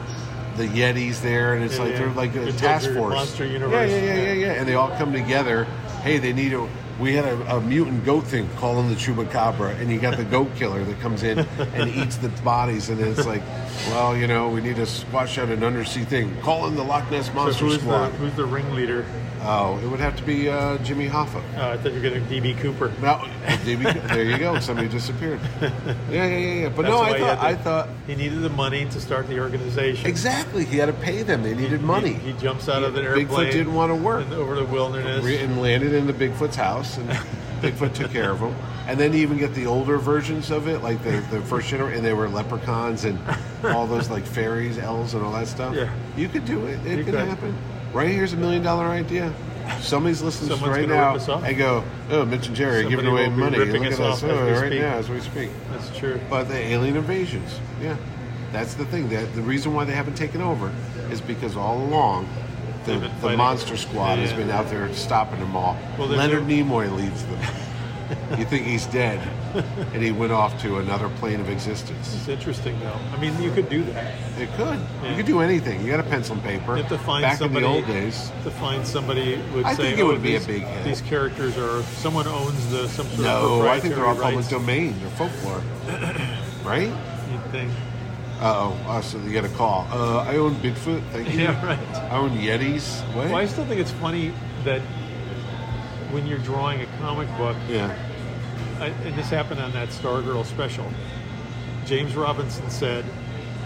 Speaker 3: The Yetis there, and it's
Speaker 2: Yeah,
Speaker 3: like
Speaker 2: yeah.
Speaker 3: they're like a
Speaker 2: The
Speaker 3: task
Speaker 2: Desert
Speaker 3: force.
Speaker 2: Monster
Speaker 3: Yeah,
Speaker 2: Universe.
Speaker 3: yeah, yeah, yeah, yeah, and they all come together. Hey, they need a. We had a, a mutant goat thing calling the chupacabra, and you got the goat killer that comes in and eats the bodies, and it's like, well, you know, we need to squash out an undersea thing. Call in the Loch Ness
Speaker 2: So
Speaker 3: monster
Speaker 2: who's the
Speaker 3: squad.
Speaker 2: who's the ringleader?
Speaker 3: Oh, it would have to be uh, Jimmy Hoffa.
Speaker 2: Uh, I thought you were going to DB Cooper.
Speaker 3: Now, there you go. Somebody disappeared. Yeah, yeah, yeah, yeah. But
Speaker 2: That's
Speaker 3: no,
Speaker 2: why
Speaker 3: I
Speaker 2: he
Speaker 3: thought,
Speaker 2: had
Speaker 3: I
Speaker 2: the-
Speaker 3: thought
Speaker 2: he needed the money to start the organization.
Speaker 3: exactly. He had to pay them. They needed money.
Speaker 2: He, he jumps out of the
Speaker 3: Bigfoot
Speaker 2: airplane.
Speaker 3: didn't wanna work.
Speaker 2: and over the wilderness.
Speaker 3: Re- and landed into Bigfoot's house, and Bigfoot took care of him. And then you even get the older versions of it, like the, the first generation, and they were leprechauns and all those like fairies, elves, and all that stuff.
Speaker 2: Yeah.
Speaker 3: You could do it.
Speaker 2: You
Speaker 3: It could
Speaker 2: could.
Speaker 3: happen. Right here's a million dollar idea. Somebody's listening to us
Speaker 2: Someone's
Speaker 3: right
Speaker 2: gonna rip
Speaker 3: now
Speaker 2: us off.
Speaker 3: and go, oh, Mitch and Jerry are giving
Speaker 2: Somebody
Speaker 3: away
Speaker 2: will be
Speaker 3: money.
Speaker 2: ripping
Speaker 3: Look at
Speaker 2: us
Speaker 3: us
Speaker 2: off as
Speaker 3: oh,
Speaker 2: we
Speaker 3: right
Speaker 2: speak."
Speaker 3: now as we speak.
Speaker 2: That's true.
Speaker 3: But the alien invasions, yeah, that's the thing. That the reason why they haven't taken over is because all along, the,
Speaker 2: They've been
Speaker 3: the
Speaker 2: fighting.
Speaker 3: monster squad has
Speaker 2: Yeah.
Speaker 3: been out there stopping them all.
Speaker 2: Well, they're
Speaker 3: Leonard
Speaker 2: doing-
Speaker 3: Nimoy leads them. you think he's dead, and he went off to another plane of existence.
Speaker 2: It's interesting though. I mean, you could do that.
Speaker 3: It could.
Speaker 2: Yeah.
Speaker 3: You could do anything. You got a pencil and paper.
Speaker 2: You have to find
Speaker 3: Back
Speaker 2: somebody
Speaker 3: in the old days.
Speaker 2: To find somebody would
Speaker 3: I
Speaker 2: say,
Speaker 3: think it
Speaker 2: "Oh,
Speaker 3: would be a
Speaker 2: these-
Speaker 3: big hit."
Speaker 2: These characters are someone owns the some sort of
Speaker 3: No,
Speaker 2: proprietary
Speaker 3: I think they're all public
Speaker 2: rights,
Speaker 3: domain. They're folklore, right?
Speaker 2: you'd think.
Speaker 3: Uh oh. So you get a call. Uh, I own Bigfoot. Thank you.
Speaker 2: Yeah, right.
Speaker 3: I own Yetis. What?
Speaker 2: Well, I still think it's funny that when you're drawing a comic book,
Speaker 3: Yeah.
Speaker 2: I, and this happened on that Stargirl special, James Robinson said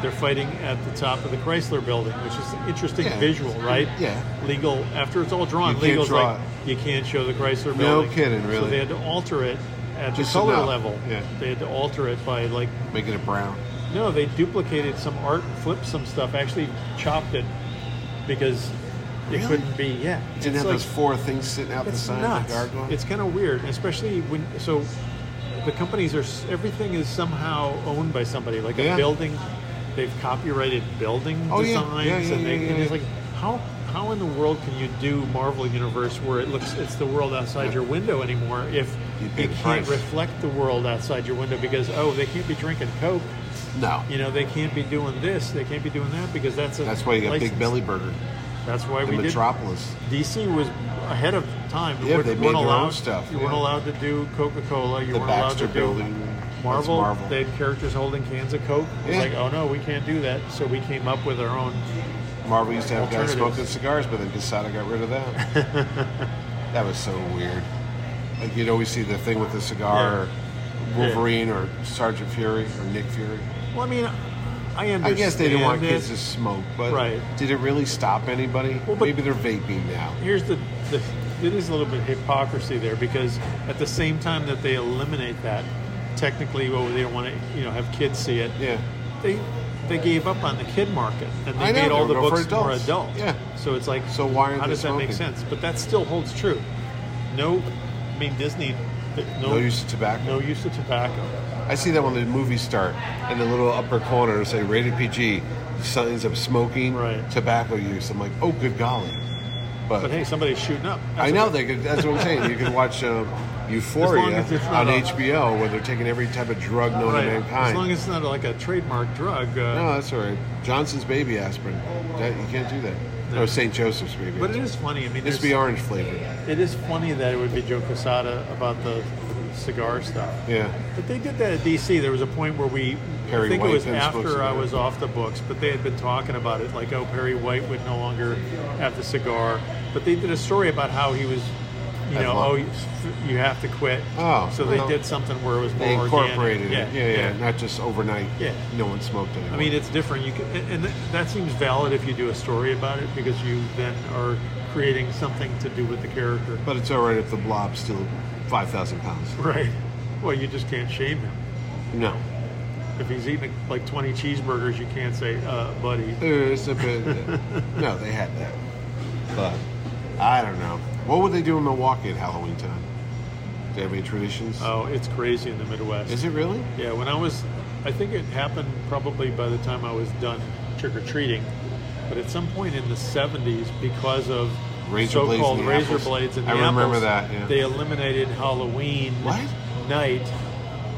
Speaker 2: they're fighting at the top of the Chrysler Building, which is an interesting
Speaker 3: Yeah.
Speaker 2: visual, right?
Speaker 3: Yeah.
Speaker 2: Legal after it's all drawn,
Speaker 3: You can't
Speaker 2: legal's
Speaker 3: draw
Speaker 2: like you can't show the Chrysler
Speaker 3: No
Speaker 2: Building.
Speaker 3: kidding,
Speaker 2: So
Speaker 3: really.
Speaker 2: they had to alter it at
Speaker 3: Just
Speaker 2: the color
Speaker 3: enough.
Speaker 2: level.
Speaker 3: Yeah.
Speaker 2: They had to alter it by like
Speaker 3: Making it brown.
Speaker 2: No, they duplicated some art, flipped some stuff, actually chopped it because
Speaker 3: Really?
Speaker 2: it couldn't be. Yeah,
Speaker 3: It didn't
Speaker 2: It's
Speaker 3: have
Speaker 2: like-
Speaker 3: those four things sitting out the
Speaker 2: It's
Speaker 3: side of
Speaker 2: nuts.
Speaker 3: the gargoyle.
Speaker 2: It's kind of weird, especially when so the companies are s- everything is somehow owned by somebody, like a
Speaker 3: Yeah.
Speaker 2: building. They've copyrighted building
Speaker 3: Oh, yeah.
Speaker 2: designs,
Speaker 3: Yeah, yeah,
Speaker 2: and, they,
Speaker 3: yeah, yeah,
Speaker 2: and it's
Speaker 3: yeah.
Speaker 2: like how how in the world can you do Marvel Universe where it looks it's the world outside your window anymore if
Speaker 3: You pay
Speaker 2: you
Speaker 3: the
Speaker 2: can't
Speaker 3: price.
Speaker 2: reflect the world outside your window because oh they can't be drinking coke
Speaker 3: no.
Speaker 2: you know they can't be doing this they can't be doing that because that's a
Speaker 3: That's why you got
Speaker 2: license.
Speaker 3: Big Belly Burger.
Speaker 2: That's why
Speaker 3: the
Speaker 2: we did.
Speaker 3: metropolis.
Speaker 2: DC was ahead of time. You
Speaker 3: Yeah,
Speaker 2: weren't-
Speaker 3: they
Speaker 2: you
Speaker 3: made
Speaker 2: weren't
Speaker 3: their own
Speaker 2: allowed-
Speaker 3: stuff,
Speaker 2: You
Speaker 3: yeah.
Speaker 2: weren't allowed to do Coca Cola. You
Speaker 3: The
Speaker 2: weren't allowed
Speaker 3: Baxter
Speaker 2: to do
Speaker 3: Building. That's
Speaker 2: Marvel,
Speaker 3: Marvel.
Speaker 2: They had characters holding cans of Coke. It was
Speaker 3: Yeah.
Speaker 2: Like, oh no, we can't do that. So we came up with our own.
Speaker 3: Marvel used to have guys
Speaker 2: Alternatives.
Speaker 3: smoking cigars, but then Casada got rid of that. that was so weird. Like you'd always see the thing with the cigar,
Speaker 2: Yeah.
Speaker 3: or Wolverine, or Sergeant Fury, or Nick Fury.
Speaker 2: Well, I mean, I understand.
Speaker 3: I guess they didn't want
Speaker 2: it.
Speaker 3: kids to smoke, but
Speaker 2: Right.
Speaker 3: did it really stop anybody?
Speaker 2: Well, but-
Speaker 3: Maybe they're vaping now.
Speaker 2: here's the, the it is a little bit hypocrisy there because at the same time that they eliminate that, technically, well, they don't want to you know have kids see it.
Speaker 3: Yeah,
Speaker 2: They they gave up on the kid market and they
Speaker 3: I know,
Speaker 2: made all
Speaker 3: they
Speaker 2: the
Speaker 3: were
Speaker 2: books
Speaker 3: for
Speaker 2: more
Speaker 3: adults.
Speaker 2: adult.
Speaker 3: Yeah.
Speaker 2: So it's like,
Speaker 3: So why aren't
Speaker 2: how
Speaker 3: they
Speaker 2: does that make
Speaker 3: smoking?
Speaker 2: sense? But that still holds true. No, I mean Disney. th- No,
Speaker 3: no, use of tobacco.
Speaker 2: no use of tobacco.
Speaker 3: I see that when the movies start, in the little upper corner, it'll say rated PG, signs of smoking,
Speaker 2: Right.
Speaker 3: tobacco use. I'm like, oh, good golly. But,
Speaker 2: But hey, somebody's shooting up.
Speaker 3: I know they could. That's what I'm saying. You could watch uh, Euphoria
Speaker 2: as it's
Speaker 3: on
Speaker 2: not a-
Speaker 3: HBO, where they're taking every type of drug known
Speaker 2: Right.
Speaker 3: to mankind.
Speaker 2: As long as it's not like a trademark drug. Uh,
Speaker 3: no, that's all right. Johnson's baby aspirin. That, you can't do that. No,
Speaker 2: No.
Speaker 3: St. Joseph's baby.
Speaker 2: But it
Speaker 3: aspirin.
Speaker 2: is funny. I mean,
Speaker 3: This
Speaker 2: there's-
Speaker 3: be orange flavored.
Speaker 2: It is funny that it would be Joe Quesada about the cigar stuff.
Speaker 3: Yeah.
Speaker 2: But they did that at DC. There was a point where we,
Speaker 3: Perry
Speaker 2: I think
Speaker 3: White
Speaker 2: it was
Speaker 3: then spoke
Speaker 2: after
Speaker 3: to
Speaker 2: I
Speaker 3: that.
Speaker 2: was off the books, but they had been talking about it, like, oh, Perry White would no longer have the cigar. But they did a story about how he was, you
Speaker 3: Had
Speaker 2: know,
Speaker 3: lung-
Speaker 2: oh, you- you have to quit.
Speaker 3: Oh,
Speaker 2: So they
Speaker 3: well.
Speaker 2: did something where it was more
Speaker 3: They incorporated it.
Speaker 2: organic.
Speaker 3: Yeah, yeah, Not just overnight.
Speaker 2: Yeah.
Speaker 3: No one smoked anymore.
Speaker 2: I mean, it's different. You can, and and th- that seems valid if you do a story about it because you then are creating something to do with the character.
Speaker 3: but it's all right if the blob's still five thousand pounds.
Speaker 2: Right. Well, you just can't shame him.
Speaker 3: No.
Speaker 2: If he's eating like 20 cheeseburgers, you can't say, uh, buddy.
Speaker 3: Uh, It's a bit. no, they had that. But I don't know. What would they do in Milwaukee at Halloween time? Do they have any traditions?
Speaker 2: Oh, it's crazy in the Midwest.
Speaker 3: Is it really?
Speaker 2: Yeah, when I was, I think it happened probably by the time I was done trick or treating. But at some point in the 70s, because of
Speaker 3: Razor blades
Speaker 2: so-called
Speaker 3: and the
Speaker 2: razor
Speaker 3: apples.
Speaker 2: blades and
Speaker 3: I
Speaker 2: the
Speaker 3: remember
Speaker 2: apples,
Speaker 3: that, yeah.
Speaker 2: they eliminated Halloween
Speaker 3: What?
Speaker 2: night,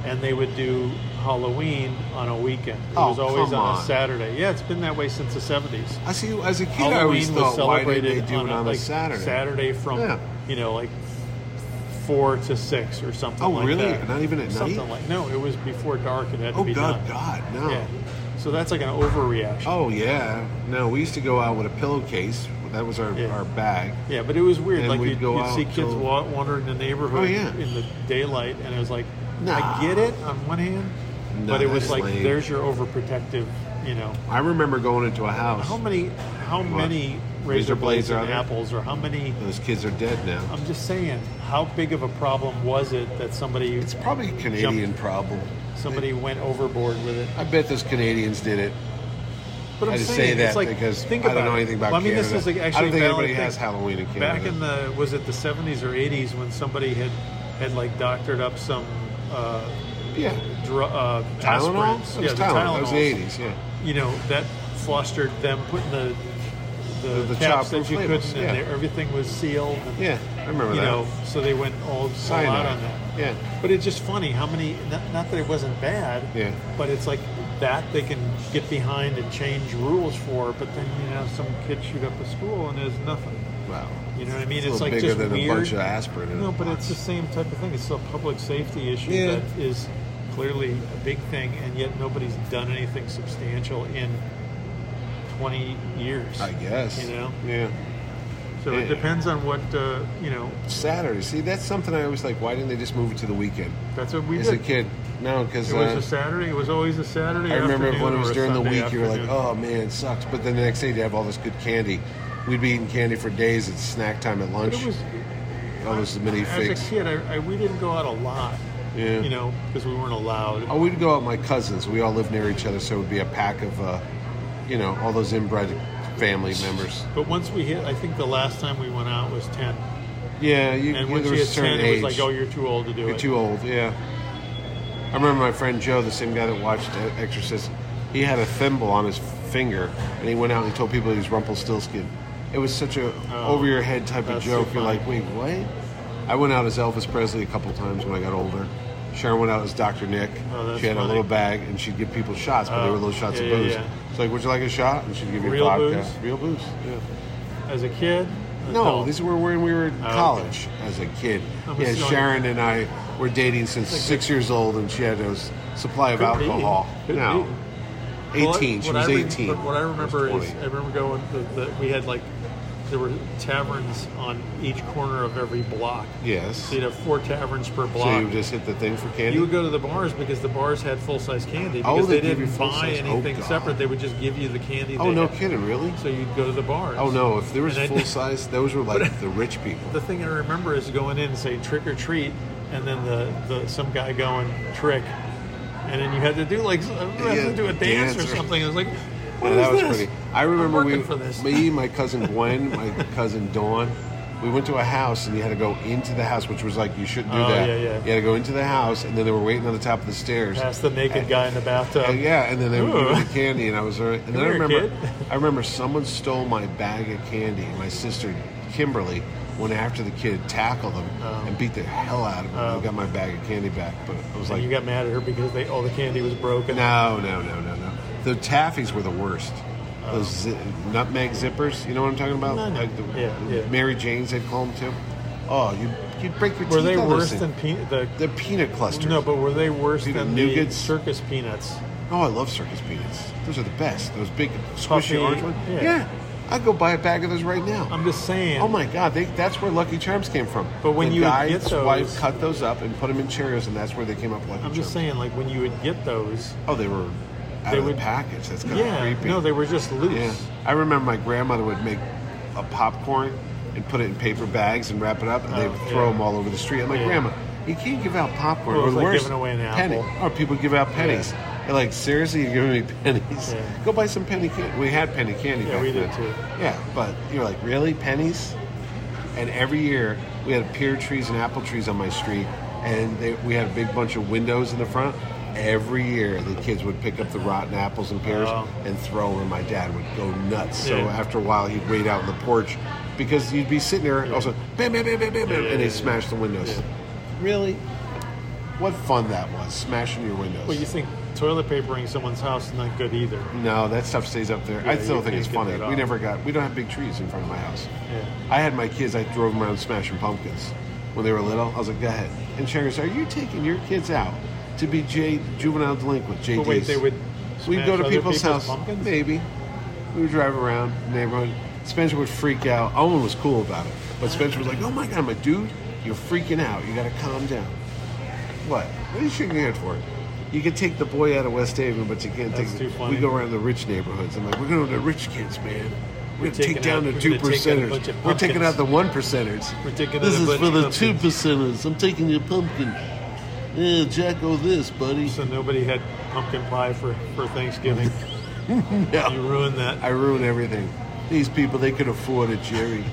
Speaker 2: and they would do Halloween on a weekend. It
Speaker 3: Oh,
Speaker 2: was always
Speaker 3: come
Speaker 2: on
Speaker 3: on.
Speaker 2: a Saturday. Yeah, it's been that way since the 70s.
Speaker 3: I see. As a kid, I
Speaker 2: Halloween
Speaker 3: always
Speaker 2: was
Speaker 3: thought, why did
Speaker 2: celebrated
Speaker 3: they do
Speaker 2: on,
Speaker 3: it
Speaker 2: a,
Speaker 3: on
Speaker 2: like
Speaker 3: a Saturday?
Speaker 2: Saturday from
Speaker 3: Yeah.
Speaker 2: you know like four to six or something.
Speaker 3: Oh,
Speaker 2: like
Speaker 3: really?
Speaker 2: that.
Speaker 3: Not even at
Speaker 2: something
Speaker 3: night?
Speaker 2: like no, it was before dark. It had to
Speaker 3: Oh
Speaker 2: be
Speaker 3: God,
Speaker 2: done.
Speaker 3: God, no.
Speaker 2: Yeah, so that's like an overreaction.
Speaker 3: Oh yeah. No, we used to go out with a pillowcase. That was our,
Speaker 2: Yeah.
Speaker 3: our bag.
Speaker 2: Yeah, but it was weird.
Speaker 3: And
Speaker 2: like
Speaker 3: we'd
Speaker 2: you'd,
Speaker 3: go
Speaker 2: you'd see
Speaker 3: out
Speaker 2: kids
Speaker 3: till-
Speaker 2: wa- wandering the neighborhood
Speaker 3: Oh, yeah.
Speaker 2: in the daylight, and it was like,
Speaker 3: Nah.
Speaker 2: I get it on one hand,
Speaker 3: No,
Speaker 2: but it was
Speaker 3: that's
Speaker 2: like,
Speaker 3: lame.
Speaker 2: there's your overprotective. You know,
Speaker 3: I remember going into a house.
Speaker 2: how many, how many razor, blades,
Speaker 3: blades are out
Speaker 2: and
Speaker 3: there?
Speaker 2: apples, or how many
Speaker 3: Those kids are dead now.
Speaker 2: I'm just saying, how big of a problem was it that somebody
Speaker 3: It's probably a Canadian
Speaker 2: Jumped.
Speaker 3: problem.
Speaker 2: somebody went overboard with it?
Speaker 3: I bet those Canadians did it.
Speaker 2: But I'm
Speaker 3: I just
Speaker 2: saying,
Speaker 3: say that
Speaker 2: it's like,
Speaker 3: because
Speaker 2: think
Speaker 3: I don't
Speaker 2: about
Speaker 3: know
Speaker 2: it.
Speaker 3: anything about
Speaker 2: Well, I mean, this
Speaker 3: Canada.
Speaker 2: is like
Speaker 3: I don't
Speaker 2: actually
Speaker 3: think
Speaker 2: a valid
Speaker 3: anybody
Speaker 2: thing.
Speaker 3: has Halloween in Canada.
Speaker 2: Back in the was it the 70s or 80s when somebody had had like doctored up some uh,
Speaker 3: Yeah.
Speaker 2: dr- uh,
Speaker 3: Tylenol?
Speaker 2: aspirins.
Speaker 3: It was
Speaker 2: yeah, the
Speaker 3: Tylenol. That was the
Speaker 2: Tylenols.
Speaker 3: 80s, yeah.
Speaker 2: you know that fostered them putting the the,
Speaker 3: The- the childproof
Speaker 2: caps that you
Speaker 3: labels,
Speaker 2: couldn't,
Speaker 3: yeah.
Speaker 2: and they- everything was sealed. And,
Speaker 3: Yeah, I remember
Speaker 2: you
Speaker 3: that.
Speaker 2: know, so they went all, all out
Speaker 3: Cyanide.
Speaker 2: on that.
Speaker 3: Yeah.
Speaker 2: but it's just funny how many. Not, not that it wasn't bad.
Speaker 3: Yeah.
Speaker 2: but it's like that they can get behind and change rules for. But then you know, some kids shoot up a school and there's nothing.
Speaker 3: Wow.
Speaker 2: You know what I mean?
Speaker 3: It's
Speaker 2: It's,
Speaker 3: a little
Speaker 2: like
Speaker 3: bigger
Speaker 2: just
Speaker 3: than a
Speaker 2: weird.
Speaker 3: bunch of aspirin in a
Speaker 2: No, but
Speaker 3: box.
Speaker 2: it's the same type of thing. It's still a public safety issue
Speaker 3: Yeah.
Speaker 2: that is clearly a big thing, and yet nobody's done anything substantial in 20 years.
Speaker 3: I guess.
Speaker 2: You know?
Speaker 3: Yeah.
Speaker 2: So
Speaker 3: Yeah.
Speaker 2: it depends on what, uh, you know,
Speaker 3: Saturday. See, that's something I always like. Why didn't they just move it to the weekend?
Speaker 2: that's what we
Speaker 3: As
Speaker 2: did.
Speaker 3: a kid, no, because
Speaker 2: It was a Saturday. It was always a Saturday.
Speaker 3: uh, I remember
Speaker 2: afternoon
Speaker 3: when it was
Speaker 2: or a
Speaker 3: during the
Speaker 2: Sunday
Speaker 3: week, you were like,
Speaker 2: afternoon.
Speaker 3: oh man, it sucks. But then the next day, you have all this good candy. We'd be eating candy for days. It's snack time at lunch.
Speaker 2: But it was,
Speaker 3: all those mini
Speaker 2: as
Speaker 3: figs.
Speaker 2: a kid, I, I, we didn't go out a lot,
Speaker 3: Yeah.
Speaker 2: you know, because we weren't allowed.
Speaker 3: Oh, we'd go out with my cousins. We all lived near each other, so it would be a pack of, uh, you know, all those inbred family members.
Speaker 2: But once we hit, I think the last time we went out was 10.
Speaker 3: Yeah, you,
Speaker 2: And
Speaker 3: you,
Speaker 2: once
Speaker 3: there
Speaker 2: you
Speaker 3: was a
Speaker 2: hit 10,
Speaker 3: certain
Speaker 2: it
Speaker 3: age.
Speaker 2: was like, oh, you're too old to do
Speaker 3: You're
Speaker 2: it.
Speaker 3: too old, yeah. I remember my friend Joe, the same guy that watched The Exorcist, he had a thimble on his finger, and he went out and he told people he was Rumpelstiltskin. It was such a
Speaker 2: Oh,
Speaker 3: over your head type of
Speaker 2: that's
Speaker 3: joke.
Speaker 2: so
Speaker 3: You're like, wait, what? I went out as Elvis Presley a couple times when I got older. Sharon went out as Dr. Nick.
Speaker 2: Oh, that's
Speaker 3: she had a
Speaker 2: funny.
Speaker 3: little bag, and she'd give people shots, but they
Speaker 2: Oh,
Speaker 3: were little shots
Speaker 2: yeah,
Speaker 3: of
Speaker 2: yeah,
Speaker 3: booze.
Speaker 2: yeah.
Speaker 3: It's like, would you like a shot? And she'd give you
Speaker 2: Real
Speaker 3: vodka.
Speaker 2: booze?
Speaker 3: Real booze, yeah.
Speaker 2: as a kid?
Speaker 3: No,
Speaker 2: Adult? Oh,
Speaker 3: these were when we were in
Speaker 2: okay.
Speaker 3: college as a kid.
Speaker 2: I'm
Speaker 3: yeah,
Speaker 2: assuming-
Speaker 3: Sharon and I were dating since six years old, and she had a s- supply of
Speaker 2: Could be.
Speaker 3: alcohol.
Speaker 2: Could
Speaker 3: no,
Speaker 2: be. Well,
Speaker 3: eighteen. she
Speaker 2: what
Speaker 3: was
Speaker 2: I rem-
Speaker 3: eighteen.
Speaker 2: but what I
Speaker 3: was
Speaker 2: remember is
Speaker 3: 20.
Speaker 2: I remember going that that we had like there were taverns on each corner of every block.
Speaker 3: yes.
Speaker 2: So you'd have four taverns per block.
Speaker 3: So you just hit the thing for candy.
Speaker 2: You would go to the bars because the bars had full size candy
Speaker 3: Oh,
Speaker 2: because
Speaker 3: they
Speaker 2: they,
Speaker 3: give you
Speaker 2: didn't buy
Speaker 3: full-size. Oh,
Speaker 2: anything
Speaker 3: God.
Speaker 2: separate. They would just give you the candy.
Speaker 3: oh
Speaker 2: they
Speaker 3: no,
Speaker 2: had.
Speaker 3: kidding, really?
Speaker 2: So you'd go to the bars.
Speaker 3: Oh no, if there was
Speaker 2: And I-
Speaker 3: full size, those were like
Speaker 2: But-
Speaker 3: the rich people.
Speaker 2: The thing I remember is going in and saying trick or treat, and then the, the some guy going trick, and then you had to do like I don't know, you
Speaker 3: Yeah,
Speaker 2: had to do a dance,
Speaker 3: dance or-
Speaker 2: or something. It was like,
Speaker 3: Yeah,
Speaker 2: what is
Speaker 3: that was
Speaker 2: this?
Speaker 3: pretty. I remember
Speaker 2: I'm
Speaker 3: we,
Speaker 2: working for this.
Speaker 3: me, my cousin Gwen, my cousin Dawn, we went to a house and you had to go into the house, which was like you shouldn't do
Speaker 2: Oh,
Speaker 3: that.
Speaker 2: yeah, yeah.
Speaker 3: You had to go into the house, and then they were waiting on the top of the stairs.
Speaker 2: past the naked guy in the bathtub.
Speaker 3: And yeah, and then they would
Speaker 2: Ooh.
Speaker 3: give me the candy, and I was there. And then I
Speaker 2: here,
Speaker 3: remember,
Speaker 2: kid.
Speaker 3: I remember someone stole my bag of candy, and my sister Kimberly went after the kid, tackled him,
Speaker 2: Oh.
Speaker 3: and beat the hell out of him. I got my bag of candy back, but I was
Speaker 2: And
Speaker 3: like,
Speaker 2: you got mad at her because they all the candy was broken.
Speaker 3: no, no, no, no, no. The taffies were the worst. Those zi- nutmeg zippers, you know what I'm talking about?
Speaker 2: Oh. No, no.
Speaker 3: Like the,
Speaker 2: Yeah, yeah.
Speaker 3: Mary Jane's, they'd call them too. Oh, you you'd break your teeth.
Speaker 2: Were they
Speaker 3: on those
Speaker 2: worse
Speaker 3: things.
Speaker 2: than peanut? The,
Speaker 3: They're peanut clusters.
Speaker 2: no, but were they worse
Speaker 3: Peanut
Speaker 2: than the
Speaker 3: nougats.
Speaker 2: circus peanuts?
Speaker 3: Oh, I love circus peanuts. Those are the best. Those big squishy
Speaker 2: Puffy,
Speaker 3: orange ones.
Speaker 2: yeah.
Speaker 3: I'd go buy a bag of those right now.
Speaker 2: I'm just saying.
Speaker 3: oh my God, they, that's where Lucky Charms came from.
Speaker 2: But when
Speaker 3: the
Speaker 2: you would
Speaker 3: guy's
Speaker 2: get those-
Speaker 3: wife cut those up and put them in Cheerios, and that's where they came up with Lucky
Speaker 2: I'm
Speaker 3: Charms.
Speaker 2: just saying, like when you would get those.
Speaker 3: Oh, they were out
Speaker 2: They
Speaker 3: of
Speaker 2: would-
Speaker 3: the package. That's kind
Speaker 2: Yeah,
Speaker 3: of creepy.
Speaker 2: no, they were just loose.
Speaker 3: Yeah. I remember my grandmother would make a popcorn and put it in paper bags and wrap it up, and they would
Speaker 2: Oh,
Speaker 3: throw
Speaker 2: yeah.
Speaker 3: them all over the street. I'm like,
Speaker 2: Yeah.
Speaker 3: Grandma, you can't give out popcorn.
Speaker 2: Well, it's
Speaker 3: or
Speaker 2: like
Speaker 3: worse,
Speaker 2: giving away an
Speaker 3: penny.
Speaker 2: apple.
Speaker 3: Or people give out pennies. They're like, seriously, you're giving me pennies?
Speaker 2: Yeah.
Speaker 3: Go buy some penny candy. We had penny candy.
Speaker 2: Yeah,
Speaker 3: back
Speaker 2: we did
Speaker 3: then.
Speaker 2: too.
Speaker 3: Yeah, but you're like, really, pennies? And every year we had pear trees and apple trees on my street, and they, we had a big bunch of windows in the front. Every year the kids would pick up the rotten apples and pears
Speaker 2: Wow.
Speaker 3: and throw them. My dad would go nuts. So
Speaker 2: Yeah.
Speaker 3: after a while he'd wait out on the porch because you'd be sitting there also bam bam bam bam bam, bam
Speaker 2: Yeah,
Speaker 3: and
Speaker 2: yeah,
Speaker 3: they
Speaker 2: yeah.
Speaker 3: smash the windows.
Speaker 2: Yeah.
Speaker 3: Really? What fun that was, smashing your windows.
Speaker 2: Well, you think toilet papering someone's house is not good either.
Speaker 3: no, that stuff stays up there.
Speaker 2: Yeah,
Speaker 3: I still
Speaker 2: you
Speaker 3: think
Speaker 2: can't
Speaker 3: it's
Speaker 2: get
Speaker 3: funny.
Speaker 2: that
Speaker 3: We
Speaker 2: off.
Speaker 3: never got we don't have big trees in front of my house.
Speaker 2: Yeah.
Speaker 3: I had my kids, I drove them around smashing pumpkins when they were little. I was like, go ahead. And Sharon goes, Are you taking your kids out to be J- juvenile delinquent? JDs?
Speaker 2: But wait, they would.
Speaker 3: We'd
Speaker 2: smash
Speaker 3: go to
Speaker 2: other
Speaker 3: people's, house.
Speaker 2: Pumpkins?
Speaker 3: Maybe. We would drive around the neighborhood. Spencer would freak out. Owen was cool about it. But Spencer was like, Oh my God, my dude, you're freaking out. You got to calm down. What? What are you shaking your head for? You could take the boy out of West Haven, but you can't
Speaker 2: That's
Speaker 3: take.
Speaker 2: too funny.
Speaker 3: We go around the rich neighborhoods. I'm like, we're going to the rich kids, man. We're, gonna
Speaker 2: taking
Speaker 3: take down
Speaker 2: out-
Speaker 3: the
Speaker 2: we're
Speaker 3: two
Speaker 2: gonna take out a
Speaker 3: percenters.
Speaker 2: bunch of
Speaker 3: We're taking
Speaker 2: pumpkins.
Speaker 3: out the one percenters.
Speaker 2: We're taking
Speaker 3: this
Speaker 2: out a
Speaker 3: is
Speaker 2: bunch
Speaker 3: for
Speaker 2: of
Speaker 3: the
Speaker 2: pumpkins.
Speaker 3: two percenters. I'm taking your pumpkin. Yeah, Jacko, this buddy.
Speaker 2: So nobody had pumpkin pie for, for Thanksgiving.
Speaker 3: No.
Speaker 2: You ruined that.
Speaker 3: I ruin everything. These people, they could afford a Jerry.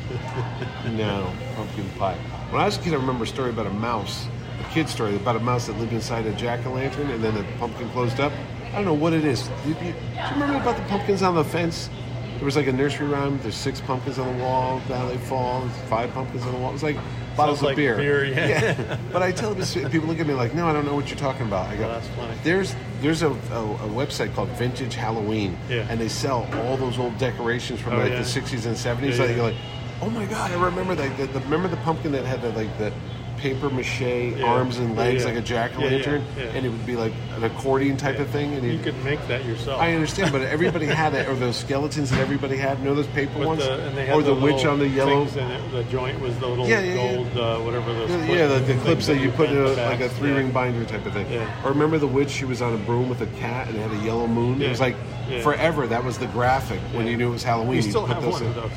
Speaker 3: no, pumpkin pie. When I was a kid, I remember a story about a mouse, a kid story about a mouse that lived inside a jack o' lantern and then the pumpkin closed up. I don't know what it is. Do you, do you remember about the pumpkins on the fence? There was like a nursery rhyme. There's six pumpkins on the wall. Now they fall. There's five pumpkins on the wall. It was like bottles
Speaker 2: Sounds
Speaker 3: of
Speaker 2: like
Speaker 3: beer.
Speaker 2: beer, yeah.
Speaker 3: But I tell this, people look at me like, no, I don't know what you're talking about. I go,
Speaker 2: That's funny.
Speaker 3: there's there's a, a, a website called Vintage Halloween,
Speaker 2: Yeah.
Speaker 3: and they sell all those old decorations from
Speaker 2: Oh,
Speaker 3: like
Speaker 2: yeah.
Speaker 3: the '60s and '70s.
Speaker 2: Yeah,
Speaker 3: like
Speaker 2: yeah.
Speaker 3: you're like, oh my god, I remember that. The, the, remember the pumpkin that had the like the paper mache arms and
Speaker 2: Yeah,
Speaker 3: legs
Speaker 2: yeah.
Speaker 3: like a jack o'
Speaker 2: Yeah, yeah,
Speaker 3: lantern,
Speaker 2: yeah.
Speaker 3: and it would be like an accordion type of thing. And
Speaker 2: You
Speaker 3: you'd-
Speaker 2: could make that yourself.
Speaker 3: I understand, but everybody had it, or those skeletons that everybody had. You know those paper
Speaker 2: With
Speaker 3: ones,
Speaker 2: the, and they had
Speaker 3: or the,
Speaker 2: little
Speaker 3: witch on the yellow.
Speaker 2: things in it. The joint was the little
Speaker 3: Yeah, yeah, yeah.
Speaker 2: gold, Uh, whatever those.
Speaker 3: Yeah,
Speaker 2: clips
Speaker 3: yeah, the, the
Speaker 2: things
Speaker 3: clips that you put in
Speaker 2: bend
Speaker 3: a,
Speaker 2: the
Speaker 3: like a
Speaker 2: backs,
Speaker 3: three
Speaker 2: yeah.
Speaker 3: ring binder type of thing.
Speaker 2: Yeah.
Speaker 3: Or remember the witch? She was on a broom with a cat and it had a yellow moon. It
Speaker 2: Yeah.
Speaker 3: was like
Speaker 2: Yeah.
Speaker 3: forever. That was the graphic when
Speaker 2: Yeah.
Speaker 3: you knew it was Halloween.
Speaker 2: You still
Speaker 3: put
Speaker 2: have
Speaker 3: those
Speaker 2: one
Speaker 3: in.
Speaker 2: of those.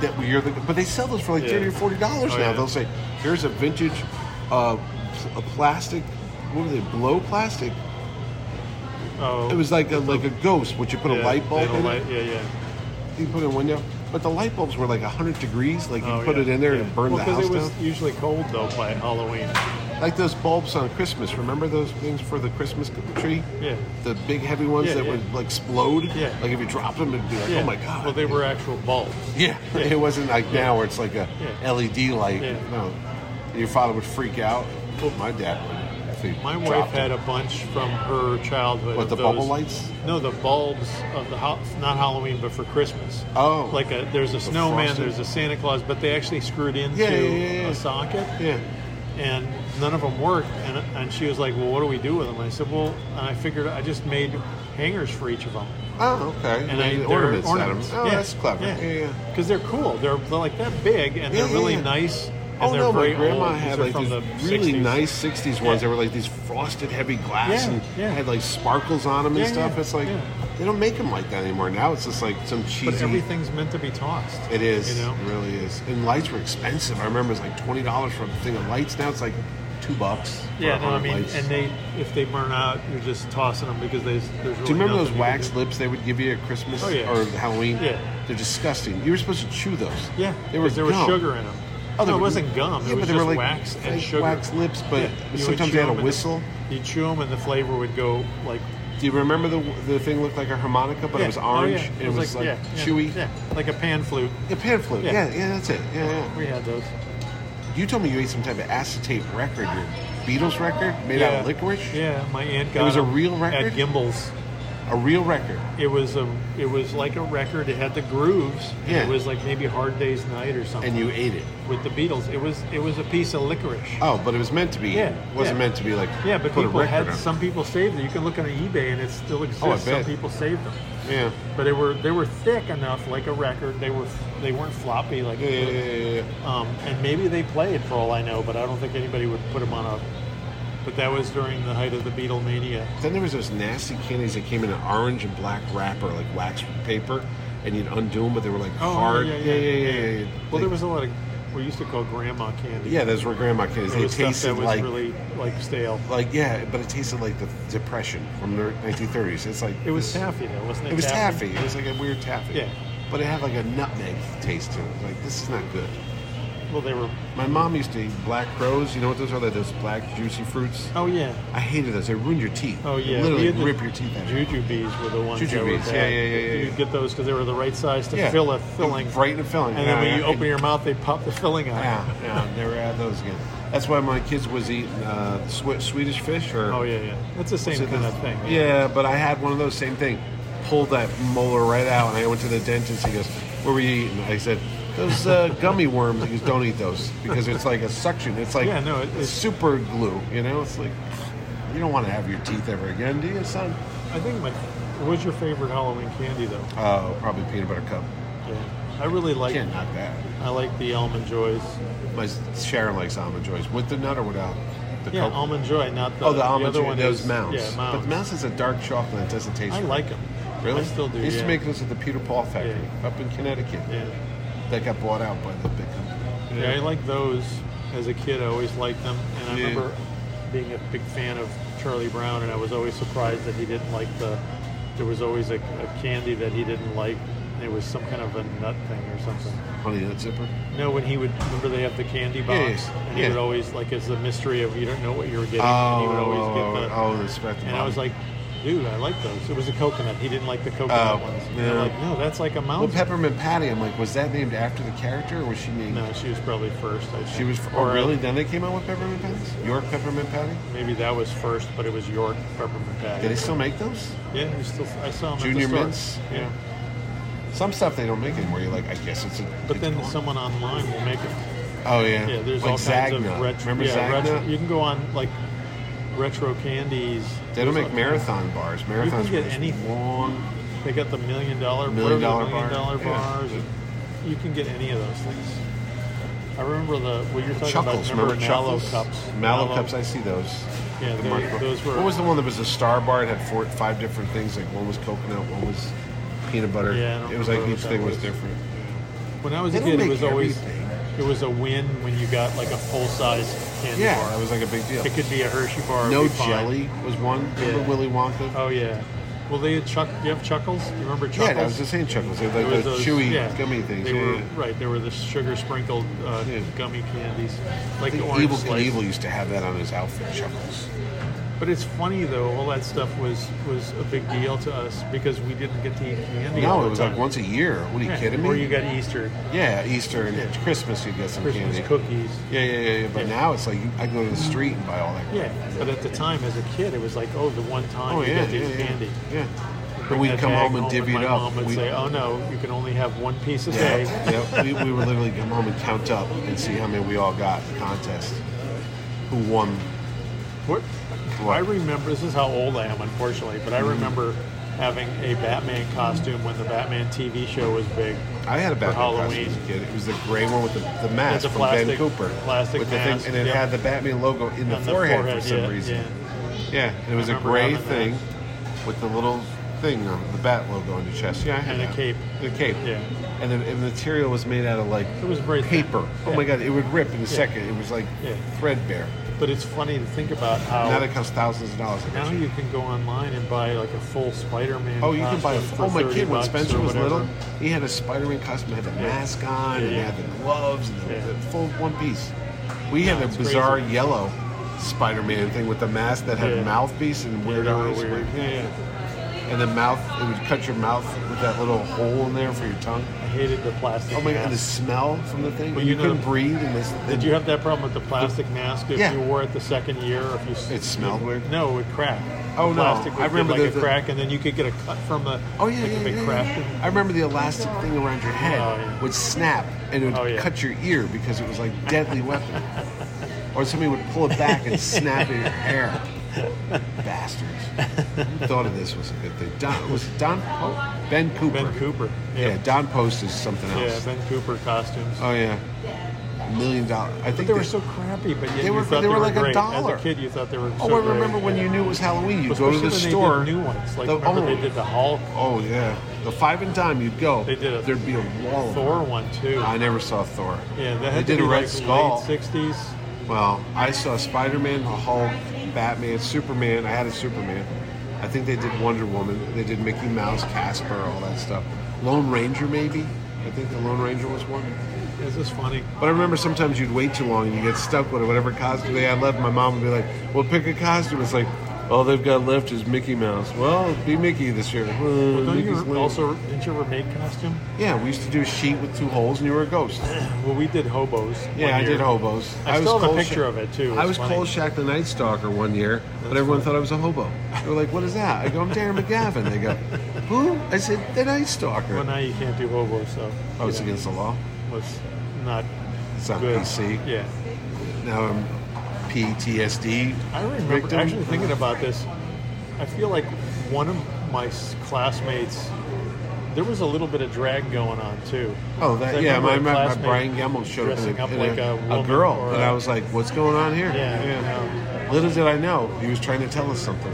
Speaker 3: That we- you're the, but they sell those for like
Speaker 2: Yeah.
Speaker 3: thirty or forty dollars
Speaker 2: Oh,
Speaker 3: now.
Speaker 2: yeah.
Speaker 3: They'll say, "Here's a vintage, uh, a plastic. What were they? Blow plastic.
Speaker 2: Oh,
Speaker 3: It was like a like a ghost, which you put a
Speaker 2: yeah,
Speaker 3: light bulb
Speaker 2: little
Speaker 3: in.
Speaker 2: light- yeah, yeah.
Speaker 3: It, you put in a window, but the light bulbs were like hundred degrees. Like you
Speaker 2: Oh,
Speaker 3: put
Speaker 2: yeah,
Speaker 3: it in there
Speaker 2: yeah.
Speaker 3: and it burned
Speaker 2: well,
Speaker 3: the house
Speaker 2: it was
Speaker 3: down.
Speaker 2: usually cold though by Halloween.
Speaker 3: Like those bulbs on Christmas. Remember those things for the Christmas tree?
Speaker 2: Yeah.
Speaker 3: The big heavy ones
Speaker 2: Yeah,
Speaker 3: that
Speaker 2: yeah.
Speaker 3: would like explode.
Speaker 2: Yeah.
Speaker 3: Like if you dropped them, it'd be like,
Speaker 2: Yeah.
Speaker 3: oh my god.
Speaker 2: Well, they were actual bulbs.
Speaker 3: Yeah.
Speaker 2: Yeah.
Speaker 3: It wasn't like now where it's like a
Speaker 2: Yeah.
Speaker 3: LED light.
Speaker 2: Yeah.
Speaker 3: No. Your father would freak out. Well, my dad would. he
Speaker 2: My wife
Speaker 3: dropped
Speaker 2: had
Speaker 3: it.
Speaker 2: a bunch from her childhood.
Speaker 3: What,
Speaker 2: of
Speaker 3: the
Speaker 2: those-
Speaker 3: bubble lights?
Speaker 2: No, the bulbs of the house. Not Halloween, but for Christmas.
Speaker 3: Oh.
Speaker 2: like a there's a snowman,
Speaker 3: frosted-
Speaker 2: there's a Santa Claus, but they actually screwed into
Speaker 3: Yeah, yeah, yeah, yeah.
Speaker 2: a socket,
Speaker 3: yeah.
Speaker 2: and none of them worked. And and she was like, "Well, what do we do with them?" I said, "Well," and I figured I just made hangers for each of them.
Speaker 3: Oh, okay.
Speaker 2: And I,
Speaker 3: Made
Speaker 2: they're
Speaker 3: ornaments, out of
Speaker 2: ornaments.
Speaker 3: them. Oh,
Speaker 2: Yeah,
Speaker 3: that's clever. Yeah, yeah.
Speaker 2: Because they're cool. They're, they're like that big, and
Speaker 3: Yeah,
Speaker 2: they're
Speaker 3: yeah,
Speaker 2: really
Speaker 3: yeah.
Speaker 2: nice. And
Speaker 3: Oh
Speaker 2: they're
Speaker 3: no, my
Speaker 2: very
Speaker 3: grandma
Speaker 2: old. These
Speaker 3: had
Speaker 2: are
Speaker 3: like
Speaker 2: from
Speaker 3: these
Speaker 2: the
Speaker 3: really
Speaker 2: 60s.
Speaker 3: nice '60s ones.
Speaker 2: Yeah.
Speaker 3: They were like these frosted heavy glass
Speaker 2: Yeah,
Speaker 3: and
Speaker 2: yeah.
Speaker 3: had like sparkles on them and
Speaker 2: Yeah,
Speaker 3: stuff.
Speaker 2: yeah,
Speaker 3: It's like
Speaker 2: yeah.
Speaker 3: they don't make them like that anymore. Now it's just like some cheesy.
Speaker 2: But everything's meant to be tossed.
Speaker 3: It is.
Speaker 2: You know?
Speaker 3: It really is. And lights were expensive. I remember it's like twenty dollars for a thing of lights. Now it's like two bucks. for
Speaker 2: Yeah,
Speaker 3: a
Speaker 2: no, I
Speaker 3: hundred
Speaker 2: mean,
Speaker 3: lights.
Speaker 2: and they if they burn out, you're just tossing them because they, there's really.
Speaker 3: Do you remember those
Speaker 2: nothing can
Speaker 3: wax
Speaker 2: do.
Speaker 3: lips they would give you at Christmas
Speaker 2: Oh, yeah.
Speaker 3: or Halloween?
Speaker 2: Yeah.
Speaker 3: They're disgusting. You were supposed to chew those.
Speaker 2: Yeah,
Speaker 3: They were
Speaker 2: because there was
Speaker 3: gum.
Speaker 2: sugar in them.
Speaker 3: Oh,
Speaker 2: Oh,
Speaker 3: they
Speaker 2: no, it
Speaker 3: were-
Speaker 2: wasn't gum.
Speaker 3: yeah,
Speaker 2: it
Speaker 3: but
Speaker 2: was
Speaker 3: they
Speaker 2: just
Speaker 3: were like
Speaker 2: wax and
Speaker 3: fake
Speaker 2: sugar.
Speaker 3: wax lips, but- but
Speaker 2: you would
Speaker 3: sometimes
Speaker 2: chew
Speaker 3: they had a
Speaker 2: 'em and
Speaker 3: whistle.
Speaker 2: The, you chew them and the flavor would go like.
Speaker 3: Do you remember the the thing looked like a harmonica, but
Speaker 2: yeah.
Speaker 3: it was
Speaker 2: Oh,
Speaker 3: orange
Speaker 2: yeah.
Speaker 3: and it was like,
Speaker 2: yeah, yeah,
Speaker 3: chewy?
Speaker 2: Yeah, like a pan flute.
Speaker 3: A pan flute. Yeah.
Speaker 2: Yeah.
Speaker 3: yeah, that's it. Yeah, yeah.
Speaker 2: We had those.
Speaker 3: You told me you ate some type of acetate record, your Beatles record made out of licorice.
Speaker 2: Yeah, my aunt got
Speaker 3: was a
Speaker 2: 'em
Speaker 3: real record?
Speaker 2: at Gimbals.
Speaker 3: A real record.
Speaker 2: It was a it was like a record. It had the grooves. and
Speaker 3: Yeah.
Speaker 2: It was like maybe Hard Day's Night or something.
Speaker 3: And you ate it.
Speaker 2: with the Beatles. It was it was a piece of licorice.
Speaker 3: Oh, but it was meant to be.
Speaker 2: Yeah,
Speaker 3: It wasn't
Speaker 2: yeah.
Speaker 3: meant to be like.
Speaker 2: yeah, but
Speaker 3: put a
Speaker 2: people
Speaker 3: record
Speaker 2: had
Speaker 3: on.
Speaker 2: some people saved them. You can look on eBay and it still exists.
Speaker 3: Oh, I
Speaker 2: some
Speaker 3: bet.
Speaker 2: people saved them.
Speaker 3: Yeah.
Speaker 2: But they were they were thick enough, like a record. They were they weren't floppy like.
Speaker 3: Yeah, yeah, yeah, yeah, yeah.
Speaker 2: Um, and maybe they played for all I know, but I don't think anybody would put them on a. But that was during the height of the Beatlemania.
Speaker 3: Then there was those nasty candies that came in an orange and black wrapper, like wax paper, and you'd undo them, but they were like
Speaker 2: Oh,
Speaker 3: hard.
Speaker 2: yeah, yeah, yeah. Well,
Speaker 3: They-
Speaker 2: there was a lot of we used to call grandma candy.
Speaker 3: Yeah, those were grandma candies.
Speaker 2: It
Speaker 3: They
Speaker 2: was stuff
Speaker 3: tasted
Speaker 2: that was
Speaker 3: like
Speaker 2: really like stale.
Speaker 3: like yeah, but it tasted like the depression from the 1930s. It's like
Speaker 2: It was
Speaker 3: this-
Speaker 2: taffy though, wasn't it?
Speaker 3: It was taffy. It was like a weird taffy.
Speaker 2: Yeah.
Speaker 3: But it had like a nutmeg taste to it. Like this is not good.
Speaker 2: Well, they were.
Speaker 3: My mom used to eat black crows. You know what those are? They're those black juicy fruits.
Speaker 2: Oh yeah.
Speaker 3: I hated those. They ruined your teeth.
Speaker 2: Oh
Speaker 3: They
Speaker 2: yeah. We
Speaker 3: literally
Speaker 2: had the
Speaker 3: rip your teeth out.
Speaker 2: Juju bees were the ones.
Speaker 3: Juju
Speaker 2: that were
Speaker 3: bees, yeah,
Speaker 2: bad.
Speaker 3: yeah, yeah, yeah,
Speaker 2: You'd get those because they were the right size to
Speaker 3: Yeah.
Speaker 2: fill a filling.
Speaker 3: Right in the filling.
Speaker 2: And then
Speaker 3: Yeah,
Speaker 2: when
Speaker 3: yeah.
Speaker 2: you open your mouth, they pop the filling out.
Speaker 3: Yeah, yeah, never had those again. That's why my kids was eating uh, swe- Swedish fish or
Speaker 2: Oh yeah, yeah. That's the same
Speaker 3: So
Speaker 2: kind
Speaker 3: the-
Speaker 2: of thing.
Speaker 3: Yeah, but I had one of those same thing. Pulled that molar right out, and I went to the dentist. He goes, "What were you eating?" I said, "Those uh, gummy worms." He goes, "Don't eat those because it's like a suction. It's like
Speaker 2: Yeah, no, it-
Speaker 3: it's
Speaker 2: it's-
Speaker 3: super glue. You know, it's like you don't want to have your teeth ever again, do you, son?
Speaker 2: I think my. What's your favorite Halloween candy though?
Speaker 3: Oh, probably peanut butter cup.
Speaker 2: Yeah. I really like.
Speaker 3: Can't knock that.
Speaker 2: I like the almond joys.
Speaker 3: My Sharon likes almond joys with the nut or without the
Speaker 2: Yeah,
Speaker 3: cocoa?
Speaker 2: almond joy, not the.
Speaker 3: Oh, the almond
Speaker 2: other
Speaker 3: joy.
Speaker 2: one
Speaker 3: Those
Speaker 2: is-
Speaker 3: mounds.
Speaker 2: Yeah,
Speaker 3: But
Speaker 2: mounds.
Speaker 3: mounds is a dark chocolate. It doesn't taste.
Speaker 2: I
Speaker 3: right.
Speaker 2: like them.
Speaker 3: Really?
Speaker 2: I still do.
Speaker 3: They used
Speaker 2: yeah.
Speaker 3: to make those at the Peter Paul factory
Speaker 2: Yeah.
Speaker 3: up in Connecticut.
Speaker 2: Yeah.
Speaker 3: That got bought out by the big company.
Speaker 2: Yeah, I like those as a kid. I always liked them, and I
Speaker 3: Yeah.
Speaker 2: remember being a big fan of Charlie Brown, and I was always surprised that he didn't like the. There was always a, a candy that he didn't like. and It was some kind of a nut thing or something.
Speaker 3: Honey Nut Zipper.
Speaker 2: No, when he would remember they have the candy box,
Speaker 3: Yeah, yeah,
Speaker 2: and he
Speaker 3: yeah.
Speaker 2: would always like it's the mystery of you don't know what you were getting, and he would always get the.
Speaker 3: Oh, oh, respect.
Speaker 2: and I was like, dude, I like those. It was a coconut. He didn't like the
Speaker 3: Oh,
Speaker 2: coconut ones. And They're
Speaker 3: yeah.
Speaker 2: like, no, that's like a
Speaker 3: well,
Speaker 2: mountain.
Speaker 3: Peppermint Patty. I'm like, was that named after the character, or was she named?
Speaker 2: no, she was probably first. I
Speaker 3: She
Speaker 2: think.
Speaker 3: was. Oh,
Speaker 2: Or, uh,
Speaker 3: really? Then they came out with peppermint patties. York peppermint patty.
Speaker 2: Maybe that was first, but it was York peppermint patty.
Speaker 3: Do they still make those?
Speaker 2: Yeah, you still. I saw him
Speaker 3: Junior
Speaker 2: at the store.
Speaker 3: mints?
Speaker 2: Yeah,
Speaker 3: Some stuff they don't make anymore. You're like, I guess it's a.
Speaker 2: but
Speaker 3: it's
Speaker 2: then
Speaker 3: gone.
Speaker 2: someone online will make them.
Speaker 3: Oh yeah.
Speaker 2: Yeah, there's
Speaker 3: like
Speaker 2: all kinds
Speaker 3: Zagna.
Speaker 2: of retro.
Speaker 3: Remember
Speaker 2: yeah,
Speaker 3: Zagna?
Speaker 2: retro- You can go on like retro candies.
Speaker 3: They don't
Speaker 2: There's
Speaker 3: make
Speaker 2: all-
Speaker 3: marathon bars.
Speaker 2: You
Speaker 3: Marathons
Speaker 2: can
Speaker 3: were
Speaker 2: get
Speaker 3: just
Speaker 2: anything.
Speaker 3: long.
Speaker 2: They got the million dollar
Speaker 3: Million
Speaker 2: whatever the
Speaker 3: dollar
Speaker 2: million
Speaker 3: bar,
Speaker 2: dollar
Speaker 3: yeah.
Speaker 2: bars. You can get any of those things. I remember the what you're talking
Speaker 3: Chuckles,
Speaker 2: about. Remember,
Speaker 3: remember
Speaker 2: mallow
Speaker 3: Chuckles?
Speaker 2: cups?
Speaker 3: Mallow, cups, I see those.
Speaker 2: Yeah,
Speaker 3: The
Speaker 2: they-
Speaker 3: mark-
Speaker 2: those were-
Speaker 3: What was the one that was a star bar? It had four, five different things. Like one was coconut, one was peanut butter.
Speaker 2: Yeah, I don't
Speaker 3: it was like
Speaker 2: remember
Speaker 3: each
Speaker 2: what that
Speaker 3: thing was,
Speaker 2: was.
Speaker 3: different.
Speaker 2: When I was
Speaker 3: They
Speaker 2: a
Speaker 3: don't
Speaker 2: kid,
Speaker 3: make
Speaker 2: it was always
Speaker 3: everything.
Speaker 2: it was a win when you got like a full size candy
Speaker 3: Yeah,
Speaker 2: bar.
Speaker 3: that was like a big deal.
Speaker 2: It could be a Hershey bar. it'd
Speaker 3: No
Speaker 2: be fine.
Speaker 3: jelly was one. Remember
Speaker 2: Yeah.
Speaker 3: Willy Wonka?
Speaker 2: Oh yeah. Well, they had Chuck. You have Chuckles. You remember Chuckles?
Speaker 3: yeah, that was the same chuckles. They were
Speaker 2: There
Speaker 3: like
Speaker 2: was
Speaker 3: those,
Speaker 2: those-
Speaker 3: chewy
Speaker 2: yeah,
Speaker 3: gummy things.
Speaker 2: They
Speaker 3: yeah,
Speaker 2: were
Speaker 3: yeah.
Speaker 2: right. They were the sugar sprinkled uh,
Speaker 3: Yeah.
Speaker 2: gummy candies,
Speaker 3: I
Speaker 2: like the
Speaker 3: think
Speaker 2: orange
Speaker 3: Evil
Speaker 2: slice.
Speaker 3: Knievel used to have that on his outfit. Chuckles.
Speaker 2: But it's funny though, all that stuff was was a big deal to us because we didn't get to eat candy. all
Speaker 3: No,
Speaker 2: the
Speaker 3: it was
Speaker 2: time.
Speaker 3: like once a year. What are you
Speaker 2: Yeah,
Speaker 3: kidding
Speaker 2: Or
Speaker 3: me?
Speaker 2: you got Easter,
Speaker 3: yeah, Easter and it's Christmas you get some
Speaker 2: Christmas
Speaker 3: candy.
Speaker 2: cookies.
Speaker 3: Yeah, yeah, yeah, yeah. But
Speaker 2: Yeah.
Speaker 3: now it's like you- I go to the street and buy all that.
Speaker 2: Yeah, but at the time, as a kid, it was like, oh, the one time
Speaker 3: Oh
Speaker 2: you
Speaker 3: yeah,
Speaker 2: get to
Speaker 3: yeah,
Speaker 2: eat
Speaker 3: yeah,
Speaker 2: candy.
Speaker 3: yeah. But
Speaker 2: Bring
Speaker 3: we
Speaker 2: that
Speaker 3: come
Speaker 2: bag
Speaker 3: home and divvy
Speaker 2: my
Speaker 3: it up.
Speaker 2: Mom would
Speaker 3: We-
Speaker 2: say, oh no, you can only have one piece a
Speaker 3: Yeah,
Speaker 2: day.
Speaker 3: yeah. We, we would literally come home and count up and see how many we all got in the contest. Who won?
Speaker 2: What- I remember this is how old I am, unfortunately, but I remember having a Batman costume when the Batman TV show was big.
Speaker 3: I had a Batman costume
Speaker 2: Halloween.
Speaker 3: as a kid. It was the gray one with the, the mask
Speaker 2: It's a
Speaker 3: from Ben
Speaker 2: plastic-
Speaker 3: Cooper.
Speaker 2: plastic
Speaker 3: with the
Speaker 2: mask,
Speaker 3: thing, and it
Speaker 2: yeah.
Speaker 3: had the Batman logo in the,
Speaker 2: On
Speaker 3: forehead, for some
Speaker 2: yeah,
Speaker 3: reason.
Speaker 2: yeah.
Speaker 3: Yeah, it was a
Speaker 2: remember
Speaker 3: gray
Speaker 2: having that.
Speaker 3: thing with the little thing on the bat logo on your chest. Yeah, I had
Speaker 2: And a
Speaker 3: that.
Speaker 2: cape.
Speaker 3: The cape.
Speaker 2: Yeah.
Speaker 3: And the, and the material was made out of like
Speaker 2: It was very thin.
Speaker 3: paper. Oh
Speaker 2: Yeah.
Speaker 3: my god, it would rip in a second. It was like
Speaker 2: Yeah.
Speaker 3: threadbare.
Speaker 2: But it's funny to think about
Speaker 3: Now
Speaker 2: how
Speaker 3: that costs thousands of dollars. I bet
Speaker 2: now
Speaker 3: you.
Speaker 2: you can go online and buy like a full Spider-Man.
Speaker 3: Oh, you can buy a.
Speaker 2: costume for
Speaker 3: Oh, my
Speaker 2: 30
Speaker 3: kid, when
Speaker 2: bucks
Speaker 3: Spencer
Speaker 2: or
Speaker 3: was
Speaker 2: whatever.
Speaker 3: little, he had a Spider Man costume, had the mask on, and he
Speaker 2: Yeah.
Speaker 3: had the gloves, and the,
Speaker 2: Yeah.
Speaker 3: the full one piece. We had a
Speaker 2: it's
Speaker 3: bizarre
Speaker 2: crazy.
Speaker 3: yellow Spider Man thing with the mask that had a
Speaker 2: Yeah.
Speaker 3: mouthpiece and
Speaker 2: Yeah,
Speaker 3: weird
Speaker 2: they were
Speaker 3: eyes.
Speaker 2: weird. Yeah, yeah.
Speaker 3: And the mouth, it would cut your mouth with that little hole in there for your tongue.
Speaker 2: I hated the plastic.
Speaker 3: Oh my god, the
Speaker 2: mask.
Speaker 3: smell from the thing.
Speaker 2: Well,
Speaker 3: you
Speaker 2: you know
Speaker 3: couldn't
Speaker 2: the-
Speaker 3: breathe. And this,
Speaker 2: Did you have that problem with the plastic mask if
Speaker 3: Yeah.
Speaker 2: you wore it the second year? Or if you s-
Speaker 3: It smelled weird.
Speaker 2: No, it cracked.
Speaker 3: Oh, no.
Speaker 2: the plastic
Speaker 3: I
Speaker 2: Would
Speaker 3: remember
Speaker 2: get, like
Speaker 3: the-
Speaker 2: a crack, and then you could get a cut from the.
Speaker 3: Oh yeah,
Speaker 2: like
Speaker 3: yeah,
Speaker 2: if
Speaker 3: yeah,
Speaker 2: it cracked.
Speaker 3: yeah. I remember the elastic thing around your head
Speaker 2: Oh, yeah.
Speaker 3: would snap and it would
Speaker 2: Oh, yeah.
Speaker 3: cut your ear because it was like deadly weapon. Or somebody would pull it back and snap at your hair. Bastards. Who thought of this was a good thing? Don was it Don oh, Ben Cooper.
Speaker 2: Ben Cooper.
Speaker 3: Yeah. Don Post is something
Speaker 2: Yeah,
Speaker 3: else.
Speaker 2: Ben Cooper costumes.
Speaker 3: oh yeah. Million dollar. I
Speaker 2: but
Speaker 3: think
Speaker 2: they were
Speaker 3: they-
Speaker 2: so crappy, but yet
Speaker 3: they
Speaker 2: you
Speaker 3: were- they
Speaker 2: thought they,
Speaker 3: were like a
Speaker 2: great.
Speaker 3: dollar.
Speaker 2: As a kid, you thought they were.
Speaker 3: Oh,
Speaker 2: so
Speaker 3: I remember
Speaker 2: great.
Speaker 3: when you knew it was Halloween. You'd go
Speaker 2: Especially
Speaker 3: to the
Speaker 2: when
Speaker 3: store.
Speaker 2: They did new ones. Like
Speaker 3: The-
Speaker 2: remember
Speaker 3: oh.
Speaker 2: they did the Hulk,
Speaker 3: Oh yeah, the five and dime. You'd go.
Speaker 2: They did a
Speaker 3: There'd be a wall. of-
Speaker 2: Thor one too.
Speaker 3: I never saw Thor.
Speaker 2: yeah, that
Speaker 3: they
Speaker 2: had
Speaker 3: did
Speaker 2: to be
Speaker 3: a Red
Speaker 2: like
Speaker 3: Skull.
Speaker 2: late sixties.
Speaker 3: Well, I saw Spider Man, the Hulk, Batman, Superman. I had a Superman. I think they did Wonder Woman. They did Mickey Mouse, Casper, all that stuff. Lone Ranger, maybe. I think the Lone Ranger was one.
Speaker 2: Is this funny?
Speaker 3: But I remember sometimes you'd wait too long and you get stuck with whatever costume they had left. My mom would be like, "Well, pick a costume." It's like, all they've got left is Mickey Mouse. Well, be Mickey this year. Uh,
Speaker 2: Well, don't you
Speaker 3: Mickey's lame.
Speaker 2: also didn't you ever make costume?
Speaker 3: Yeah, we used to do a sheet with two holes, and you were a ghost.
Speaker 2: Well, we did hobos.
Speaker 3: Yeah,
Speaker 2: one
Speaker 3: I
Speaker 2: year.
Speaker 3: did hobos.
Speaker 2: I, still have a
Speaker 3: Cole
Speaker 2: picture
Speaker 3: Sha-
Speaker 2: of it too.
Speaker 3: I was
Speaker 2: It's funny.
Speaker 3: Cole Shack the Night Stalker one year, but everyone thought I was a hobo. They were like, "What is that?" I go, "I'm Darren McGavin." They go, "Who?" I said, "The Night Stalker."
Speaker 2: Well, now you can't do hobos, so
Speaker 3: oh, it's
Speaker 2: you know,
Speaker 3: against the law.
Speaker 2: was not
Speaker 3: It's on
Speaker 2: good.
Speaker 3: PC.
Speaker 2: Yeah,
Speaker 3: Now I'm PTSD.
Speaker 2: I remember
Speaker 3: victim.
Speaker 2: actually thinking about this. I feel like one of my s- classmates. There was a little bit of drag going on too.
Speaker 3: Oh,
Speaker 2: 'Cause I
Speaker 3: that, yeah, my,
Speaker 2: remember a
Speaker 3: my, my
Speaker 2: classmate
Speaker 3: Brian Gemmel showed up in
Speaker 2: dressing
Speaker 3: a,
Speaker 2: up
Speaker 3: in
Speaker 2: like
Speaker 3: a,
Speaker 2: a, woman
Speaker 3: girl,
Speaker 2: or
Speaker 3: and
Speaker 2: a-
Speaker 3: I was like, "What's going on here?"
Speaker 2: Yeah,
Speaker 3: Little did I know, he was trying to tell us something.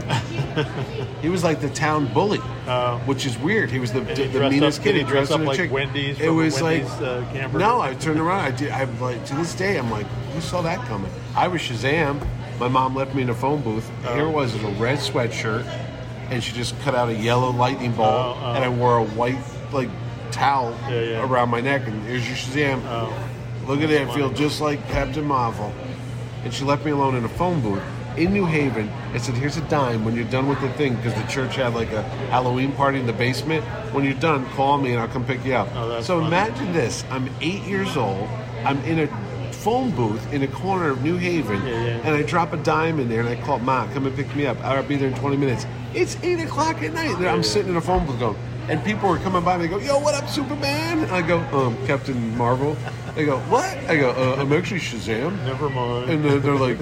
Speaker 3: he was like the town bully,
Speaker 2: Oh.
Speaker 3: which is weird. He was the,
Speaker 2: he
Speaker 3: the
Speaker 2: dressed
Speaker 3: meanest
Speaker 2: up-
Speaker 3: kid.
Speaker 2: did he dress
Speaker 3: dressed
Speaker 2: up
Speaker 3: in a
Speaker 2: like
Speaker 3: chick.
Speaker 2: Wendy's
Speaker 3: It
Speaker 2: from
Speaker 3: was
Speaker 2: Wendy's,
Speaker 3: like
Speaker 2: uh, hamburger?
Speaker 3: no. I turned around. I did. I'm like to this day. I'm like, who saw that coming? I was Shazam. My mom left me in a phone booth.
Speaker 2: Oh.
Speaker 3: Here was in a red sweatshirt, and she just cut out a yellow lightning bolt,
Speaker 2: Oh, oh.
Speaker 3: and I wore a white like towel
Speaker 2: Yeah, yeah.
Speaker 3: around my neck. And here's your Shazam.
Speaker 2: Oh.
Speaker 3: Look at it, I feel just like Captain Marvel. And she left me alone in a phone booth in New Haven and said, Here's a dime when you're done with the thing, because the church had like a Halloween party in the basement. When you're done, call me and I'll come pick you up.
Speaker 2: Oh, that's
Speaker 3: so
Speaker 2: funny.
Speaker 3: imagine this I'm eight years old, I'm in a phone booth in a corner of New Haven,
Speaker 2: Yeah, yeah.
Speaker 3: and I drop a dime in there and I call, Ma, come and pick me up. I'll be there in 20 minutes. It's 8 o'clock at night. and I'm sitting in a phone booth going, and people are coming by and they go, Yo, what up, Superman? And I go, um, Captain Marvel. They go, What? I go, uh, I'm actually Shazam.
Speaker 2: Never mind.
Speaker 3: And they're, they're like,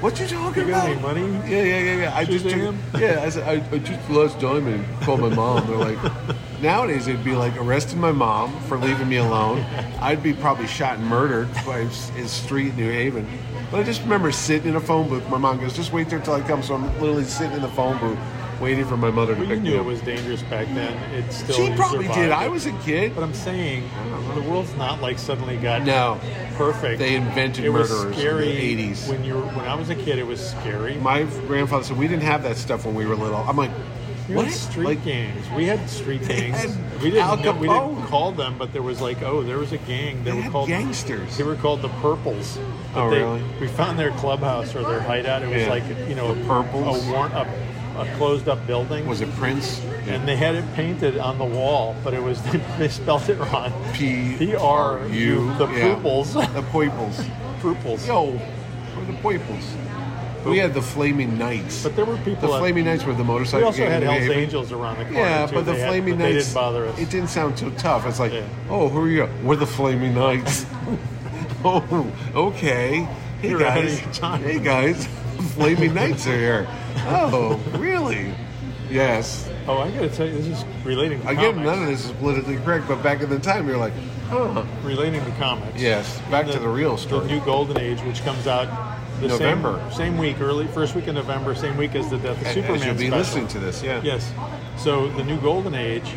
Speaker 3: What you talking
Speaker 2: You
Speaker 3: about?
Speaker 2: got any money?
Speaker 3: Yeah, yeah, yeah, yeah. I just took,
Speaker 2: Shazam?
Speaker 3: yeah, I said I, I just lost time and called my mom. They're like, nowadays it'd be like arresting my mom for leaving me alone. I'd be probably shot and murdered by s- his street in New Haven. But I just remember sitting in a phone booth. My mom goes, "Just wait there till I come." So I'm literally sitting in the phone booth, waiting for my mother to
Speaker 2: Well, you
Speaker 3: pick me
Speaker 2: knew it
Speaker 3: up.
Speaker 2: was dangerous back then. It still
Speaker 3: She
Speaker 2: you
Speaker 3: probably
Speaker 2: survived
Speaker 3: did. I
Speaker 2: it.
Speaker 3: was a kid.
Speaker 2: But I'm saying the world's not like suddenly got
Speaker 3: No,
Speaker 2: perfect.
Speaker 3: They invented
Speaker 2: it
Speaker 3: murderers in
Speaker 2: was
Speaker 3: the
Speaker 2: scary
Speaker 3: 80s.
Speaker 2: When you were, when I was a kid, it was scary.
Speaker 3: my grandfather said we didn't have that stuff when we were little. I'm like,
Speaker 2: You
Speaker 3: What?
Speaker 2: had street
Speaker 3: Like-
Speaker 2: gangs. We had street
Speaker 3: They
Speaker 2: gangs.
Speaker 3: had
Speaker 2: we didn't
Speaker 3: Al
Speaker 2: know, we didn't
Speaker 3: Capone.
Speaker 2: call them, but there was like, oh, there was a gang. They,
Speaker 3: They
Speaker 2: were
Speaker 3: had
Speaker 2: called
Speaker 3: gangsters.
Speaker 2: They were called the Purples. But
Speaker 3: Oh,
Speaker 2: they-
Speaker 3: really?
Speaker 2: We found their clubhouse or their hideout. It was
Speaker 3: Yeah.
Speaker 2: like you know
Speaker 3: The
Speaker 2: a
Speaker 3: Purples.
Speaker 2: a, war- a, a closed up building.
Speaker 3: Was it Prince?
Speaker 2: And they had it painted on the wall, but it was they misspelled it wrong.
Speaker 3: P-
Speaker 2: P R U the
Speaker 3: yeah.
Speaker 2: Purples.
Speaker 3: The Poiples.
Speaker 2: Purples.
Speaker 3: Yo, we're the Poiples. We had the Flaming Knights.
Speaker 2: But there were
Speaker 3: the
Speaker 2: people. that-
Speaker 3: Flaming Knights were the
Speaker 2: we
Speaker 3: motorcycle.
Speaker 2: also
Speaker 3: gang
Speaker 2: had
Speaker 3: in
Speaker 2: Hell's
Speaker 3: New Haven.
Speaker 2: Angels around the corner.
Speaker 3: Yeah,
Speaker 2: too.
Speaker 3: but the
Speaker 2: They had-
Speaker 3: Flaming
Speaker 2: but
Speaker 3: Knights.
Speaker 2: They didn't bother us.
Speaker 3: It didn't sound so tough. It's like,
Speaker 2: Yeah.
Speaker 3: oh, who are you? We're the Flaming Knights. oh, okay. Hey
Speaker 2: You're ahead of
Speaker 3: guys.
Speaker 2: your time.
Speaker 3: Hey guys. Flaming Knights are here. Oh, really? Yes.
Speaker 2: Oh, I gotta tell you, this is relating to
Speaker 3: Again,
Speaker 2: comics.
Speaker 3: none of this is politically correct, but back in the time, you're like, huh.
Speaker 2: relating to comics.
Speaker 3: Yes. Back to the real story.
Speaker 2: The new Golden Age, which comes out the same-
Speaker 3: November.
Speaker 2: same, week, early first week in November, same week as the Death of
Speaker 3: As
Speaker 2: Superman.
Speaker 3: you'll be
Speaker 2: special.
Speaker 3: listening to this, yeah.
Speaker 2: Yes. So the new Golden Age,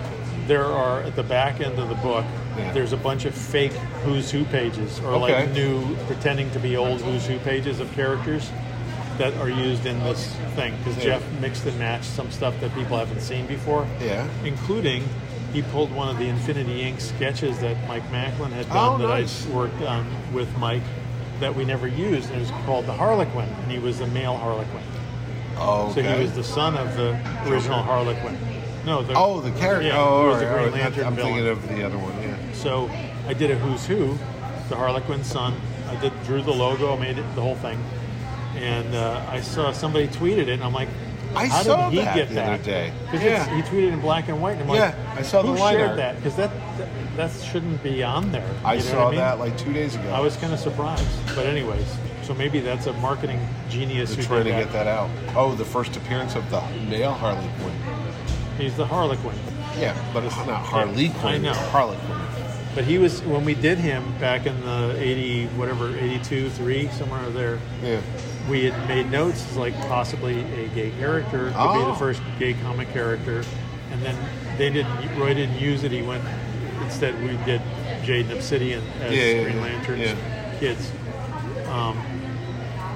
Speaker 2: there are at the back end of the book.
Speaker 3: Yeah.
Speaker 2: There's a bunch of fake Who's Who pages, or
Speaker 3: Okay.
Speaker 2: like new pretending to be old Who's Who pages of characters that are used in this thing because
Speaker 3: Yeah.
Speaker 2: Jeff mixed and matched some stuff that people haven't seen before.
Speaker 3: Yeah.
Speaker 2: Including, he pulled one of the Infinity Ink sketches that Mike Macklin had
Speaker 3: Oh,
Speaker 2: done that
Speaker 3: nice.
Speaker 2: I worked on with Mike that we never used, and it was called the Harlequin, and he was the male Harlequin.
Speaker 3: Oh,
Speaker 2: So he was the son of the original Harlequin. No, the,
Speaker 3: Oh, the character.
Speaker 2: Yeah,
Speaker 3: oh,
Speaker 2: he was
Speaker 3: all
Speaker 2: the
Speaker 3: right, all
Speaker 2: Green
Speaker 3: right.
Speaker 2: Lantern
Speaker 3: I'm
Speaker 2: villain.
Speaker 3: thinking of the other one. Yeah.
Speaker 2: So I did a who's who, the Harlequin son. I did drew the logo, made it the whole thing, and uh, I saw somebody tweeted it, and I'm like,
Speaker 3: I
Speaker 2: how
Speaker 3: saw
Speaker 2: did he
Speaker 3: that
Speaker 2: get
Speaker 3: the
Speaker 2: that?
Speaker 3: other day.
Speaker 2: 'Cause it's-
Speaker 3: Yeah.
Speaker 2: he tweeted in black and white, and I'm like,
Speaker 3: Yeah, I saw the
Speaker 2: who
Speaker 3: line
Speaker 2: shared
Speaker 3: art.
Speaker 2: that? Because that, that that shouldn't be on there.
Speaker 3: I
Speaker 2: You know
Speaker 3: saw
Speaker 2: what I mean?
Speaker 3: that like two days ago.
Speaker 2: I was kind of surprised, but anyways, so maybe that's a marketing genius
Speaker 3: They're
Speaker 2: who
Speaker 3: trying to
Speaker 2: did
Speaker 3: get that out. Oh, the first appearance of the male Harley Quinn.
Speaker 2: He's the Harlequin.
Speaker 3: Yeah, but it's not Harley Quinn.
Speaker 2: I know.
Speaker 3: It's Harley Quinn.
Speaker 2: But he was when we did him back in the eighty whatever eighty two three somewhere there.
Speaker 3: Yeah.
Speaker 2: We had made notes as like possibly a gay character could be
Speaker 3: Oh.
Speaker 2: the first gay comic character, and then they didn't. Roy didn't use it. He went instead. We did Jade and Obsidian as
Speaker 3: Yeah, yeah,
Speaker 2: Green
Speaker 3: yeah.
Speaker 2: Lanterns
Speaker 3: Yeah.
Speaker 2: kids. Um,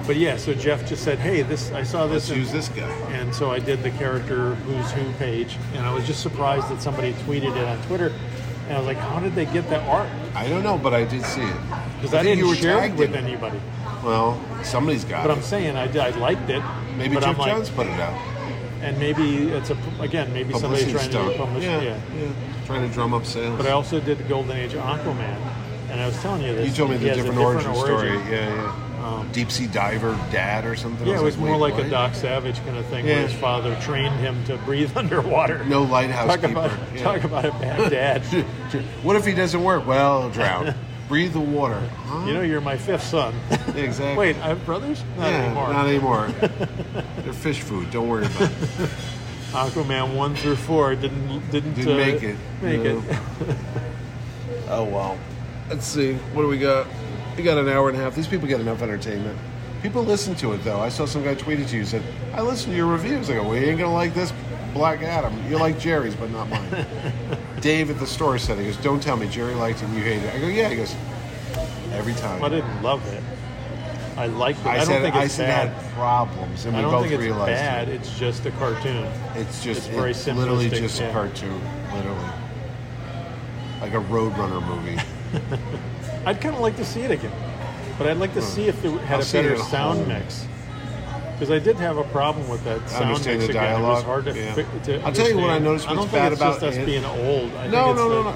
Speaker 2: but yeah, so Jeff just said, "Hey, this I saw this."
Speaker 3: Let's
Speaker 2: in-
Speaker 3: use this guy.
Speaker 2: and so I did the character Who's Who page, and I was just surprised that somebody tweeted it on Twitter, and I was like, "How did they get that art?"
Speaker 3: I don't know, but I did see it.
Speaker 2: Because I,
Speaker 3: think
Speaker 2: didn't share it
Speaker 3: tagged
Speaker 2: with
Speaker 3: in
Speaker 2: anybody.
Speaker 3: Well, somebody's got
Speaker 2: But
Speaker 3: it.
Speaker 2: I'm saying I, did- I liked it.
Speaker 3: Maybe
Speaker 2: but
Speaker 3: Jeff
Speaker 2: I'm like,
Speaker 3: Johns put it out.
Speaker 2: And maybe it's a again maybe somebody's
Speaker 3: Publicity
Speaker 2: trying
Speaker 3: stunt.
Speaker 2: to do publish.
Speaker 3: yeah,
Speaker 2: Yeah.
Speaker 3: yeah. Trying to drum up sales.
Speaker 2: But I also did the Golden Age Aquaman, and I was telling you this.
Speaker 3: you told me
Speaker 2: he
Speaker 3: the
Speaker 2: has a Um,
Speaker 3: different, origin, story. Yeah, yeah. Deep sea diver dad or something. I
Speaker 2: Yeah, it was more
Speaker 3: wait,
Speaker 2: like
Speaker 3: what?
Speaker 2: a Doc Savage kind of thing,
Speaker 3: Yeah.
Speaker 2: where his father trained him to breathe underwater.
Speaker 3: No lighthouse
Speaker 2: talk
Speaker 3: keeper.
Speaker 2: about
Speaker 3: Yeah.
Speaker 2: talk about a bad dad.
Speaker 3: What if he doesn't work? Well, drown. Breathe the water. Huh?
Speaker 2: You know, you're my fifth son.
Speaker 3: exactly.
Speaker 2: Wait, I have brothers? Not
Speaker 3: yeah,
Speaker 2: anymore.
Speaker 3: Not anymore. They're fish food. Don't worry about it.
Speaker 2: Aquaman one through four didn't didn't,
Speaker 3: Didn't
Speaker 2: uh,
Speaker 3: make it.
Speaker 2: Make
Speaker 3: No.
Speaker 2: it.
Speaker 3: Oh well. Let's see. What do we got? We got an hour and a half. These people get enough entertainment. People listen to it though. I saw some guy tweeted to you said, "I listened to your reviews." I go, "Well, you ain't gonna like this Black Adam. You like Jerry's, but not mine." Dave at the store said, "He goes, don't tell me Jerry liked it and you hated it." I go, "Yeah." He goes, "Every time."
Speaker 2: I didn't love it. I liked it.
Speaker 3: I,
Speaker 2: I, don't
Speaker 3: said,
Speaker 2: think
Speaker 3: I
Speaker 2: it's
Speaker 3: said
Speaker 2: bad.
Speaker 3: it had problems, and
Speaker 2: I
Speaker 3: we
Speaker 2: don't
Speaker 3: both
Speaker 2: think it's
Speaker 3: realized it.
Speaker 2: bad. It's just a cartoon.
Speaker 3: It's just
Speaker 2: It's very
Speaker 3: it's literally
Speaker 2: simplistic,
Speaker 3: just a
Speaker 2: yeah.
Speaker 3: cartoon, literally, like a Roadrunner movie.
Speaker 2: I'd kind of like to see it again, but I'd like to see if it had
Speaker 3: Hmm. I'll
Speaker 2: a
Speaker 3: see it
Speaker 2: better
Speaker 3: at
Speaker 2: sound
Speaker 3: home.
Speaker 2: mix. Because I did have a problem with that sound
Speaker 3: understand
Speaker 2: mix
Speaker 3: the
Speaker 2: again. It
Speaker 3: dialogue,
Speaker 2: was hard to.
Speaker 3: yeah.
Speaker 2: fi- to
Speaker 3: I'll tell you what I
Speaker 2: understand.
Speaker 3: noticed
Speaker 2: I don't
Speaker 3: was
Speaker 2: think
Speaker 3: bad
Speaker 2: it's just
Speaker 3: about
Speaker 2: us
Speaker 3: it.
Speaker 2: being old. I think
Speaker 3: No,
Speaker 2: it's
Speaker 3: no,
Speaker 2: the,
Speaker 3: no, no.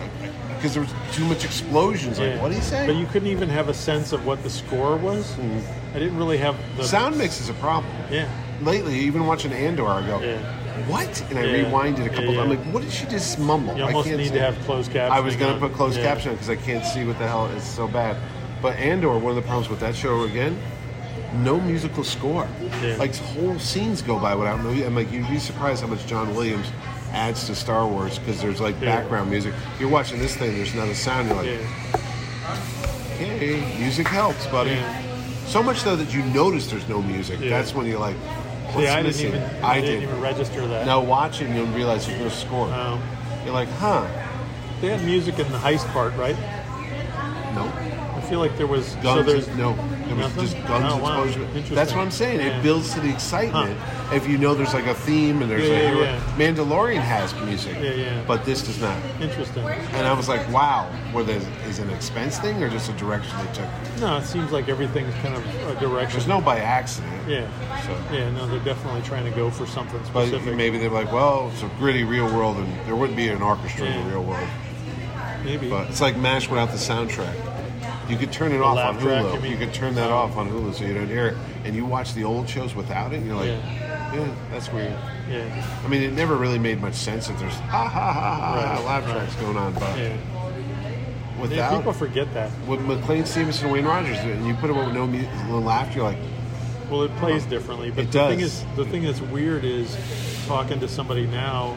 Speaker 3: Because there was too much explosions. Like,
Speaker 2: Yeah.
Speaker 3: what do you say? Hmm.
Speaker 2: But you couldn't even have a sense of what the score was. I didn't really have the
Speaker 3: Sound mix is a problem.
Speaker 2: Yeah,
Speaker 3: Lately, even watching Andor, I go,
Speaker 2: Yeah.
Speaker 3: what? And I
Speaker 2: Yeah.
Speaker 3: rewinded a couple.
Speaker 2: Yeah,
Speaker 3: I'm
Speaker 2: yeah.
Speaker 3: like, what did she just mumble?
Speaker 2: you
Speaker 3: I
Speaker 2: almost
Speaker 3: can't
Speaker 2: need
Speaker 3: see.
Speaker 2: to have closed captioning.
Speaker 3: I was going
Speaker 2: on.
Speaker 3: to put closed
Speaker 2: Yeah.
Speaker 3: caption because I can't see what the hell is so bad. But Andor, one of the problems with that show again, no musical score.
Speaker 2: Yeah.
Speaker 3: Like whole scenes go by without no. I'm like, you'd be surprised how much John Williams adds to Star Wars because there's like
Speaker 2: Yeah.
Speaker 3: background music. You're watching this thing, there's not a sound. You're like,
Speaker 2: Yeah.
Speaker 3: Hey, music helps, buddy.
Speaker 2: Yeah.
Speaker 3: So much though that you notice there's no music.
Speaker 2: Yeah.
Speaker 3: That's when you're like, what's
Speaker 2: Yeah, I didn't
Speaker 3: missing?
Speaker 2: even.
Speaker 3: I
Speaker 2: didn't
Speaker 3: did.
Speaker 2: even register that.
Speaker 3: Now watching, you'll realize there's no score.
Speaker 2: Um,
Speaker 3: You're like, huh?
Speaker 2: they had music in the heist part, right?
Speaker 3: Nope.
Speaker 2: I feel like there was so
Speaker 3: guns.
Speaker 2: there's
Speaker 3: no, there was
Speaker 2: nothing?
Speaker 3: just guns
Speaker 2: Oh, wow.
Speaker 3: exposure.
Speaker 2: Interesting.
Speaker 3: That's what I'm saying.
Speaker 2: Yeah.
Speaker 3: It builds to the excitement if you know there's like a theme and there's
Speaker 2: Yeah,
Speaker 3: a
Speaker 2: yeah,
Speaker 3: hero.
Speaker 2: yeah.
Speaker 3: Mandalorian has music,
Speaker 2: Yeah, yeah.
Speaker 3: but this does not.
Speaker 2: Interesting.
Speaker 3: And I was like, wow, were there is it an expense thing or just a direction they took?
Speaker 2: No, it seems like everything's kind of a direction.
Speaker 3: There's no by accident.
Speaker 2: Yeah.
Speaker 3: So.
Speaker 2: Yeah. No, they're definitely trying to go for something
Speaker 3: But
Speaker 2: specific.
Speaker 3: maybe they're like, well, it's a gritty real world, and there wouldn't be an orchestra in
Speaker 2: Yeah.
Speaker 3: the real world.
Speaker 2: Maybe.
Speaker 3: But it's like MASH without the soundtrack. You could turn it off
Speaker 2: laugh
Speaker 3: on
Speaker 2: track, you
Speaker 3: Hulu.
Speaker 2: mean?
Speaker 3: you could turn that off on Hulu so you don't hear it. And you watch the old shows without it, and you're like, yeah, that's weird.
Speaker 2: yeah.
Speaker 3: I mean, it never really made much sense if there's ha ha ha ha, ha
Speaker 2: Right,
Speaker 3: laugh
Speaker 2: right.
Speaker 3: tracks going on, but
Speaker 2: Yeah. yeah.
Speaker 3: without
Speaker 2: People forget that.
Speaker 3: with McLean Stevenson, Wayne Rogers, and you put them with no, mu- no laughter, you're like,
Speaker 2: Well, it plays differently, but
Speaker 3: It
Speaker 2: the thing
Speaker 3: does.
Speaker 2: is, the thing that's weird is talking to somebody now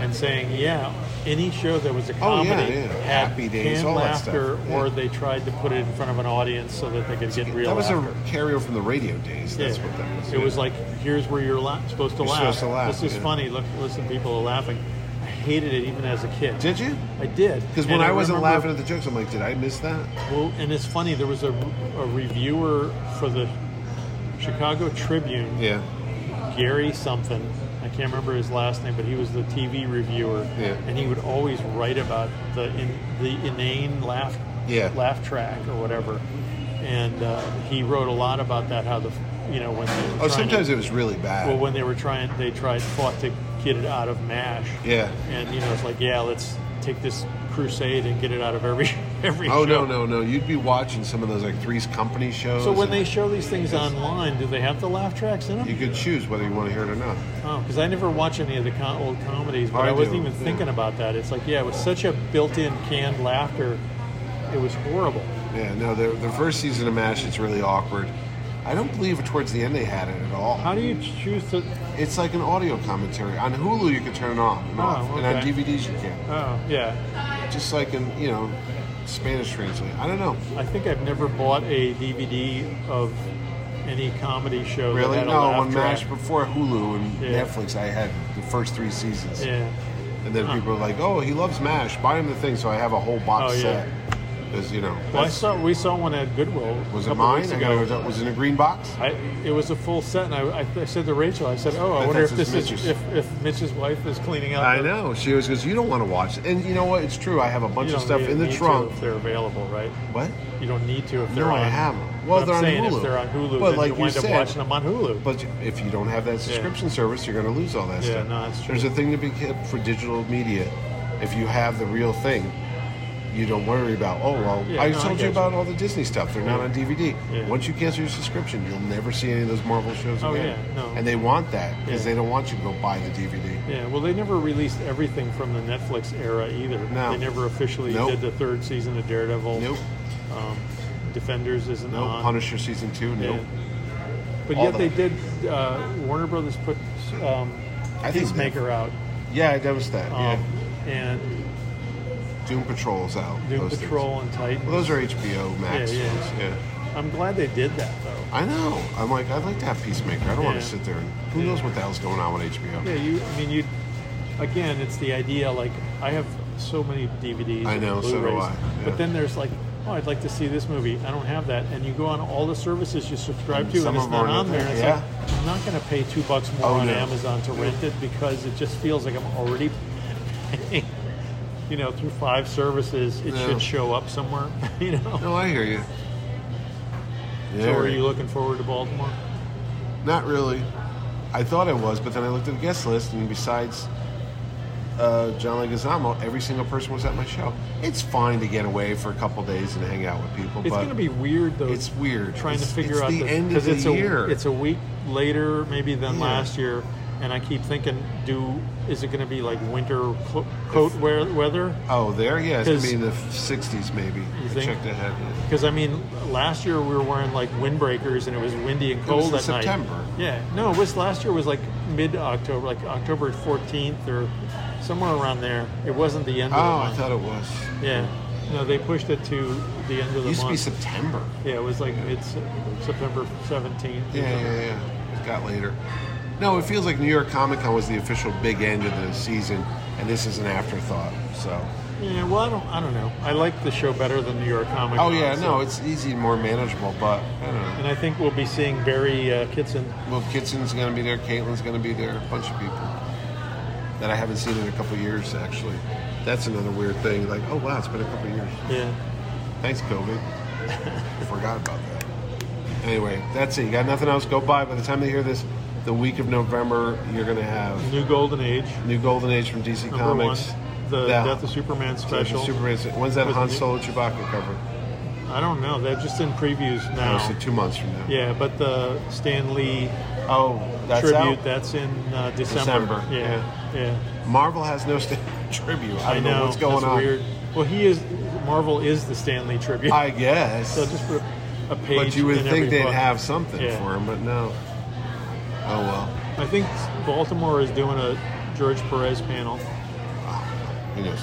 Speaker 2: and saying, "Yeah, any show that was a
Speaker 3: Oh,
Speaker 2: comedy
Speaker 3: yeah, yeah.
Speaker 2: had
Speaker 3: Happy Days,
Speaker 2: canned
Speaker 3: all that stuff.
Speaker 2: laughter, or
Speaker 3: Yeah.
Speaker 2: they tried to put it in front of an audience so that they could get real
Speaker 3: that was
Speaker 2: laughter."
Speaker 3: a carryover from the radio days. That's
Speaker 2: Yeah.
Speaker 3: what that was.
Speaker 2: It was like, "Here's where you're la- supposed to
Speaker 3: You're
Speaker 2: laugh.
Speaker 3: supposed to laugh,
Speaker 2: This is
Speaker 3: yeah.
Speaker 2: funny. Look, listen, people are laughing." I hated it even as a kid.
Speaker 3: Did you?
Speaker 2: I did
Speaker 3: Because when
Speaker 2: And
Speaker 3: I, wasn't
Speaker 2: remember-
Speaker 3: laughing at the jokes, I'm like, did I miss that?
Speaker 2: Well, and it's funny. There was a, a reviewer for the Chicago Tribune
Speaker 3: Yeah.
Speaker 2: Gary something. I can't remember his last name, but he was the TV reviewer,
Speaker 3: Yeah.
Speaker 2: and he would always write about the in, the inane laugh
Speaker 3: Yeah.
Speaker 2: laugh track or whatever. And uh, he wrote a lot about that. How the you know when they were
Speaker 3: Oh,
Speaker 2: trying
Speaker 3: sometimes
Speaker 2: to,
Speaker 3: it was really bad.
Speaker 2: well when they were trying they tried fought to get it out of Mash.
Speaker 3: Yeah.
Speaker 2: and you know it's like yeah let's take this crusade and get it out of every every.
Speaker 3: oh
Speaker 2: show.
Speaker 3: no, no, no! You'd be watching some of those like Three's Company shows.
Speaker 2: So when
Speaker 3: and
Speaker 2: they show these things online, do they have the laugh tracks in them?
Speaker 3: you could choose whether you want to hear it or not.
Speaker 2: Oh, because I never watch any of the con- old comedies, but
Speaker 3: I
Speaker 2: I, wasn't
Speaker 3: do,
Speaker 2: even
Speaker 3: yeah.
Speaker 2: thinking about that. It's like, yeah, it was such a built-in canned laughter. It was horrible.
Speaker 3: Yeah, no. The, the first season of Mash, it's really awkward. I don't believe towards the end they had it at all.
Speaker 2: How do you choose to?
Speaker 3: It's like an audio commentary on Hulu. You can turn it on and
Speaker 2: Oh,
Speaker 3: off, and on
Speaker 2: okay.
Speaker 3: DVDs you can.
Speaker 2: Oh, yeah.
Speaker 3: Just like in you know Spanish translation. I don't know.
Speaker 2: I think I've never bought a DVD of any comedy show.
Speaker 3: Really?
Speaker 2: That had a
Speaker 3: No,
Speaker 2: laugh
Speaker 3: on
Speaker 2: track.
Speaker 3: Mash before Hulu and
Speaker 2: Yeah.
Speaker 3: Netflix, I had the first three seasons.
Speaker 2: Yeah.
Speaker 3: And then
Speaker 2: Huh.
Speaker 3: people are like, "Oh, he loves Mash. Buy him the thing." So I have a whole box
Speaker 2: Oh, yeah.
Speaker 3: set. Because you know,
Speaker 2: Well, I
Speaker 3: that's-
Speaker 2: saw we saw one at Goodwill. a
Speaker 3: was it
Speaker 2: couple
Speaker 3: mine?
Speaker 2: weeks
Speaker 3: I
Speaker 2: ago.
Speaker 3: got it. Was, it in a green box?
Speaker 2: I, it was a full set, and I, I said to Rachel, I said, "Oh, I
Speaker 3: That-
Speaker 2: wonder if
Speaker 3: that's
Speaker 2: this is
Speaker 3: Mitch's.
Speaker 2: if, if Mitch's wife is cleaning up."
Speaker 3: I know. She always goes, "You don't want to watch." it." And you know what? It's true. I have a bunch
Speaker 2: You
Speaker 3: of
Speaker 2: don't
Speaker 3: stuff
Speaker 2: need-
Speaker 3: in the
Speaker 2: need to
Speaker 3: trunk.
Speaker 2: if they're available, right?
Speaker 3: What?
Speaker 2: You don't need to if
Speaker 3: No,
Speaker 2: they're on.
Speaker 3: I haven't. Well,
Speaker 2: But I'm
Speaker 3: they're on
Speaker 2: saying
Speaker 3: Hulu.
Speaker 2: If they're on Hulu,
Speaker 3: But
Speaker 2: then
Speaker 3: like
Speaker 2: you
Speaker 3: you
Speaker 2: wind
Speaker 3: said-
Speaker 2: up watching them on Hulu.
Speaker 3: But if you don't have that subscription service, you're going to lose all that
Speaker 2: Yeah,
Speaker 3: stuff.
Speaker 2: no, that's true.
Speaker 3: There's a thing to be kept for digital media. If you have the real thing, you don't worry about. Oh well,
Speaker 2: Yeah,
Speaker 3: I
Speaker 2: no, I
Speaker 3: told
Speaker 2: get
Speaker 3: you
Speaker 2: you.
Speaker 3: about all the Disney stuff. They're not on DVD.
Speaker 2: Yeah.
Speaker 3: Once you cancel your subscription, you'll never see any of those Marvel shows
Speaker 2: Oh,
Speaker 3: again.
Speaker 2: yeah, no.
Speaker 3: And they want that because
Speaker 2: Yeah.
Speaker 3: they don't want you to go buy the DVD.
Speaker 2: yeah, well, they never released everything from the Netflix era either.
Speaker 3: No.
Speaker 2: They never officially
Speaker 3: Nope.
Speaker 2: did the third season of Daredevil.
Speaker 3: Nope.
Speaker 2: Um, Defenders isn't
Speaker 3: No
Speaker 2: on.
Speaker 3: Punisher season two.
Speaker 2: Uh-huh. Yeah.
Speaker 3: No.
Speaker 2: But
Speaker 3: All
Speaker 2: yet they
Speaker 3: that.
Speaker 2: did. Uh, Warner Brothers put um,
Speaker 3: I think they-
Speaker 2: Peacemaker out,
Speaker 3: Yeah, I noticed that.
Speaker 2: um, and
Speaker 3: yeah. Doom Patrol's out.
Speaker 2: Doom
Speaker 3: those
Speaker 2: Patrol
Speaker 3: Things.
Speaker 2: and Titan.
Speaker 3: Well, those are HBO Max.
Speaker 2: Yeah, yeah.
Speaker 3: ones, yeah.
Speaker 2: I'm glad they did that though.
Speaker 3: I know. I'm like, I'd like to have Peacemaker. I don't want
Speaker 2: Yeah.
Speaker 3: to sit there and who
Speaker 2: Yeah.
Speaker 3: knows what the hell's going on with HBO.
Speaker 2: Yeah, you. I mean, you. Again, it's the idea. Like, I have so many DVDs.
Speaker 3: I know,
Speaker 2: and
Speaker 3: so do
Speaker 2: Blu-rays,
Speaker 3: I, yeah.
Speaker 2: But then there's like, oh, I'd like to see this movie. I don't have that, and you go on all the services you subscribe
Speaker 3: And
Speaker 2: to,
Speaker 3: some
Speaker 2: and it's
Speaker 3: of them
Speaker 2: not
Speaker 3: are
Speaker 2: on
Speaker 3: not
Speaker 2: there.
Speaker 3: there,
Speaker 2: and It's
Speaker 3: yeah.
Speaker 2: like, I'm not going to pay two bucks more
Speaker 3: Oh,
Speaker 2: on
Speaker 3: no.
Speaker 2: Amazon to rent it because it just feels like I'm already. paying, You know, through five services, it
Speaker 3: No.
Speaker 2: should show up somewhere. You know.
Speaker 3: No, I hear you.
Speaker 2: so,
Speaker 3: Yeah.
Speaker 2: are you looking forward to Baltimore?
Speaker 3: Not really. I thought I was, but then I looked at the guest list, and besides uh, John Leguizamo, every single person was at my show. It's fine to get away for a couple days and hang out with people,
Speaker 2: It's
Speaker 3: but
Speaker 2: going to be weird though.
Speaker 3: it's weird.
Speaker 2: Trying
Speaker 3: It's-
Speaker 2: to figure
Speaker 3: it's
Speaker 2: out
Speaker 3: the
Speaker 2: this-
Speaker 3: end of
Speaker 2: 'cause
Speaker 3: the
Speaker 2: it's
Speaker 3: year.
Speaker 2: A, it's a week later, maybe than
Speaker 3: Yeah.
Speaker 2: last year, and I keep thinking, do is it going to be like winter clo- coat wear, weather?
Speaker 3: oh, there, yeah, it's gonna be
Speaker 2: 'Cause-
Speaker 3: in the '60s maybe.
Speaker 2: You
Speaker 3: I
Speaker 2: think?
Speaker 3: checked ahead.
Speaker 2: Because I mean, last year we were wearing like windbreakers and it was windy and
Speaker 3: was
Speaker 2: cold
Speaker 3: in
Speaker 2: at night.
Speaker 3: September.
Speaker 2: Yeah, no, it was last year was like mid October, like October fourteenth or somewhere around there. It wasn't the end
Speaker 3: Oh,
Speaker 2: of
Speaker 3: I
Speaker 2: the month.
Speaker 3: thought it was.
Speaker 2: yeah, no, they pushed it to the end of
Speaker 3: It
Speaker 2: the
Speaker 3: used to be
Speaker 2: month.
Speaker 3: September.
Speaker 2: yeah, it was like it's September seventeenth.
Speaker 3: Yeah, yeah, yeah. It got later. No, it feels like New York Comic Con was the official big end of the season, and this is an afterthought. So
Speaker 2: Yeah, well, I don't, I don't know. I like the show better than New York Comic
Speaker 3: Oh
Speaker 2: Con,
Speaker 3: yeah,
Speaker 2: so-
Speaker 3: no, it's easy and more manageable, but I don't know.
Speaker 2: And I think we'll be seeing Barry uh, Kitson.
Speaker 3: Well, Kitson's going to be there. Caitlin's going to be there. A bunch of people that I haven't seen in a couple years, actually. That's another weird thing. Like, oh wow, it's been a couple years.
Speaker 2: Yeah.
Speaker 3: Thanks, COVID. Forgot about that. Anyway, that's it. You got nothing else? Go buy. By the time they hear this, the week of November, you're going to have
Speaker 2: New Golden Age.
Speaker 3: New Golden Age from DC
Speaker 2: Number
Speaker 3: Comics.
Speaker 2: one. The
Speaker 3: That-
Speaker 2: Death of Superman
Speaker 3: Death of
Speaker 2: special.
Speaker 3: Superman. When's that
Speaker 2: Was
Speaker 3: Han
Speaker 2: it-
Speaker 3: Solo Chewbacca cover?
Speaker 2: I don't know. They're just in previews
Speaker 3: Oh,
Speaker 2: now.
Speaker 3: so two months from now.
Speaker 2: Yeah, but the Stan Lee
Speaker 3: Oh, that's
Speaker 2: tribute,
Speaker 3: out.
Speaker 2: that's in uh, December.
Speaker 3: December,
Speaker 2: Yeah. Yeah.
Speaker 3: Marvel has no st- tribute. I,
Speaker 2: I
Speaker 3: don't
Speaker 2: know.
Speaker 3: know, what's going
Speaker 2: that's
Speaker 3: on.
Speaker 2: weird. Well, he is, Marvel is the Stan Lee tribute.
Speaker 3: I guess.
Speaker 2: so just put a page.
Speaker 3: but you would
Speaker 2: in
Speaker 3: think
Speaker 2: every
Speaker 3: they'd
Speaker 2: book.
Speaker 3: have something
Speaker 2: Yeah.
Speaker 3: for him, but no. Oh well,
Speaker 2: I think Baltimore is doing a George Perez panel,
Speaker 3: you know,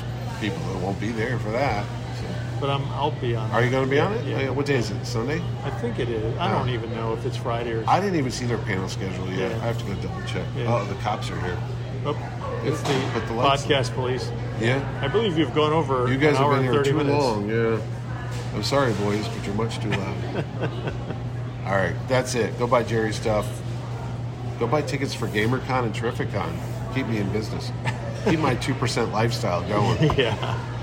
Speaker 3: people that won't be there for that. so.
Speaker 2: but I'm, I'll be on.
Speaker 3: Are you going to be on it?
Speaker 2: Yeah.
Speaker 3: Oh, yeah. What day is it? Sunday?
Speaker 2: I think it is. I
Speaker 3: Oh.
Speaker 2: don't even know if it's Friday or.
Speaker 3: I didn't even see their panel schedule yet.
Speaker 2: Yeah.
Speaker 3: I have to go double check.
Speaker 2: Yeah.
Speaker 3: Oh, the cops are here.
Speaker 2: Oh, it's the,
Speaker 3: Put the lights on.
Speaker 2: podcast police.
Speaker 3: Yeah.
Speaker 2: I believe you've gone over
Speaker 3: You guys
Speaker 2: an
Speaker 3: have
Speaker 2: hour
Speaker 3: been here
Speaker 2: and 30
Speaker 3: too
Speaker 2: minutes.
Speaker 3: long. Yeah. I'm sorry, boys, but you're much too loud. All right, that's it. Go buy Jerry stuff. Go buy tickets for GamerCon and Terrificon. Keep me in business. Keep my two percent lifestyle going.
Speaker 2: Yeah.